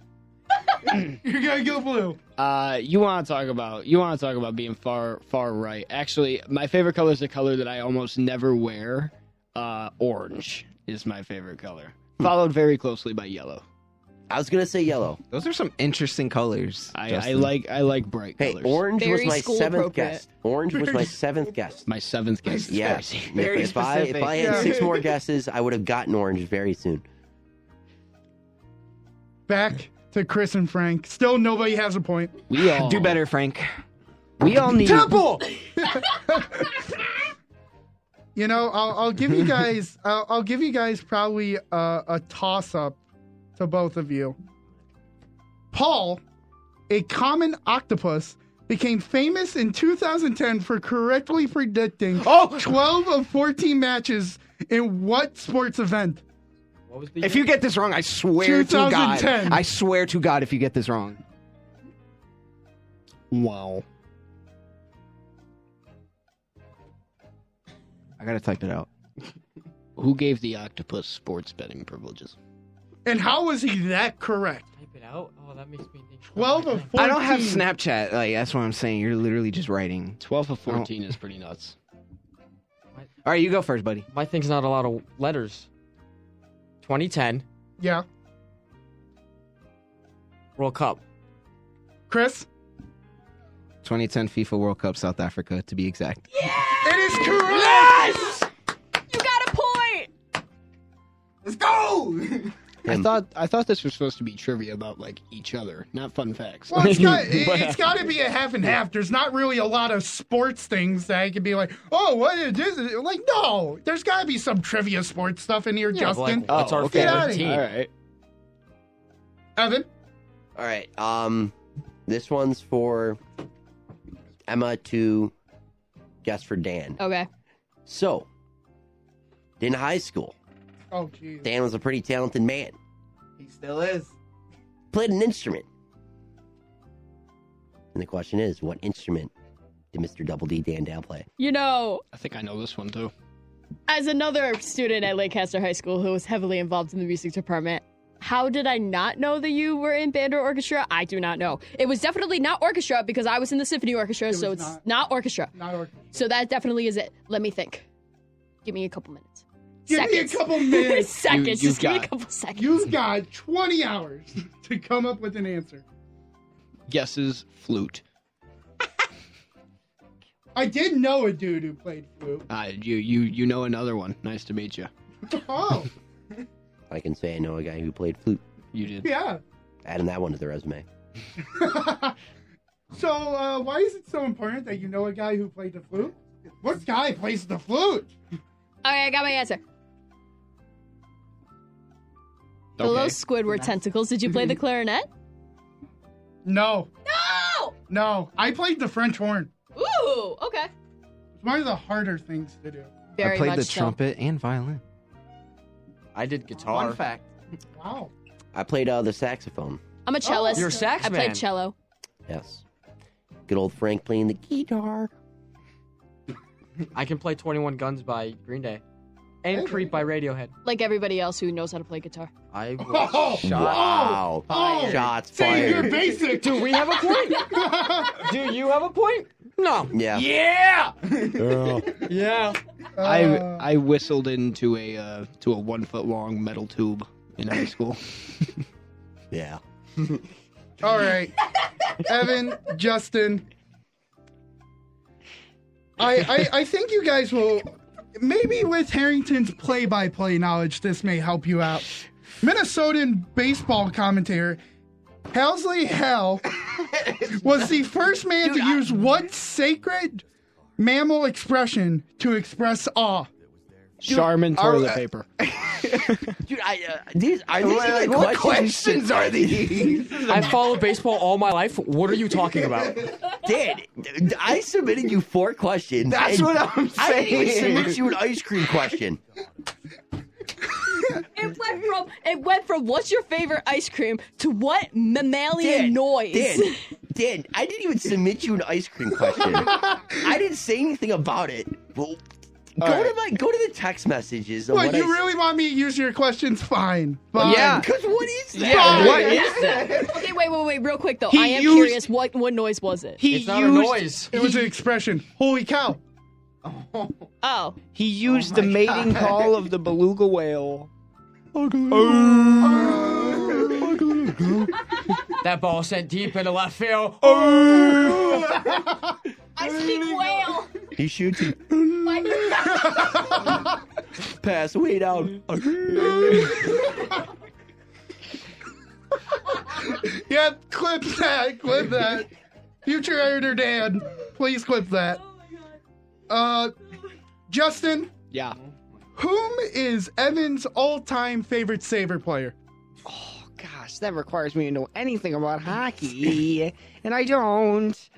Speaker 2: You're gonna go blue.
Speaker 7: Uh, you want to talk about you want to talk about being far far right. Actually, my favorite color is a color that I almost never wear. Uh, orange is my favorite color,
Speaker 3: Hmm.
Speaker 7: followed very closely by yellow.
Speaker 1: I was going to say yellow.
Speaker 3: (laughs) Those are some interesting colors.
Speaker 7: I, I
Speaker 3: Justin.
Speaker 7: like I like bright
Speaker 1: Hey,
Speaker 7: colors.
Speaker 1: orange
Speaker 4: Very
Speaker 1: was my
Speaker 4: school
Speaker 1: seventh
Speaker 4: appropriate.
Speaker 1: guest. Orange was
Speaker 4: (laughs)
Speaker 1: my seventh guest.
Speaker 7: my seventh guess. is
Speaker 1: Yeah.
Speaker 7: crazy.
Speaker 3: Very
Speaker 1: if, if I if I had
Speaker 2: specific.
Speaker 1: six more guesses, I would have gotten orange very soon.
Speaker 2: Back to Chris and Frank. Still nobody has a point.
Speaker 7: we all
Speaker 3: Do better, Frank.
Speaker 7: We all need
Speaker 2: Temple. you know, I'll, I'll give
Speaker 3: (laughs)
Speaker 2: you guys. I'll, I'll give you guys probably a, a toss up to both of you. Paul, a common octopus, became famous in 2010 for correctly predicting
Speaker 3: Oh!
Speaker 2: 12 of 14 matches in what sports event?
Speaker 6: What was the
Speaker 3: If
Speaker 6: year?
Speaker 3: you get this wrong, I swear to God.
Speaker 2: 2010.
Speaker 3: I swear to God if you get this wrong.
Speaker 7: Wow.
Speaker 3: I gotta type it out.
Speaker 7: (laughs) Who gave the octopus sports betting privileges?
Speaker 2: And how was he that correct?
Speaker 6: Type it out? Oh, that makes me think.
Speaker 2: 12 of 14.
Speaker 3: I don't have Snapchat. Like that's what I'm saying. You're literally just writing.
Speaker 7: Twelve of fourteen is pretty nuts.
Speaker 3: All right, you go first, buddy.
Speaker 6: My thing's not a lot of letters. 2010
Speaker 2: Yeah.
Speaker 6: World Cup.
Speaker 2: Chris?
Speaker 3: 2010 FIFA World Cup South Africa, to be exact.
Speaker 2: It is correct!
Speaker 4: You got a point.
Speaker 10: Let's go.
Speaker 3: (laughs)
Speaker 7: I thought I thought this was supposed to be trivia about like each other, not fun facts.
Speaker 2: Well, it's
Speaker 6: (laughs)
Speaker 2: got, it, has got to be a half and half. There's not really a lot of sports things that I could be like, oh, what is this? Like, no, there's got to be some trivia sports stuff in here,
Speaker 6: Yeah, but,
Speaker 2: Justin.
Speaker 6: Like,
Speaker 1: Oh,
Speaker 6: uh, what's our
Speaker 2: okay. Get outta
Speaker 6: favorite
Speaker 2: here.
Speaker 6: team?
Speaker 7: All right.
Speaker 2: Evan?
Speaker 1: All right. Um, this one's for Emma to guess for Dan.
Speaker 4: Okay.
Speaker 1: So, in high school,
Speaker 2: Oh, jeez.
Speaker 1: Dan was a pretty talented man.
Speaker 10: He still is.
Speaker 1: Played an instrument. And the question is, what instrument did Mr. Double D Dan Dow play?
Speaker 4: You know,
Speaker 7: I think I know this one too.
Speaker 4: as another student at Lancaster High School who was heavily involved in the music department, how did I not know that you were in band or orchestra? I do not know. It was definitely not orchestra because I was in the symphony orchestra, so
Speaker 2: was
Speaker 4: it's
Speaker 2: not.
Speaker 4: not. orchestra.
Speaker 2: Not or-
Speaker 4: So that definitely is it. Let me think. Give me a couple minutes.
Speaker 2: Give me a
Speaker 4: seconds. (laughs)
Speaker 2: couple minutes.
Speaker 4: seconds.
Speaker 7: you
Speaker 4: Just give me a
Speaker 7: got-
Speaker 4: couple seconds.
Speaker 2: You've got 20 hours (laughs) to come up with an answer.
Speaker 7: Guesses flute.
Speaker 2: I did know a dude who played flute.
Speaker 6: (laughs)
Speaker 7: Uh, you you you know another one. Nice to meet you.
Speaker 2: Oh,
Speaker 1: I can say I know a guy who played flute.
Speaker 7: You did.
Speaker 2: yeah. (laughs)
Speaker 1: Adding that one to the resume.
Speaker 2: so, uh, why is it so important that you know a guy who played the flute? What guy plays the flute?
Speaker 4: All right, I got my answer. Hello,
Speaker 7: Okay.
Speaker 4: Squidward tentacles. Did you play (laughs) the clarinet?
Speaker 2: No,
Speaker 4: No.
Speaker 2: no. I played the French horn.
Speaker 4: Ooh. Okay.
Speaker 2: It's one of the harder things to do.
Speaker 4: Very
Speaker 3: I played
Speaker 4: much
Speaker 3: the
Speaker 4: so.
Speaker 3: trumpet and violin.
Speaker 6: I did guitar.
Speaker 9: fact.
Speaker 2: Wow.
Speaker 1: I played uh, the saxophone.
Speaker 4: I'm a cellist.
Speaker 6: You're a sax
Speaker 4: I played
Speaker 6: man.
Speaker 4: cello.
Speaker 1: Yes. Good old Frank playing the guitar.
Speaker 6: I can play 21 Guns by Green Day and
Speaker 2: Hey.
Speaker 6: Creep by Radiohead.
Speaker 4: Like everybody else who knows how to play guitar.
Speaker 2: (laughs)
Speaker 6: I was
Speaker 2: Oh,
Speaker 6: shocked.
Speaker 1: Wow.
Speaker 2: oh.
Speaker 1: Shots
Speaker 2: Say you're
Speaker 1: fired.
Speaker 2: basic.
Speaker 6: Do we have a point? Do you have a point? No.
Speaker 1: Yeah.
Speaker 6: Yeah. Yeah.
Speaker 2: Uh,
Speaker 7: I I whistled into a uh, to a one foot long metal tube in high (laughs) school.
Speaker 1: Yeah.
Speaker 2: All right. Evan, Justin. I, I I think you guys will maybe with Harrington's play by play knowledge, this may help you out. Minnesotan baseball commentator Housley Hell was the first man to use what sacred mammal expression to express awe?
Speaker 7: Charmin
Speaker 9: are-
Speaker 7: toilet (laughs) paper.
Speaker 1: Dude, I, uh, these, are these
Speaker 9: Like,
Speaker 1: even
Speaker 9: what
Speaker 1: questions?
Speaker 9: questions are
Speaker 1: (laughs)
Speaker 9: these?
Speaker 6: I followed baseball all my life. What are you talking about?
Speaker 1: Dan, I submitted you four questions.
Speaker 9: That's
Speaker 1: and
Speaker 9: what
Speaker 7: (laughs)
Speaker 9: I'm
Speaker 1: I didn't even submit
Speaker 9: saying.
Speaker 1: you an ice cream (laughs) question.
Speaker 4: It went from it went from what's your favorite ice cream to what mammalian
Speaker 1: Dan,
Speaker 4: noise.
Speaker 1: Dan,
Speaker 4: (laughs)
Speaker 1: Dan, I didn't even submit you an ice cream (laughs) question. I didn't say anything about it. Well, go to my go to the text messages. of
Speaker 2: What,
Speaker 1: what
Speaker 2: you
Speaker 1: I-
Speaker 2: really want me to use your questions? Fine. Fine.
Speaker 7: Yeah.
Speaker 1: Cause what is that?
Speaker 2: Fine.
Speaker 7: What is that?
Speaker 4: Okay, wait, wait, wait, real quick though.
Speaker 7: He
Speaker 4: I am
Speaker 7: used-
Speaker 4: curious what what noise was it?
Speaker 7: He
Speaker 6: It's not a
Speaker 7: used
Speaker 6: noise.
Speaker 2: It was an expression. Holy cow.
Speaker 4: Oh.
Speaker 7: he used the mating call of the beluga whale. Oh.
Speaker 6: That ball sent deep into left field.
Speaker 4: I speak whale.
Speaker 1: He shoots you. Pass way down.
Speaker 2: Yep, clip that, clip that. Future editor Dan, please clip that. Uh, Justin,
Speaker 7: Yeah.
Speaker 2: whom is Evan's all-time favorite saber player?
Speaker 7: Gosh, that requires me to know anything about hockey, (laughs) and I don't.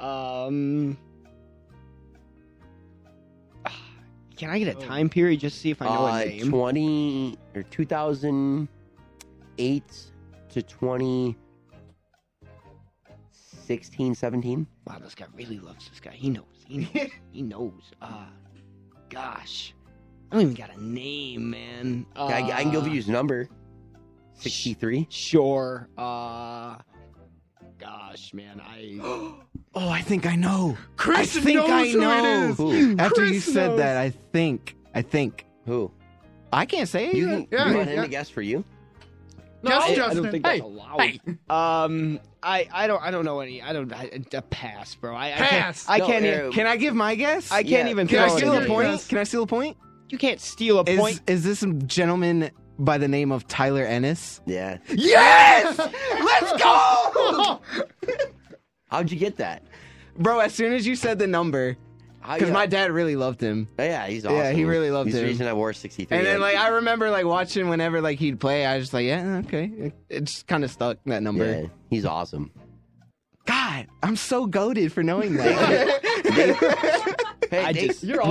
Speaker 7: Um. (sighs) Can I get a time period just to see if I know
Speaker 1: Uh,
Speaker 7: a name?
Speaker 1: Twenty or two thousand eight to twenty sixteen, seventeen.
Speaker 7: Wow, this guy really loves this guy. He knows. He knows. he knows. Uh, gosh. I don't even got a name, man. Uh,
Speaker 1: I, I can give you his number. Sixty-three.
Speaker 7: Sure. Uh, gosh, man. I.
Speaker 3: Oh, I think I know.
Speaker 2: Chris
Speaker 3: I think
Speaker 2: knows
Speaker 3: I
Speaker 2: who it
Speaker 3: know.
Speaker 2: is.
Speaker 1: Who?
Speaker 3: After you
Speaker 2: Chris
Speaker 3: said
Speaker 2: knows.
Speaker 3: that, I think, I think,
Speaker 1: Who?
Speaker 3: I can't say
Speaker 1: You can
Speaker 3: it.
Speaker 2: Yeah,
Speaker 1: you want him
Speaker 2: yeah.
Speaker 1: to guess for you.
Speaker 7: No, I, I
Speaker 2: Justin.
Speaker 7: don't think
Speaker 6: Hey,
Speaker 7: that's allowed. Um, I, I don't I don't know any. I don't I, a pass, bro. I,
Speaker 2: Pass.
Speaker 7: I
Speaker 1: No,
Speaker 7: can't. I can't, e-
Speaker 1: Eric,
Speaker 3: Can I give my guess?
Speaker 7: I can't
Speaker 1: yeah.
Speaker 7: even.
Speaker 2: Can I
Speaker 7: throw it
Speaker 2: steal
Speaker 7: at
Speaker 2: a
Speaker 7: you.
Speaker 2: point?
Speaker 3: Can I steal a point?
Speaker 7: You can't steal a
Speaker 3: Is
Speaker 7: point.
Speaker 3: is this gentleman by the name of Tyler Ennis?
Speaker 1: Yeah. (laughs)
Speaker 3: Yes! Let's go,
Speaker 1: How'd you get that?
Speaker 3: bro. As soon as you said the number,
Speaker 1: How-
Speaker 3: because
Speaker 1: yeah.
Speaker 3: my dad really loved him.
Speaker 1: Oh, yeah, he's awesome.
Speaker 3: Yeah, he really loved
Speaker 1: he's
Speaker 3: him.
Speaker 1: the reason I wore 63.
Speaker 3: And then like I remember like watching whenever like he'd play, I was just like, yeah, okay. It, it just kind of stuck that number.
Speaker 1: yeah, he's awesome.
Speaker 3: God, I'm so goaded for knowing that.
Speaker 1: Hey,
Speaker 7: I
Speaker 1: thanks,
Speaker 7: just you're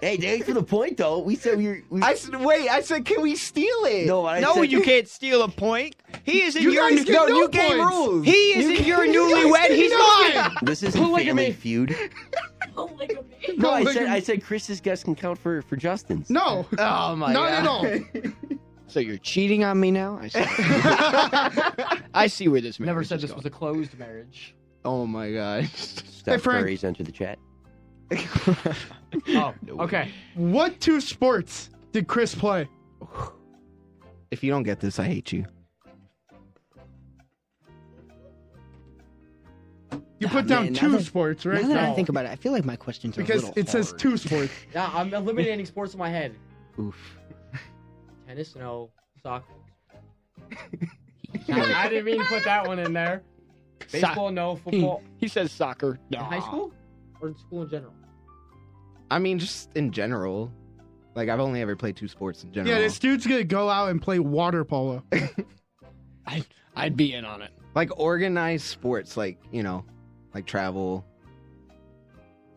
Speaker 1: hey, thanks for the point though. We said we were. We,
Speaker 3: I said, wait, I said, can we steal it?
Speaker 1: no, I
Speaker 7: No,
Speaker 1: said,
Speaker 7: you can't steal a point. He is in
Speaker 2: You
Speaker 7: your
Speaker 2: guys
Speaker 7: new-
Speaker 2: get no
Speaker 3: you gave
Speaker 2: points.
Speaker 3: rules.
Speaker 7: He is in your newlywed. He's mine.
Speaker 1: This isn't Family Feud.
Speaker 4: (laughs)
Speaker 1: No, I
Speaker 2: look
Speaker 1: said
Speaker 2: at-
Speaker 1: I said Chris's guess can count for for Justin's.
Speaker 7: (laughs)
Speaker 2: No,
Speaker 3: oh my
Speaker 2: not at
Speaker 3: God.
Speaker 2: all.
Speaker 7: So you're cheating on me now. I see. I see where this.
Speaker 11: Never
Speaker 7: marriage
Speaker 11: said
Speaker 7: is
Speaker 11: this
Speaker 7: going.
Speaker 11: was a closed marriage.
Speaker 3: (laughs) Oh my (laughs) gosh.
Speaker 1: Steph
Speaker 2: Hey, Frank.
Speaker 1: Curry's entered the chat.
Speaker 11: Oh, okay.
Speaker 2: What two sports did Chris play?
Speaker 3: If you don't get this, I hate you.
Speaker 2: You put down
Speaker 7: Ah, man, now
Speaker 2: two
Speaker 7: that-
Speaker 2: sports, right?
Speaker 7: Now that I
Speaker 2: No.
Speaker 7: think about it, I feel like my questions are
Speaker 2: because
Speaker 7: a little
Speaker 2: it says
Speaker 7: hard.
Speaker 2: two sports.
Speaker 11: Yeah, I'm eliminating sports in my head.
Speaker 3: Oof.
Speaker 11: Tennis, no. Soccer. I didn't mean to put that one in there. Baseball, no. Football.
Speaker 7: He says soccer.
Speaker 11: In high school? Or in school in general?
Speaker 3: I mean, just in general. Like, I've only ever played two sports in general.
Speaker 2: Yeah, this dude's gonna go out and play water polo.
Speaker 7: I, I'd be in on it.
Speaker 3: like, organized sports, like, you know, like travel,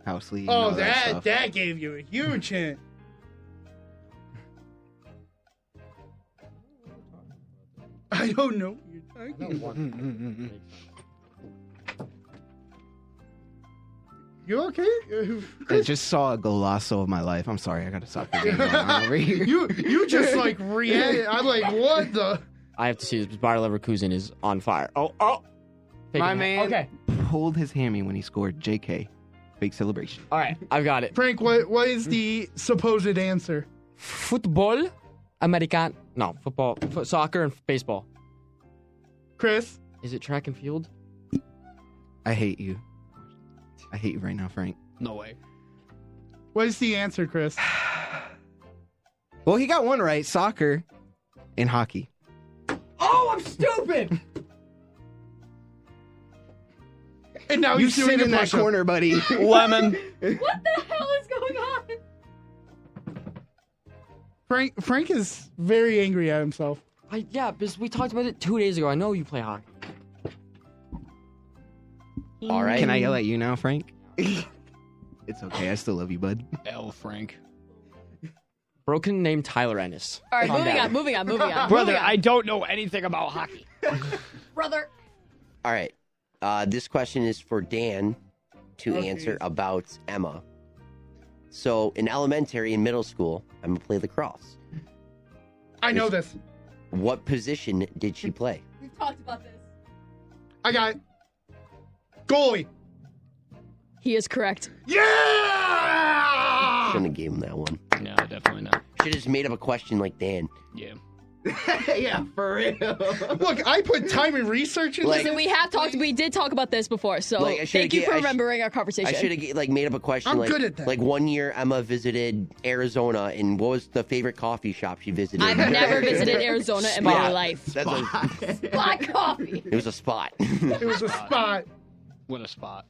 Speaker 3: house
Speaker 7: Oh,
Speaker 3: league. and all stuff.
Speaker 2: Oh, gave you a huge hint. (laughs) I don't know. what you're talking about. You okay? (laughs) Uh,
Speaker 3: I just saw a golazo of my life. I'm sorry, I got a
Speaker 7: (laughs)
Speaker 3: soccer game going on over here. (laughs)
Speaker 2: You you just like reacted. I'm like, what the?
Speaker 6: (laughs) I have to see this. Bayer Leverkusen is on fire. Oh, oh. Fake
Speaker 3: My
Speaker 6: it.
Speaker 3: man
Speaker 11: Okay.
Speaker 3: pulled his hammy when he scored. JK. Big celebration.
Speaker 6: All right, I've got it.
Speaker 2: Frank, what what is the supposed answer?
Speaker 6: Football, American. No, football, fo- soccer, and baseball.
Speaker 2: Chris,
Speaker 6: Is it track and field?
Speaker 3: I hate you. I hate you right now, Frank.
Speaker 7: No way.
Speaker 2: what is the answer, Chris?
Speaker 3: Well, he got one right soccer and hockey.
Speaker 11: Oh, I'm stupid!
Speaker 2: And now
Speaker 3: you
Speaker 2: he's doing
Speaker 3: sit
Speaker 2: a
Speaker 3: in that
Speaker 2: push-up.
Speaker 3: corner, (laughs) buddy.
Speaker 7: Lemon.
Speaker 4: What the hell is going on?
Speaker 2: Frank Frank is very angry at himself.
Speaker 6: I, yeah, because we talked about it two days ago. I know you play hockey.
Speaker 1: All right.
Speaker 3: Can I yell at you now, (laughs) Frank? it's okay. I still love you, bud.
Speaker 7: L. Frank.
Speaker 6: Broken name Tyler Ennis.
Speaker 4: All right, moving
Speaker 6: down.
Speaker 4: on, moving on, moving on.
Speaker 7: Brother,
Speaker 4: moving on.
Speaker 7: I don't know anything about hockey.
Speaker 4: brother.
Speaker 1: All right. Uh, this question is for Dan to answer about Emma. So, in elementary and middle school, I'm gonna play lacrosse.
Speaker 2: I know this.
Speaker 1: What position did she play?
Speaker 4: We've talked about this.
Speaker 2: I got it. goalie.
Speaker 4: He is correct.
Speaker 2: Yeah.
Speaker 1: Shouldn't have gave him that one.
Speaker 7: No, definitely not.
Speaker 1: Should have just made up a question like Dan.
Speaker 7: Yeah.
Speaker 2: Look, I put time and research into
Speaker 1: Like-
Speaker 2: this.
Speaker 4: Listen, we have talked. We did talk about this before, so
Speaker 1: Like, I should've
Speaker 4: thank you
Speaker 1: ga-
Speaker 4: for
Speaker 1: I sh-
Speaker 4: remembering our
Speaker 1: I
Speaker 4: conversation.
Speaker 1: should have like made up a question.
Speaker 2: I'm
Speaker 1: like,
Speaker 2: good at that.
Speaker 1: Like one year, Emma visited Arizona, and what was the favorite coffee shop she visited?
Speaker 4: I've never visited Arizona in my
Speaker 1: Spot. (laughs)
Speaker 4: life.
Speaker 1: That's a,
Speaker 4: Black coffee.
Speaker 1: it was a spot. (laughs)
Speaker 2: It was a spot.
Speaker 7: What a spot.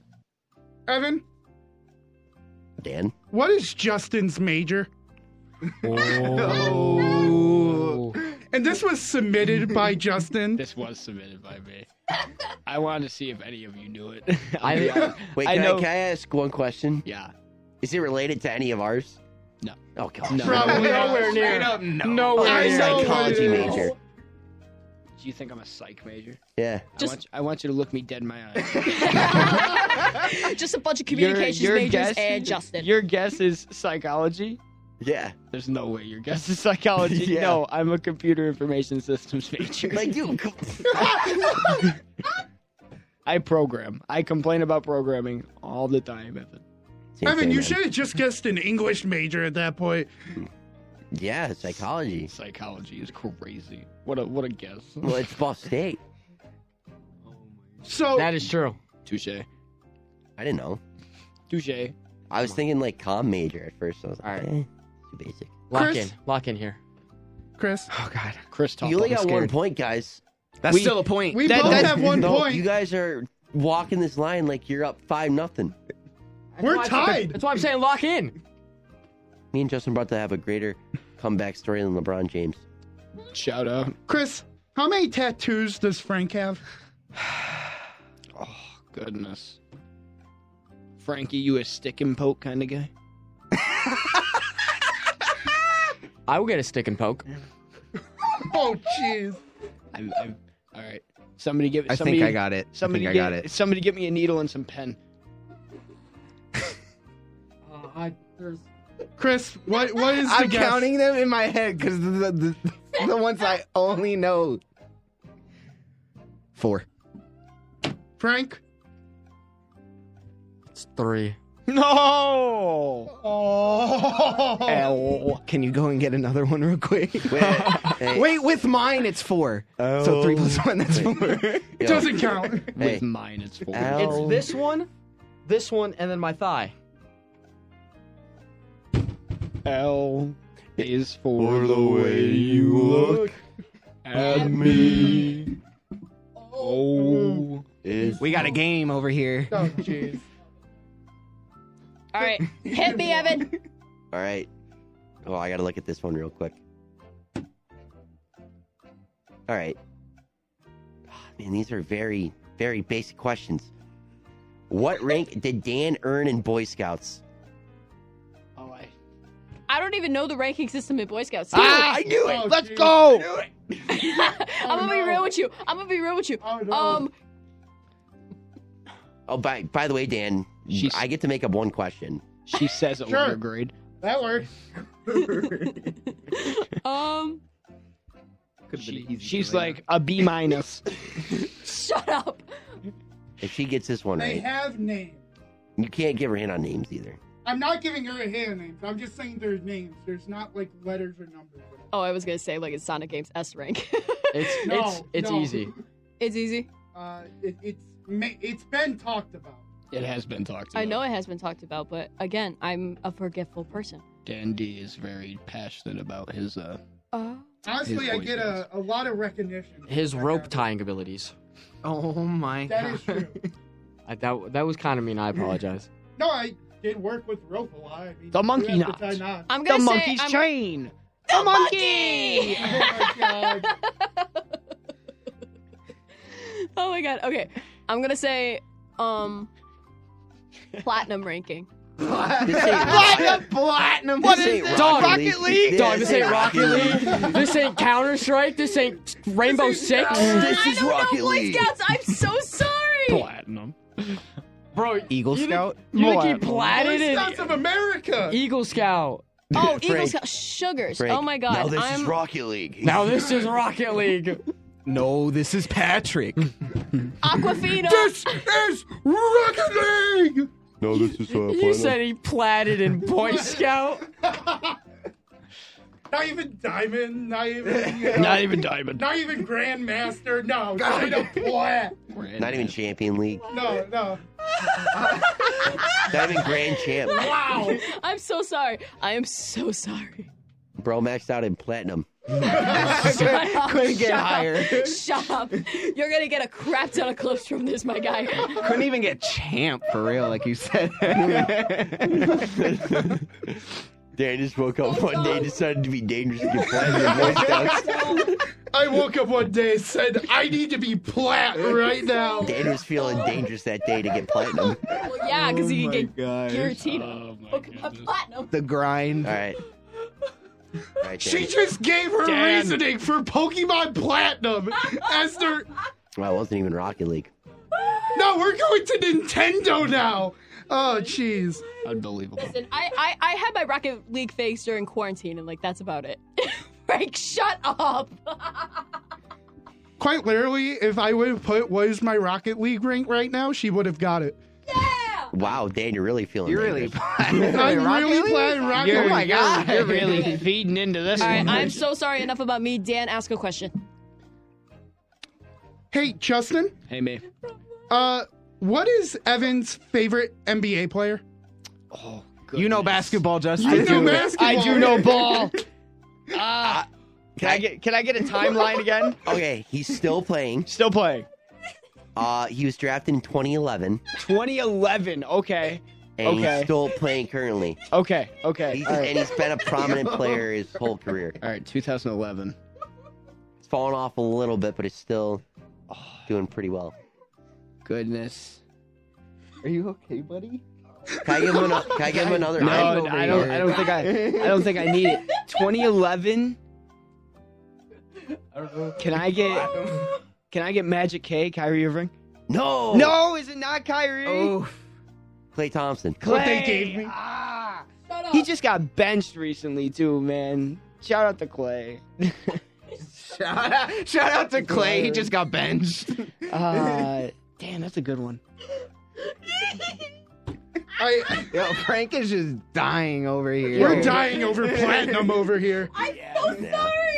Speaker 2: Evan,
Speaker 1: Dan,
Speaker 2: what is Justin's major?
Speaker 1: Oh.
Speaker 2: And this was submitted
Speaker 1: (laughs)
Speaker 2: by Justin.
Speaker 7: This was submitted by me. I wanted to see if any of you knew it. I'll
Speaker 6: I-
Speaker 7: be honest.
Speaker 1: wait,
Speaker 7: I
Speaker 1: can I,
Speaker 7: know.
Speaker 1: can I ask one question?
Speaker 7: Yeah.
Speaker 1: Is it related to any of ours?
Speaker 7: No.
Speaker 1: Oh gosh.
Speaker 7: No.
Speaker 2: Probably
Speaker 11: Nowhere near.
Speaker 3: no.
Speaker 11: Nowhere
Speaker 2: I
Speaker 11: near.
Speaker 2: know
Speaker 1: Psychology
Speaker 2: what it
Speaker 1: major.
Speaker 7: Do you think I'm a psych major?
Speaker 1: Yeah.
Speaker 7: I, want you, I want you to look me dead in my eyes.
Speaker 4: (laughs) Just a bunch of communications majors and Justin.
Speaker 7: Your guess is psychology.
Speaker 1: Yeah.
Speaker 7: There's no way your guess is psychology.
Speaker 1: Yeah.
Speaker 7: No, I'm a computer information
Speaker 1: (laughs)
Speaker 7: systems major.
Speaker 1: Like dude. come-
Speaker 7: I program. I complain about programming all the time, Evan.
Speaker 1: Same
Speaker 2: Evan,
Speaker 1: thing,
Speaker 2: you
Speaker 1: man.
Speaker 2: should have just guessed an English major at that point.
Speaker 1: Yeah, psychology.
Speaker 7: Psychology is crazy. What a what a guess.
Speaker 1: Well, it's Ball State.
Speaker 2: So
Speaker 7: that is true. Touche.
Speaker 1: I didn't know.
Speaker 7: Touche.
Speaker 1: I was thinking like com major at first. I was like, eh, too basic.
Speaker 6: Lock
Speaker 2: Chris?
Speaker 6: in. Lock in here.
Speaker 1: (sighs)
Speaker 2: Chris.
Speaker 7: Oh God, Chris.
Speaker 1: you only got one point, guys.
Speaker 3: That's We- still a point.
Speaker 2: we both
Speaker 1: (laughs)
Speaker 2: have one
Speaker 1: No,
Speaker 2: point.
Speaker 1: You guys are walking this line like you're up five nothing.
Speaker 2: We're
Speaker 6: That's why I'm-
Speaker 2: tied.
Speaker 6: That's why I'm saying lock in.
Speaker 1: Me and Justin about to have a greater comeback story than LeBron James.
Speaker 7: Shout out.
Speaker 2: Chris, how many tattoos does Frank have?
Speaker 7: Goodness. Frankie, you a stick and poke kind of guy?
Speaker 6: I will get a stick and poke.
Speaker 2: Oh, jeez.
Speaker 7: I'm, I'm, all right. Somebody give.
Speaker 3: I
Speaker 7: somebody,
Speaker 3: think I got it. I
Speaker 7: Somebody
Speaker 3: think I
Speaker 7: get,
Speaker 3: got it.
Speaker 7: Somebody get me a needle and some pen.
Speaker 2: Chris, what what is the
Speaker 3: I'm
Speaker 2: guess?
Speaker 3: counting them in my head because the, the, the, the ones I only know. Four.
Speaker 2: Frank?
Speaker 6: It's three.
Speaker 7: No.
Speaker 2: Oh.
Speaker 7: L.
Speaker 3: (laughs) Can you go and get another one real (laughs) quick?
Speaker 1: Wait, hey,
Speaker 3: Wait, with mine it's four. So three plus one, that's four.
Speaker 1: yo,
Speaker 2: Doesn't count.
Speaker 1: hey,
Speaker 7: With mine, it's four.
Speaker 1: Ow.
Speaker 6: It's this one, this one, and then my thigh.
Speaker 7: L is for, the way you look at me. Oh.
Speaker 3: (laughs) we got a game over here.
Speaker 2: Oh, jeez.
Speaker 1: (laughs)
Speaker 4: All right, hit me, Evan.
Speaker 1: All right. Well, I got to look at this one real quick. All right. Ah, man, these are very, very basic questions. What rank did Dan earn in Boy Scouts?
Speaker 7: Oh, I-
Speaker 4: I don't even know the ranking system in Boy Scouts.
Speaker 7: Ah, I knew
Speaker 2: Oh,
Speaker 7: it. Let's go.
Speaker 4: I'm gonna be real with you. I'm gonna be real with you. Um,
Speaker 1: Oh, by by the way, Dan,
Speaker 7: She's-
Speaker 1: I get to make up one question.
Speaker 7: She says it
Speaker 2: Sure.
Speaker 7: lower grade.
Speaker 2: That works.
Speaker 4: um,
Speaker 7: She- she's like a B minus. (laughs)
Speaker 4: shut up.
Speaker 1: If she gets this one
Speaker 2: They
Speaker 1: right,
Speaker 2: have names.
Speaker 1: you can't give her hint on names either.
Speaker 2: I'm not giving her a hand names. I'm just saying there's names. There's not like letters or numbers.
Speaker 4: Oh, I was gonna say like it's Sonic Games S rank. (laughs)
Speaker 6: It's
Speaker 2: No,
Speaker 6: it's it's
Speaker 2: no.
Speaker 6: easy.
Speaker 4: it's easy.
Speaker 2: Uh, it, it's ma- it's been talked about.
Speaker 7: It has been talked about.
Speaker 4: I know it has been talked about, but again, I'm a forgetful person.
Speaker 7: Dan D is very passionate about his uh
Speaker 1: Oh.
Speaker 4: Uh,
Speaker 2: Honestly,
Speaker 7: His
Speaker 2: I
Speaker 7: voice
Speaker 2: get a, a lot of recognition. uh,
Speaker 6: His rope tying abilities.
Speaker 3: Oh my
Speaker 2: That is true.
Speaker 6: I, that that was kind of mean. I apologize.
Speaker 2: No, I did work with rope a lot. I mean,
Speaker 7: The
Speaker 2: you
Speaker 7: monkey
Speaker 2: have to
Speaker 7: knot.
Speaker 2: tie
Speaker 4: (laughs)
Speaker 2: knots.
Speaker 4: I'm
Speaker 7: the
Speaker 4: gonna say
Speaker 7: monkey's
Speaker 4: I'm-
Speaker 7: chain.
Speaker 4: the monkey.
Speaker 2: Oh my god.
Speaker 4: oh my god. Okay, I'm gonna say
Speaker 1: (laughs)
Speaker 4: um, platinum ranking.
Speaker 1: This ain't Rocket,
Speaker 3: Platinum.
Speaker 1: this ain't Rocket League.
Speaker 6: Dog, this ain't Rocket League. This ain't Counter Strike. This ain't Rainbow Six.
Speaker 1: This
Speaker 4: I
Speaker 1: is
Speaker 4: don't
Speaker 1: Rocket
Speaker 4: know
Speaker 1: League.
Speaker 4: Boy Scouts. I'm so sorry.
Speaker 7: Platinum.
Speaker 6: (laughs) Bro,
Speaker 3: Eagle
Speaker 6: you
Speaker 3: Scout?
Speaker 6: Think, you think he
Speaker 7: Platinum.
Speaker 6: platted
Speaker 2: Boy
Speaker 6: it?
Speaker 2: Scouts of America.
Speaker 6: Eagle Scout.
Speaker 4: Oh, Eagle
Speaker 1: Frank.
Speaker 4: Scout sugars.
Speaker 1: Frank,
Speaker 4: oh my god.
Speaker 1: Now this
Speaker 4: I'm,
Speaker 1: is Rocket League.
Speaker 6: Now this is
Speaker 2: (laughs)
Speaker 6: Rocket League.
Speaker 3: No, this is Patrick.
Speaker 4: Aquafina.
Speaker 2: is Rocket League.
Speaker 1: no, this is uh,
Speaker 6: You said he platted in Boy Scout.
Speaker 2: Not even diamond. Not
Speaker 7: (laughs)
Speaker 2: even. You know,
Speaker 7: Not even diamond.
Speaker 2: Not even Grandmaster.
Speaker 7: (laughs)
Speaker 2: No, straight up plat.
Speaker 1: Not even Champion League.
Speaker 2: No, no.
Speaker 1: Not even Grand Champ.
Speaker 2: Wow.
Speaker 4: I'm so sorry. I am
Speaker 1: (laughs)
Speaker 4: so sorry.
Speaker 1: Bro maxed out in platinum.
Speaker 4: Shut up,
Speaker 3: Couldn't get
Speaker 4: (laughs) shut
Speaker 3: higher.
Speaker 4: Up, shut up. You're gonna get a crap ton of clips from this,
Speaker 1: (laughs)
Speaker 4: my guy.
Speaker 3: Couldn't even get champ for real, like you (laughs) said.
Speaker 1: Dan just woke up one day and decided to be dangerous and get (laughs) platinum Boy Scouts.
Speaker 2: I woke up one day and said, I need to be plat right
Speaker 7: (laughs)
Speaker 2: now.
Speaker 1: Dan was feeling dangerous that day to get platinum. All
Speaker 4: Well, yeah, because
Speaker 1: Oh
Speaker 4: you can get
Speaker 7: Oh,
Speaker 4: guaranteed Pokemon Platinum.
Speaker 3: the grind.
Speaker 1: right. All right, Dan.
Speaker 2: She just gave her
Speaker 7: Dan.
Speaker 2: reasoning for Pokemon Platinum as their.
Speaker 1: Well, it wasn't even Rocket League.
Speaker 2: No, we're going to Nintendo now. Oh, jeez.
Speaker 7: Unbelievable.
Speaker 4: Listen, I, I I had my Rocket League phase during quarantine, and like that's about it. (laughs) Frank, shut up.
Speaker 2: Quite literally, if I would have put what is my Rocket League rank right now, she would have got it.
Speaker 4: yeah.
Speaker 1: Wow, Dan, you're really feeling.
Speaker 3: You're really.
Speaker 2: I'm really playing rock.
Speaker 7: You're,
Speaker 3: Oh my
Speaker 7: you're-
Speaker 3: God.
Speaker 4: (laughs)
Speaker 7: You're really feeding into this
Speaker 4: All right,
Speaker 7: one.
Speaker 4: I'm so sorry. Enough about me. Dan, ask a question.
Speaker 2: Hey, Justin.
Speaker 7: Hey, man.
Speaker 2: Uh, what is Evan's favorite NBA player?
Speaker 3: You know basketball, Justin.
Speaker 2: You know
Speaker 7: I
Speaker 2: basketball.
Speaker 7: do know (laughs) ball. Ah, can I get can I get a timeline again?
Speaker 1: Okay, he's still playing.
Speaker 7: (laughs) Still playing.
Speaker 1: Uh, he was drafted in 2011,
Speaker 7: 2011. Okay.
Speaker 1: and he's
Speaker 7: Okay.
Speaker 1: still playing currently.
Speaker 7: Okay. Okay.
Speaker 1: He's,
Speaker 7: All right.
Speaker 1: And he's been a prominent player his whole career.
Speaker 7: All right. 2011.
Speaker 1: It's fallen off a little bit, but it's still doing pretty well.
Speaker 7: Goodness.
Speaker 9: Are you okay, buddy?
Speaker 1: Can I give him, an, can I
Speaker 6: (laughs)
Speaker 1: give him another?
Speaker 7: No,
Speaker 1: I'm over
Speaker 7: I don't.
Speaker 1: here.
Speaker 7: I don't think I. I don't think I need
Speaker 3: (laughs)
Speaker 7: it. 2011. Can I get? Can I get Magic K, Kyrie Irving?
Speaker 1: No,
Speaker 7: No, is it not Kyrie?
Speaker 3: Oh,
Speaker 1: Clay Thompson.
Speaker 2: What they gave me.
Speaker 7: Ah. He just got benched recently too, man. Shout out to Clay.
Speaker 3: (laughs) Shout out, shout out to Clay. He just got benched.
Speaker 7: Uh, damn, that's a good one.
Speaker 2: I,
Speaker 3: Yo, Frank is just dying over here.
Speaker 2: we're dying over platinum over here.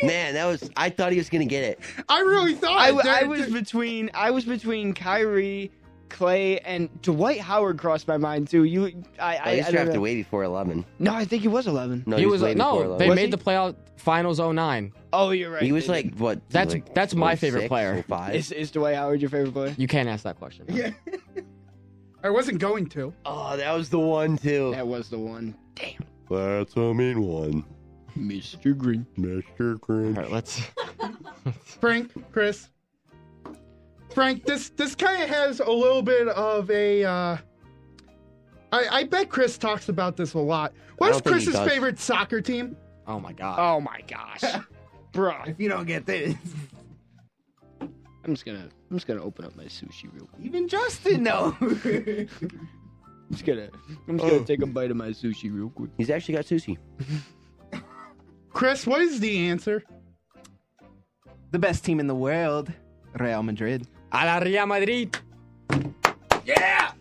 Speaker 1: Man, that was. I thought he was gonna get it.
Speaker 2: I really thought
Speaker 7: I,
Speaker 2: that-
Speaker 7: I was between I was between Kyrie, Clay, and Dwight Howard crossed my mind too. You,
Speaker 1: Oh,
Speaker 7: I, I,
Speaker 1: he was
Speaker 7: I don't
Speaker 1: drafted
Speaker 7: know.
Speaker 1: way before 11.
Speaker 7: No, I think he was eleven.
Speaker 1: No,
Speaker 6: He was
Speaker 1: way before
Speaker 6: no.
Speaker 1: 11.
Speaker 6: They
Speaker 7: Was
Speaker 6: made
Speaker 7: he?
Speaker 6: the playoff finals 09.
Speaker 7: Oh, you're right.
Speaker 1: He was
Speaker 7: they
Speaker 1: like what?
Speaker 6: That's-
Speaker 1: like,
Speaker 6: that's my favorite
Speaker 1: 06,
Speaker 6: player.
Speaker 1: 05?
Speaker 7: did. is is Dwight Howard your favorite player?
Speaker 6: You can't ask that question.
Speaker 2: I wasn't going to.
Speaker 1: Oh, that was the one too.
Speaker 7: That was the one.
Speaker 1: That's a mean one,
Speaker 7: Mr. Green.
Speaker 1: Mr. Grinch.
Speaker 6: All right, let's.
Speaker 2: Frank, Chris. Frank, this this kind of has a little bit of a. Uh, I, I bet Chris talks about this a lot. What's
Speaker 1: don't think he
Speaker 2: Chris's
Speaker 1: does.
Speaker 2: favorite soccer team?
Speaker 6: (laughs) Oh my god.
Speaker 7: Oh my gosh, bro! I'm
Speaker 9: If you don't get this,
Speaker 7: just gonna I'm just gonna open up my sushi real quick.
Speaker 9: even Justin knows.
Speaker 7: (laughs) I'm just gonna I'm just gonna take a bite of my sushi real quick.
Speaker 1: He's actually got sushi.
Speaker 2: Chris, what is the answer?
Speaker 3: The best team in the world, Real Madrid.
Speaker 2: Oh.
Speaker 6: A la Real Madrid.
Speaker 7: Yeah.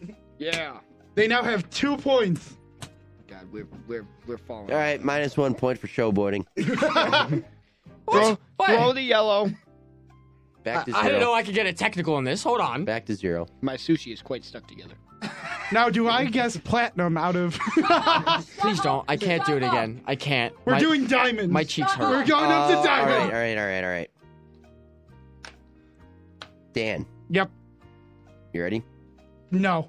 Speaker 2: They now have two points.
Speaker 7: God, we're we're we're falling.
Speaker 1: All right, minus one point for showboating.
Speaker 7: Throw, throw the yellow.
Speaker 1: Back to zero.
Speaker 6: I didn't know I could get a technical on this. Hold on.
Speaker 1: Back to zero.
Speaker 7: My sushi is quite stuck together.
Speaker 2: Now, do I guess platinum out of? (laughs)
Speaker 6: Please don't. I can't do it again. I can't.
Speaker 2: We're
Speaker 6: my,
Speaker 2: doing diamonds.
Speaker 6: My cheeks
Speaker 2: We're
Speaker 6: hurt.
Speaker 2: going up
Speaker 1: all right,
Speaker 2: to
Speaker 1: all
Speaker 2: diamond.
Speaker 1: right, all right, all right. Dan,
Speaker 2: Yep.
Speaker 1: you ready?
Speaker 2: No.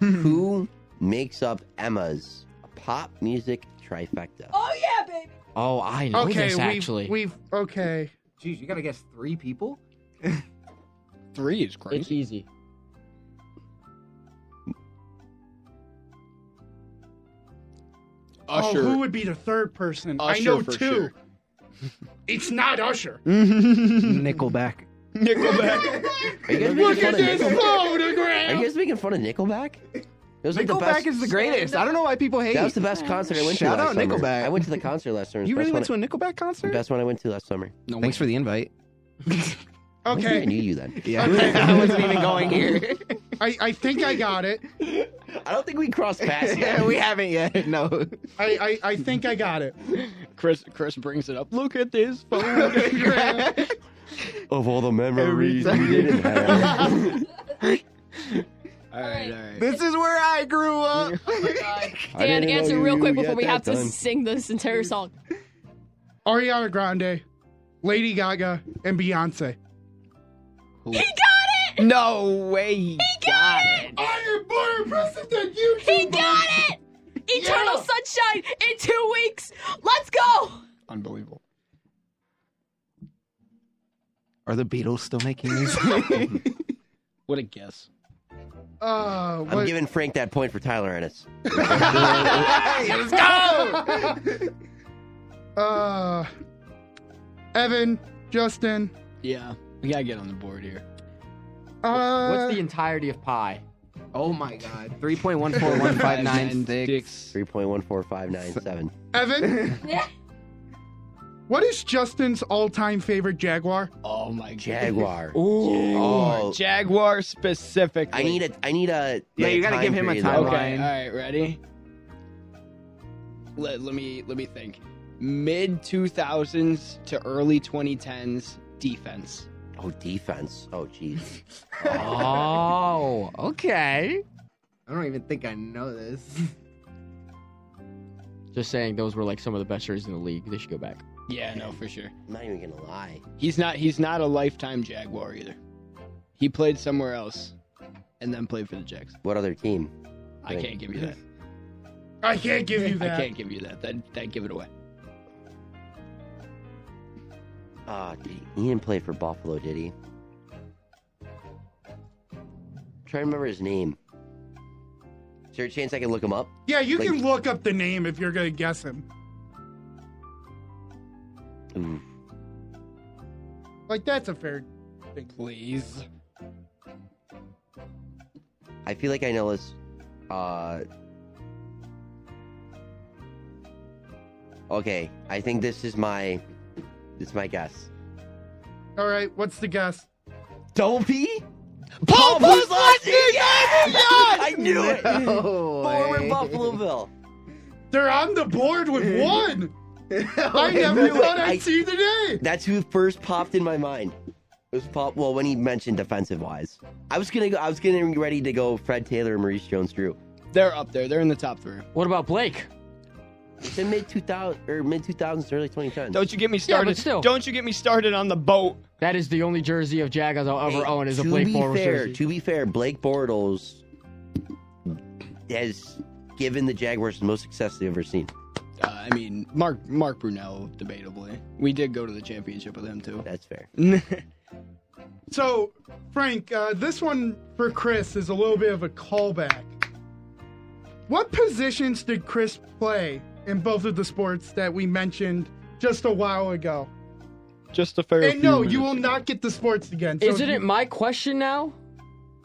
Speaker 1: Who makes up Emma's pop music trifecta?
Speaker 4: Oh, yeah, baby.
Speaker 6: Oh, I know
Speaker 2: Okay.
Speaker 6: this
Speaker 2: we've,
Speaker 6: actually.
Speaker 2: we've okay.
Speaker 9: Jeez, you gotta guess three people.
Speaker 7: Three is
Speaker 6: it's easy.
Speaker 2: Oh, who would be the third person? I
Speaker 7: Usher
Speaker 2: know
Speaker 7: for
Speaker 2: two.
Speaker 7: sure.
Speaker 2: (laughs) it's not Usher.
Speaker 3: Nickelback.
Speaker 7: (laughs) Nickelback.
Speaker 1: Are you guys
Speaker 2: Look
Speaker 1: making fun
Speaker 2: at
Speaker 1: of
Speaker 2: this
Speaker 1: Nickelback? Are
Speaker 2: photograph.
Speaker 1: you guys making fun of Nickelback? It was like the best.
Speaker 3: Nickelback is the greatest. I don't know why people hate.
Speaker 1: that was the best concert I went
Speaker 3: Shout
Speaker 1: to. last
Speaker 3: out
Speaker 1: summer.
Speaker 3: Nickelback.
Speaker 1: I went to the concert last summer. It's
Speaker 3: you
Speaker 1: the
Speaker 3: really went
Speaker 1: best
Speaker 3: to a
Speaker 1: one
Speaker 3: Nickelback
Speaker 1: I-
Speaker 3: concert?
Speaker 1: best one I went to last summer.
Speaker 3: Thanks for the invite.
Speaker 1: I
Speaker 2: (laughs) Okay.
Speaker 1: knew you then.
Speaker 3: Yeah, I wasn't even going here.
Speaker 2: I, I think I got it.
Speaker 1: (laughs) I don't think we crossed paths yet.
Speaker 3: (laughs) yeah, we haven't yet. No.
Speaker 2: I, I, I think I got it.
Speaker 7: (laughs) Chris Chris brings it up. Look at this
Speaker 2: (laughs)
Speaker 7: photograph. (laughs)
Speaker 1: Of all the memories
Speaker 3: Every
Speaker 1: we didn't have.
Speaker 7: all right, all right.
Speaker 3: This is where I grew up.
Speaker 1: I
Speaker 4: Dan,
Speaker 1: didn't know
Speaker 4: answer
Speaker 1: you
Speaker 4: real
Speaker 1: knew
Speaker 4: quick
Speaker 1: you
Speaker 4: before
Speaker 1: had
Speaker 4: we
Speaker 1: that
Speaker 4: have to
Speaker 1: done.
Speaker 4: sing this entire song.
Speaker 2: Ariana Grande, Lady Gaga, and Beyonce.
Speaker 4: He got it!
Speaker 7: No way. He got it.
Speaker 2: I am more impressive than you
Speaker 4: He got it! Eternal Sunshine in two weeks. Let's go!
Speaker 7: Unbelievable.
Speaker 3: Are the Beatles still making music?
Speaker 7: (laughs) What a guess.
Speaker 2: Uh,
Speaker 1: (laughs) I'm
Speaker 2: what,
Speaker 1: giving Frank that point for Tyler Ennis.
Speaker 3: Let's go.
Speaker 2: uh, Evan, Justin.
Speaker 7: Yeah, we gotta get on the board here.
Speaker 2: Uh,
Speaker 6: What's the entirety of pi?
Speaker 3: Oh my God. Three point one four one five nine six.
Speaker 7: (laughs)
Speaker 1: Three point one four five nine seven.
Speaker 2: Evan? What is Justin's all-time favorite Jaguar?
Speaker 7: Oh my
Speaker 1: Jaguar.
Speaker 7: Ooh.
Speaker 1: Oh.
Speaker 7: Jaguar specifically.
Speaker 1: I need a. I need a.
Speaker 3: Yeah, you gotta give him a
Speaker 1: period,
Speaker 3: timeline.
Speaker 1: though.
Speaker 7: Okay. All right. Ready? Let, let me let me think. Mid two thousands to early twenty tens defense.
Speaker 1: Oh, defense. Oh, jeez.
Speaker 3: Oh, okay.
Speaker 9: I don't even think I know this.
Speaker 6: Just saying, those were like some of the best shirts in the league. They should go back.
Speaker 7: Yeah, no, for sure.
Speaker 1: I'm not even gonna lie.
Speaker 7: He's not he's not a lifetime Jaguar either. He played somewhere else, and then played for the Jags.
Speaker 1: What other team?
Speaker 7: I can't give you that.
Speaker 2: I can't give you that.
Speaker 7: I can't give you that. That that give it away.
Speaker 1: Ah, did he, he didn't play for Buffalo, did he? Try to remember his name. Is there a chance I can look him up?
Speaker 2: Yeah, you
Speaker 1: Like-
Speaker 2: can look up the name if you're gonna guess him.
Speaker 1: Ooh.
Speaker 2: Like that's a fair.
Speaker 7: Please.
Speaker 1: I feel like I know his. Uh. Okay, I think this is my. This is my guess.
Speaker 2: All right, what's the guess?
Speaker 1: Dopey?
Speaker 7: Paul
Speaker 1: (laughs) I knew
Speaker 7: (laughs)
Speaker 1: it.
Speaker 9: No
Speaker 1: Former
Speaker 9: way.
Speaker 1: Buffalo Bill.
Speaker 2: They're on the board (laughs) with one. I
Speaker 1: I
Speaker 2: never
Speaker 1: knew it.
Speaker 2: thought
Speaker 1: I-
Speaker 2: I'd see the day.
Speaker 1: That's who first popped in my mind. It was pop. Well, when he mentioned defensive wise, I was gonna go. I was getting ready to go Fred Taylor and Maurice Jones-Drew.
Speaker 7: They're up there. They're in the top three.
Speaker 6: What about Blake?
Speaker 1: It's in mid two thousand or mid two thousands, early twenty tens.
Speaker 7: Don't you get me started.
Speaker 6: still.
Speaker 7: Don't you get me started on the boat.
Speaker 6: That is the only jersey of Jaguars I'll ever own is a Blake
Speaker 1: be
Speaker 6: Bortles
Speaker 1: fair,
Speaker 6: jersey.
Speaker 1: To be fair, Blake Bortles has given the Jaguars the most success they've ever seen.
Speaker 7: Uh, I mean, Mark Mark Brunell, debatably. We did go to the championship with him too.
Speaker 1: That's fair.
Speaker 2: So, Frank, uh, this one for Chris is a little bit of a callback. What positions did Chris play in both of the sports that we mentioned just a while ago?
Speaker 7: Just a fair.
Speaker 2: And no, you will not get the sports again. So
Speaker 6: Isn't
Speaker 2: you-
Speaker 6: it my question now?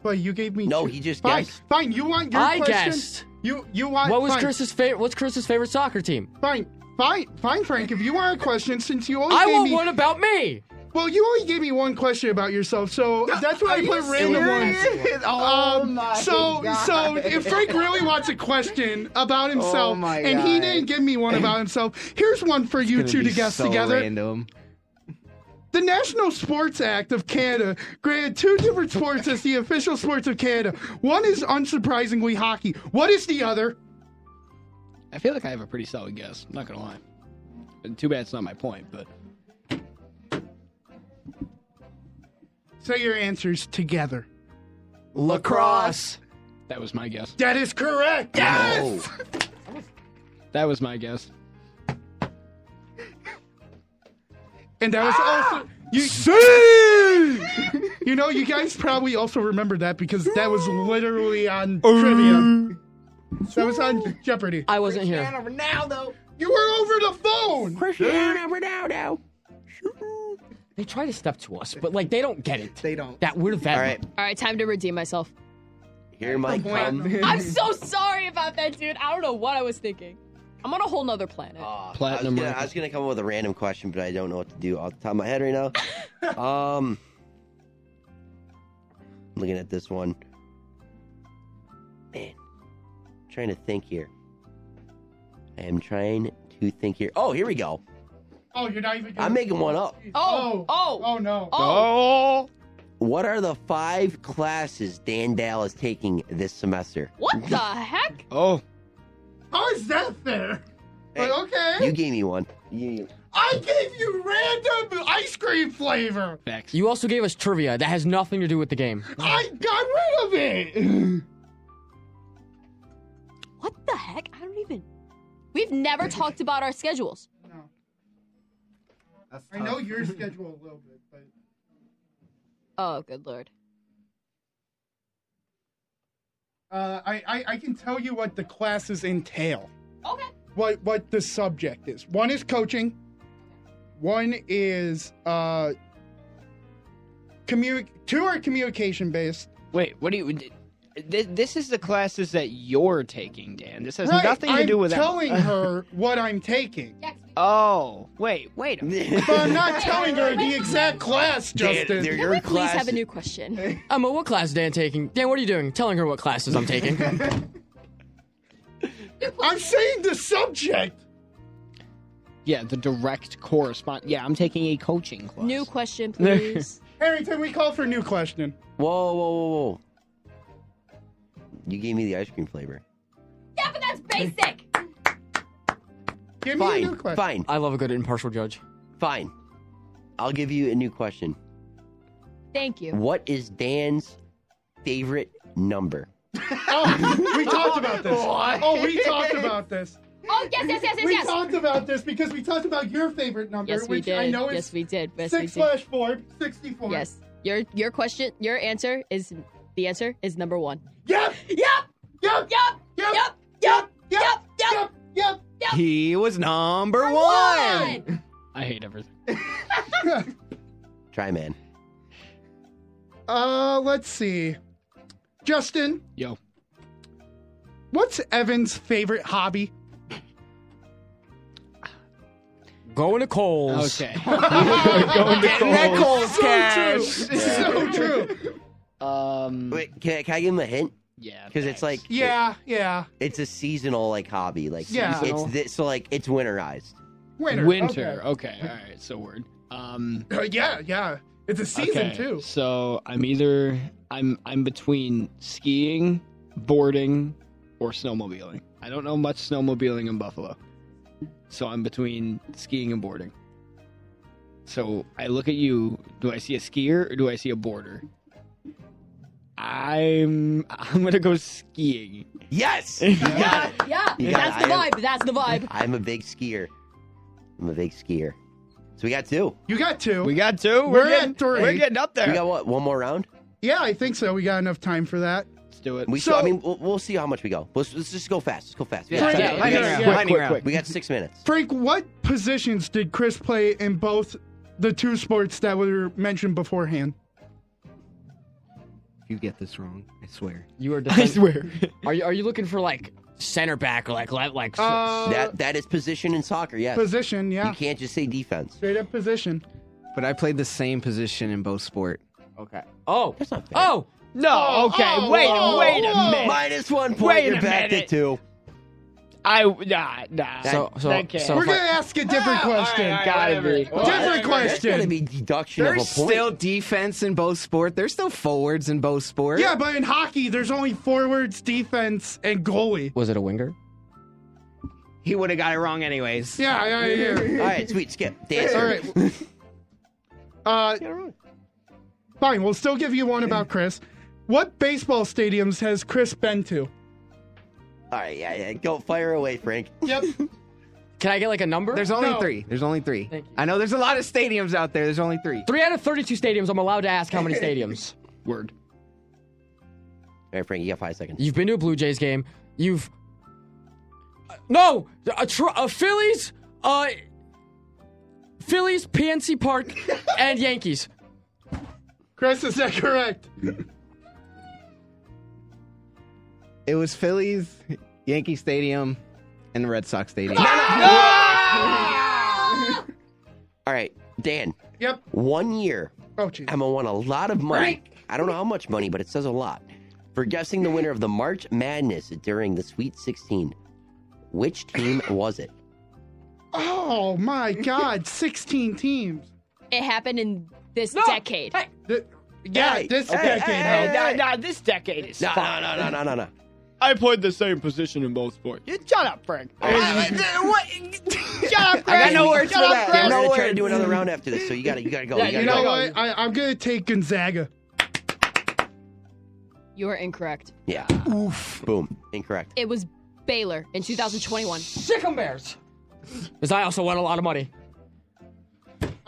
Speaker 2: But you gave me
Speaker 1: No,
Speaker 2: two.
Speaker 1: he just
Speaker 2: fine.
Speaker 1: guessed.
Speaker 2: Fine, you want your
Speaker 6: I
Speaker 2: question?
Speaker 6: guessed.
Speaker 2: You you want
Speaker 6: What was
Speaker 2: fine,
Speaker 6: Chris's favorite? What's Chris's favorite soccer team?
Speaker 2: Fine, fine, fine, Frank. If you want a question, since you only
Speaker 6: I
Speaker 2: gave
Speaker 6: want
Speaker 2: me
Speaker 6: one about me.
Speaker 2: well, you only gave me one question about yourself, so that's why I put random ones.
Speaker 9: (laughs) oh
Speaker 2: Um,
Speaker 9: my
Speaker 2: so
Speaker 9: God.
Speaker 2: so if Frank really wants a question about himself,
Speaker 9: Oh my
Speaker 2: and he
Speaker 9: God.
Speaker 2: didn't give me one about himself, here's one for you two to guess together.
Speaker 3: Random.
Speaker 2: The National Sports Act of Canada granted two different sports as the official sports of Canada. One is unsurprisingly hockey. What is the other?
Speaker 7: I feel like I have a pretty solid guess. I'm not gonna lie. And too bad it's not my point, but
Speaker 2: Say your answers together.
Speaker 6: Lacrosse.
Speaker 7: that was my guess.
Speaker 2: That is correct. Yes.
Speaker 7: That was my guess.
Speaker 2: And that was
Speaker 1: Ah!
Speaker 2: also you. See! you know, you guys probably also remember that because that was literally on
Speaker 1: Oh!
Speaker 2: trivia. That was on Jeopardy.
Speaker 6: I wasn't here.
Speaker 9: Cristiano Ronaldo.
Speaker 2: You were over the phone.
Speaker 6: Cristiano Ronaldo. They try to step to us, but like they don't get it.
Speaker 9: They don't.
Speaker 6: That we're that.
Speaker 1: All right,
Speaker 4: All right, time to redeem myself.
Speaker 1: here might come.
Speaker 4: I'm so sorry about that, dude. I don't know what I was thinking. I'm on a whole nother planet.
Speaker 1: Aw,
Speaker 7: Platinum
Speaker 1: Uh, I was, gonna,
Speaker 7: record.
Speaker 1: I was gonna come up with a random question, but I don't know what to do off the top of my head right
Speaker 4: (laughs)
Speaker 1: now. um, looking at this one, man, trying to think here. I am trying to think here. Oh, here we go.
Speaker 2: Oh, you're not even. Gonna...
Speaker 1: I'm making one up.
Speaker 4: Oh, oh,
Speaker 2: oh no.
Speaker 4: oh.
Speaker 1: What are the five classes Dan Dale is taking this semester?
Speaker 4: What the heck?
Speaker 7: Oh,
Speaker 2: How is that fair?
Speaker 1: Hey,
Speaker 2: Like, okay.
Speaker 1: You gave me one. You,
Speaker 2: I gave you random ice cream flavor.
Speaker 7: facts.
Speaker 6: You also gave us trivia that has nothing to do with the game.
Speaker 2: I got rid of it.
Speaker 4: What the heck? I don't even. We've never talked about our schedules.
Speaker 9: That's
Speaker 2: I know
Speaker 9: tough.
Speaker 2: your schedule a little bit, but
Speaker 4: Oh, good lord.
Speaker 2: uh, I, I I can tell you what the classes entail.
Speaker 4: Okay.
Speaker 2: what what the subject is. One is coaching. One is uh commu- two are communication based.
Speaker 7: Wait, what do you? This, this is the classes that you're taking, Dan. This has
Speaker 2: Right,
Speaker 7: nothing to
Speaker 2: I'm
Speaker 7: (laughs) do with that.
Speaker 2: telling her what I'm taking.
Speaker 4: Jax, we
Speaker 7: Oh, wait, wait. a minute.
Speaker 2: But I'm not telling her the exact class,
Speaker 6: Dan,
Speaker 2: Justin.
Speaker 6: they're
Speaker 4: Can we please have a new (laughs) question?
Speaker 6: Emma, what class is Dan taking? Dan, what are you doing? Telling her what classes I'm
Speaker 7: (laughs)
Speaker 6: taking.
Speaker 2: I'm saying the subject.
Speaker 7: Yeah, the direct correspond. Yeah, I'm taking a coaching class.
Speaker 4: New question, please.
Speaker 2: Harrington, we call for new question.
Speaker 1: Whoa, whoa, whoa, whoa. You gave me the ice cream flavor.
Speaker 4: (laughs) yeah, but that's basic.
Speaker 2: Give me a new
Speaker 1: Fine,
Speaker 2: question.
Speaker 1: fine,
Speaker 6: I love a good impartial judge.
Speaker 1: fine. I'll give you a new question.
Speaker 4: Thank you.
Speaker 1: What is Dan's favorite number?
Speaker 2: Oh, we talked about this.
Speaker 7: (laughs)
Speaker 2: Oh, we talked about this.
Speaker 4: Oh yes, yes, yes, yes,
Speaker 2: we
Speaker 4: yes.
Speaker 2: talked about this because we talked about your favorite number,
Speaker 4: Yes, we
Speaker 2: which
Speaker 4: did.
Speaker 2: I know
Speaker 4: yes,
Speaker 2: is
Speaker 4: we did. Yes, we
Speaker 2: 6
Speaker 4: did.
Speaker 2: slash 4, 64.
Speaker 4: Yes. Your your question, your answer is the answer is number one.
Speaker 2: Yep,
Speaker 4: Yep.
Speaker 2: yep,
Speaker 4: Yep.
Speaker 2: Yep.
Speaker 4: Yep. Yep. Yep. Yep.
Speaker 2: yep, yep.
Speaker 3: He was number one.
Speaker 4: One.
Speaker 7: I hate everything.
Speaker 1: Try, man.
Speaker 2: Uh, let's see. Justin,
Speaker 7: Yo,
Speaker 2: what's Evan's favorite hobby?
Speaker 6: Going to Coles.
Speaker 7: (laughs) okay.
Speaker 2: Oh,
Speaker 6: (laughs)
Speaker 3: Getting that Coles cash.
Speaker 2: True. so true. (laughs)
Speaker 7: um,
Speaker 1: Wait, can I, can I give him a hint?
Speaker 7: yeah,
Speaker 1: Because it's like
Speaker 7: thanks.
Speaker 2: Yeah, yeah.
Speaker 1: it's a seasonal like hobby. Like
Speaker 2: Yeah.
Speaker 1: it's this, so like it's winterized.
Speaker 2: Winter.
Speaker 7: winter. Okay, all right. So word. Um,
Speaker 2: Okay. Uh, yeah, yeah. It's a season
Speaker 7: okay,
Speaker 2: too.
Speaker 7: So I'm either I'm I'm between skiing, boarding, or snowmobiling. I don't know much snowmobiling in Buffalo, so I'm between skiing and boarding. So I look at you. Do I see a skier or do I see a boarder? I'm (laughs) I'm gonna go skiing.
Speaker 1: Yes, you got it.
Speaker 4: Yeah.
Speaker 1: You got
Speaker 4: That's
Speaker 1: it.
Speaker 4: the
Speaker 1: I am-
Speaker 4: vibe. That's the
Speaker 1: (laughs)
Speaker 4: vibe.
Speaker 1: I'm a big skier. I'm a big skier. So we got two.
Speaker 2: You got two.
Speaker 7: We got two. are
Speaker 2: We're at
Speaker 7: getting,
Speaker 2: three.
Speaker 7: We're getting up there.
Speaker 1: We got what? One more round.
Speaker 2: yeah, I think so. We got enough time for that.
Speaker 7: Let's do it.
Speaker 1: We
Speaker 2: So-
Speaker 1: so, I mean, we'll, we'll see how much we go. Let's, let's just go fast. Let's go fast. We got,
Speaker 2: Yeah,
Speaker 1: we
Speaker 2: yeah,
Speaker 1: got-
Speaker 2: yeah,
Speaker 1: we,
Speaker 2: yeah.
Speaker 1: got,
Speaker 7: quick, quick, quick.
Speaker 1: we got six minutes.
Speaker 2: Frank, what positions did Chris play in both the two sports that were mentioned beforehand?
Speaker 3: If you get this wrong, I swear.
Speaker 6: You are.
Speaker 7: I
Speaker 6: Defend-
Speaker 7: swear.
Speaker 6: Are you are you looking for like center back or like le- like?
Speaker 2: Uh,
Speaker 1: that that is position in soccer. Yes,
Speaker 2: position, yeah.
Speaker 1: you can't just say defense.
Speaker 2: Straight up position.
Speaker 3: But I played the same position in both sport.
Speaker 9: Okay.
Speaker 6: oh
Speaker 1: That's not fair.
Speaker 6: oh
Speaker 7: No. Okay.
Speaker 2: oh,
Speaker 7: wait.
Speaker 2: whoa,
Speaker 7: wait a
Speaker 2: whoa.
Speaker 7: minute.
Speaker 1: Minus one point.
Speaker 7: Wait a
Speaker 1: You're back
Speaker 7: minute.
Speaker 1: to two.
Speaker 7: I nah nah.
Speaker 6: So- so-
Speaker 7: that can't-
Speaker 6: so-
Speaker 2: We're
Speaker 6: if
Speaker 2: gonna
Speaker 6: I-
Speaker 2: ask a different question.
Speaker 7: gotta be.
Speaker 2: Different
Speaker 1: That's gonna
Speaker 2: question.
Speaker 1: be deduction of a
Speaker 3: There's
Speaker 1: point.
Speaker 3: still defense in both sport. There's still forwards in both sport.
Speaker 2: yeah, but in hockey, there's only forwards, defense, and goalie.
Speaker 6: was it a winger?
Speaker 3: he would have got it wrong anyways.
Speaker 2: Yeah, yeah, yeah. yeah.
Speaker 1: All right, sweet. Skip. Dance.
Speaker 2: All right. Uh, fine. We'll still give you one about Chris. What baseball stadiums has Chris been to?
Speaker 1: All right. Yeah, yeah. Go fire away, Frank.
Speaker 2: Yep.
Speaker 6: Can I get like a number?
Speaker 3: There's only
Speaker 2: No.
Speaker 3: three. There's only three.
Speaker 6: Thank you.
Speaker 3: I know there's a lot of stadiums out there. There's only three.
Speaker 6: three out of thirty-two stadiums. I'm allowed to ask how
Speaker 7: (laughs)
Speaker 6: many stadiums.
Speaker 7: Word.
Speaker 1: All right, Frank. You got five seconds.
Speaker 6: You've been to a Blue Jays game. You've Uh, no a, tr- a Phillies, uh, Phillies, PNC Park, and Yankees.
Speaker 2: (laughs) Chris, is that correct?
Speaker 3: It was Phillies, Yankee Stadium, and the Red Sox Stadium.
Speaker 1: All right, Dan.
Speaker 2: Yep.
Speaker 1: One year,
Speaker 2: Oh, geez.
Speaker 1: Emma won a lot of money. I don't know how much money, but it says a lot. For guessing the winner of the March Madness during the Sweet 16, which team was it?
Speaker 2: Oh my God! Sixteen teams.
Speaker 4: It happened in this decade.
Speaker 2: Th- yeah,
Speaker 1: Hey,
Speaker 2: this
Speaker 1: hey,
Speaker 2: decade.
Speaker 1: hey,
Speaker 2: huh?
Speaker 7: Nah, nah, this decade is
Speaker 1: No,
Speaker 7: fine.
Speaker 1: no, no, no, no, no, no.
Speaker 7: I played the same position in both sports. Shut up, Frank.
Speaker 3: what?
Speaker 7: Shut up, Frank.
Speaker 3: I got no words for
Speaker 7: Shut up,
Speaker 3: that.
Speaker 1: Yeah, we're
Speaker 7: Frank.
Speaker 3: No
Speaker 1: gonna try to
Speaker 3: words.
Speaker 1: do another round after this, so you gotta, you gotta go.
Speaker 7: Yeah,
Speaker 1: you gotta
Speaker 2: You
Speaker 7: There
Speaker 2: know
Speaker 7: you
Speaker 1: go.
Speaker 7: go.
Speaker 2: what? I, I'm gonna take Gonzaga.
Speaker 4: You are incorrect.
Speaker 1: Yeah. Oof. Boom. Incorrect.
Speaker 4: It was Baylor in 2021.
Speaker 6: Sikkim Bears. Because I also won a lot of money.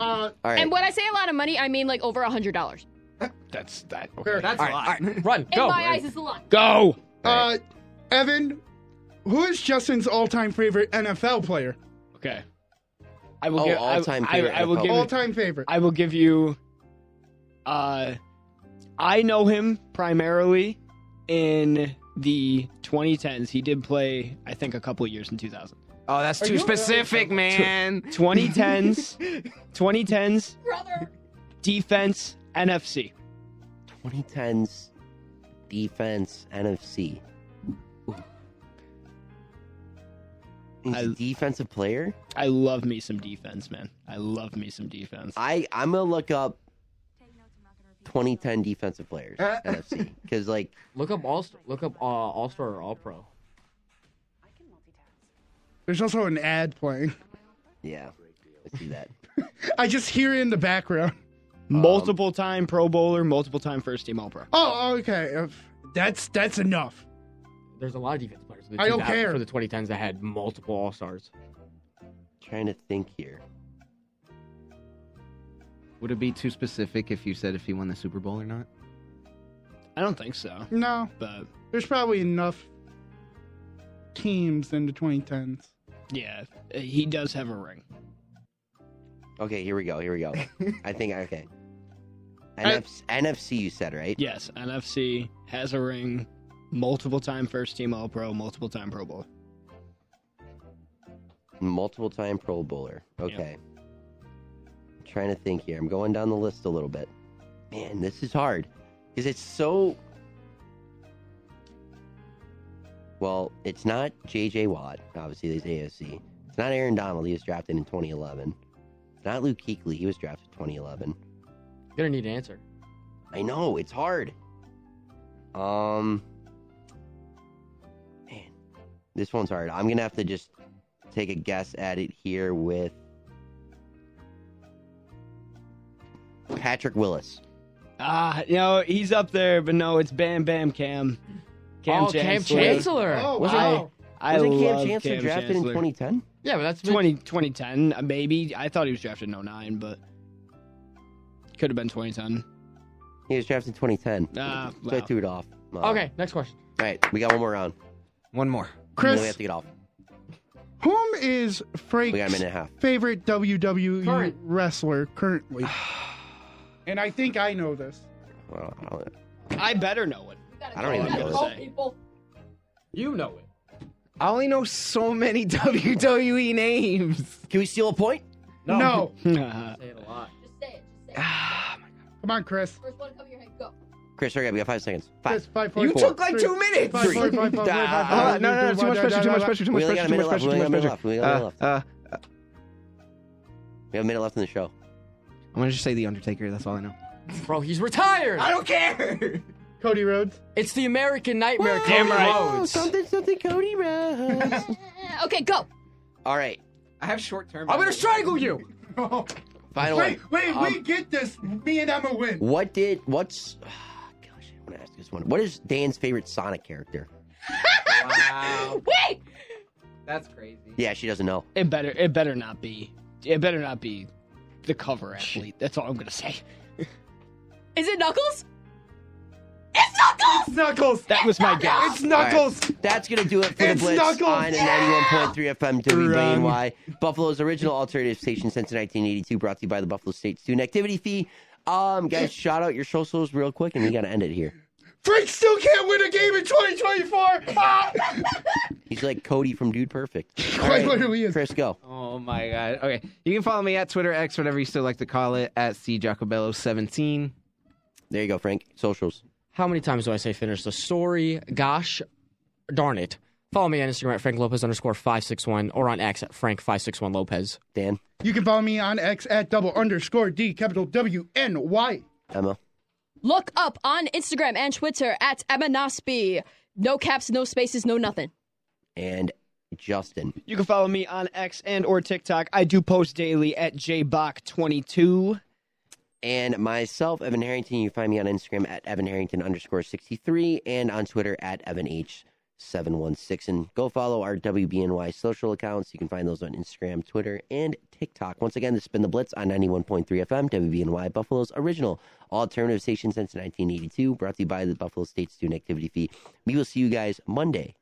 Speaker 2: Uh,
Speaker 1: All right.
Speaker 4: And when I say a lot of money, I mean like over a hundred dollars.
Speaker 7: That's that.
Speaker 2: Fair.
Speaker 7: That's
Speaker 6: All right, all right, run,
Speaker 4: In
Speaker 6: go.
Speaker 4: my eyes, it's a lot.
Speaker 7: Go.
Speaker 2: uh, Evan, who is Justin's all-time favorite NFL player?
Speaker 7: Okay. I will
Speaker 1: Oh,
Speaker 7: give. I-
Speaker 1: all-time
Speaker 7: I,
Speaker 1: favorite
Speaker 7: I will
Speaker 1: NFL.
Speaker 7: give.
Speaker 2: All-time favorite.
Speaker 7: I will give you. Uh, I know him primarily in the 2010s. He did play, I think, a couple of years in 2000.
Speaker 3: Oh, that's too specific, man.
Speaker 7: 2010s, 2010s, defense, NFC.
Speaker 1: 2010s, defense, NFC. He's a defensive player.
Speaker 7: I love me some defense, man. I love me some defense.
Speaker 1: I I'm gonna look up 2010 defensive players NFC because like
Speaker 6: Look up all look up uh, all star or all pro.
Speaker 2: There's also an ad playing.
Speaker 1: yeah, I see that.
Speaker 2: I just hear it in the background. (laughs)
Speaker 7: multiple time Pro Bowler, multiple time first team All Pro.
Speaker 2: Oh, okay. uh, That's that's enough.
Speaker 6: There's a lot of defense players. in the
Speaker 2: I don't
Speaker 6: 2000
Speaker 2: care.
Speaker 6: for the 2010s that had multiple all stars.
Speaker 1: Trying to think here.
Speaker 3: Would it be too specific if you said if he won the Super Bowl or not?
Speaker 7: I don't think so,
Speaker 2: No,
Speaker 7: but
Speaker 2: there's probably enough teams in the 2010s.
Speaker 7: yeah, he does have a ring.
Speaker 1: Okay, here we go. Here we go. I think okay. NFC, NFC, you said right?
Speaker 7: Yes, NFC has a ring, multiple time first team All Pro, multiple time Pro Bowler.
Speaker 1: Multiple time Pro Bowler. Okay. I'm trying to think here. I'm going down the list a little bit. Man, this is hard because it's so. Well, it's not J.J. Watt. Obviously, he's AFC. It's not Aaron Donald. He was drafted in 2011. It's not Luke Kuechly. He was drafted 2011.
Speaker 6: You're gonna need an answer.
Speaker 1: I know it's hard. Um, man, this one's hard. I'm gonna have to just take a guess at it here with Patrick Willis.
Speaker 7: Ah, you know, he's up there, but no, it's Bam Bam Cam. Cam
Speaker 6: oh, Cam
Speaker 7: Chancellor.
Speaker 6: Chancellor.
Speaker 2: Oh,
Speaker 6: Was it-
Speaker 2: wow.
Speaker 7: I
Speaker 1: Wasn't Cam
Speaker 7: love
Speaker 1: Chancellor
Speaker 7: Cam
Speaker 1: drafted
Speaker 7: Chancellor.
Speaker 1: in 2010?
Speaker 6: Yeah, but that's
Speaker 7: 20, 2010, uh, maybe. I thought he was drafted in 09, but could have been 2010.
Speaker 1: He was drafted in 2010.
Speaker 7: Ah,
Speaker 1: So I
Speaker 7: wow.
Speaker 1: threw it off. Uh,
Speaker 6: okay. Next question.
Speaker 1: All right, we got one more round.
Speaker 3: One more.
Speaker 1: We really have
Speaker 2: Chris,
Speaker 1: to get off.
Speaker 2: whom is Frake's
Speaker 1: We got a minute and a half.
Speaker 2: favorite WWE
Speaker 6: Current.
Speaker 2: wrestler
Speaker 1: (sighs)
Speaker 2: currently? and I think I know this.
Speaker 1: Well, I don't,
Speaker 7: I better know it.
Speaker 1: I don't even know.
Speaker 7: Oh,
Speaker 1: this.
Speaker 4: people.
Speaker 11: You know it.
Speaker 3: I only know so many (laughs) WWE
Speaker 7: (laughs)
Speaker 3: names.
Speaker 1: Can we steal a point?
Speaker 2: No.
Speaker 6: Say it a lot.
Speaker 4: Just say it. Just say it.
Speaker 1: Ah.
Speaker 2: Come on, Chris.
Speaker 4: First one, cover your head. Go.
Speaker 1: Chris, hurry up. We got five seconds. Five.
Speaker 2: Chris, five,
Speaker 3: You
Speaker 2: four,
Speaker 3: took like
Speaker 2: three.
Speaker 3: two minutes.
Speaker 2: Five, four, five, five,
Speaker 1: Ah.
Speaker 2: five,
Speaker 3: Uh,
Speaker 2: five,
Speaker 3: no, no, no,
Speaker 2: five,
Speaker 3: too much
Speaker 2: five,
Speaker 3: pressure, too much
Speaker 2: five,
Speaker 3: pressure, too
Speaker 1: We
Speaker 3: much
Speaker 1: only got
Speaker 3: pressure,
Speaker 1: a
Speaker 3: too
Speaker 1: minute
Speaker 3: much
Speaker 1: left.
Speaker 3: pressure,
Speaker 1: We
Speaker 3: too
Speaker 1: only got a
Speaker 3: much
Speaker 1: minute left. We only got a
Speaker 3: pressure.
Speaker 1: minute
Speaker 3: Uh,
Speaker 1: left.
Speaker 3: uh,
Speaker 1: We have a minute left in the show.
Speaker 3: I'm gonna just say the Undertaker. That's all I know.
Speaker 6: Bro, he's retired.
Speaker 3: don't care.
Speaker 2: Cody Rhodes.
Speaker 6: It's the American Nightmare. Cody Rhodes.
Speaker 1: something, something, Cody Rhodes.
Speaker 4: Eh, Okay, go.
Speaker 1: (laughs) All right,
Speaker 3: I have short term.
Speaker 6: I'm gonna strangle you.
Speaker 1: final one.
Speaker 2: Wait, wait, we get this. Me and Emma win.
Speaker 1: What did what's? ah, gosh, I want to ask this one. What is Dan's favorite Sonic character?
Speaker 4: Wait.
Speaker 3: That's crazy.
Speaker 1: Yeah, she doesn't know.
Speaker 7: It better it better not be. It better not be the cover athlete. That's all I'm going to say.
Speaker 4: Is it Knuckles? It's Knuckles.
Speaker 7: Knuckles. That was
Speaker 3: (laughs)
Speaker 7: my guess. It's
Speaker 1: Knuckles! That's gonna do it for
Speaker 7: It's
Speaker 1: the Blitz
Speaker 7: Knuckles!
Speaker 1: on 91.3 FM WBNY, Buffalo's original alternative station since 1982, brought to you by the Buffalo State Student Activity Fee. Um, guys, shout out your socials real quick, and we gotta end it here.
Speaker 2: Frank still can't win a game in 2024. Ah!
Speaker 1: He's like Cody from Dude Perfect. All
Speaker 2: Quite literally is.
Speaker 1: Chris, go.
Speaker 3: Oh my god. Okay. You can follow me at Twitter X, whatever you still like to call it, at C Jacobello17.
Speaker 1: There you go, Frank. Socials.
Speaker 6: How many times do I say finish the story? Gosh, darn it. Follow me on Instagram at Frank Lopez underscore 561 or on X at Frank561 Lopez.
Speaker 1: Dan,
Speaker 2: You can follow me on X at double underscore D capital W N Y.
Speaker 1: Emma.
Speaker 4: Look up on Instagram and Twitter at Emma Nosby. No caps, no spaces, no nothing.
Speaker 1: and Justin.
Speaker 7: You can follow me on X and or TikTok. I do post daily at jbach22.
Speaker 1: And myself, Evan Harrington. You can find me on Instagram at Evan Harrington underscore 63 and on Twitter at EvanH716. And go follow our WBNY social accounts. You can find those on Instagram, Twitter, and TikTok. Once again, this has been The Blitz on 91.3 FM, WBNY, Buffalo's original alternative station since 1982, brought to you by the Buffalo State Student Activity Fee. We will see you guys Monday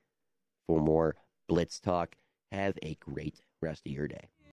Speaker 1: for more Blitz talk. Have a great rest of your day.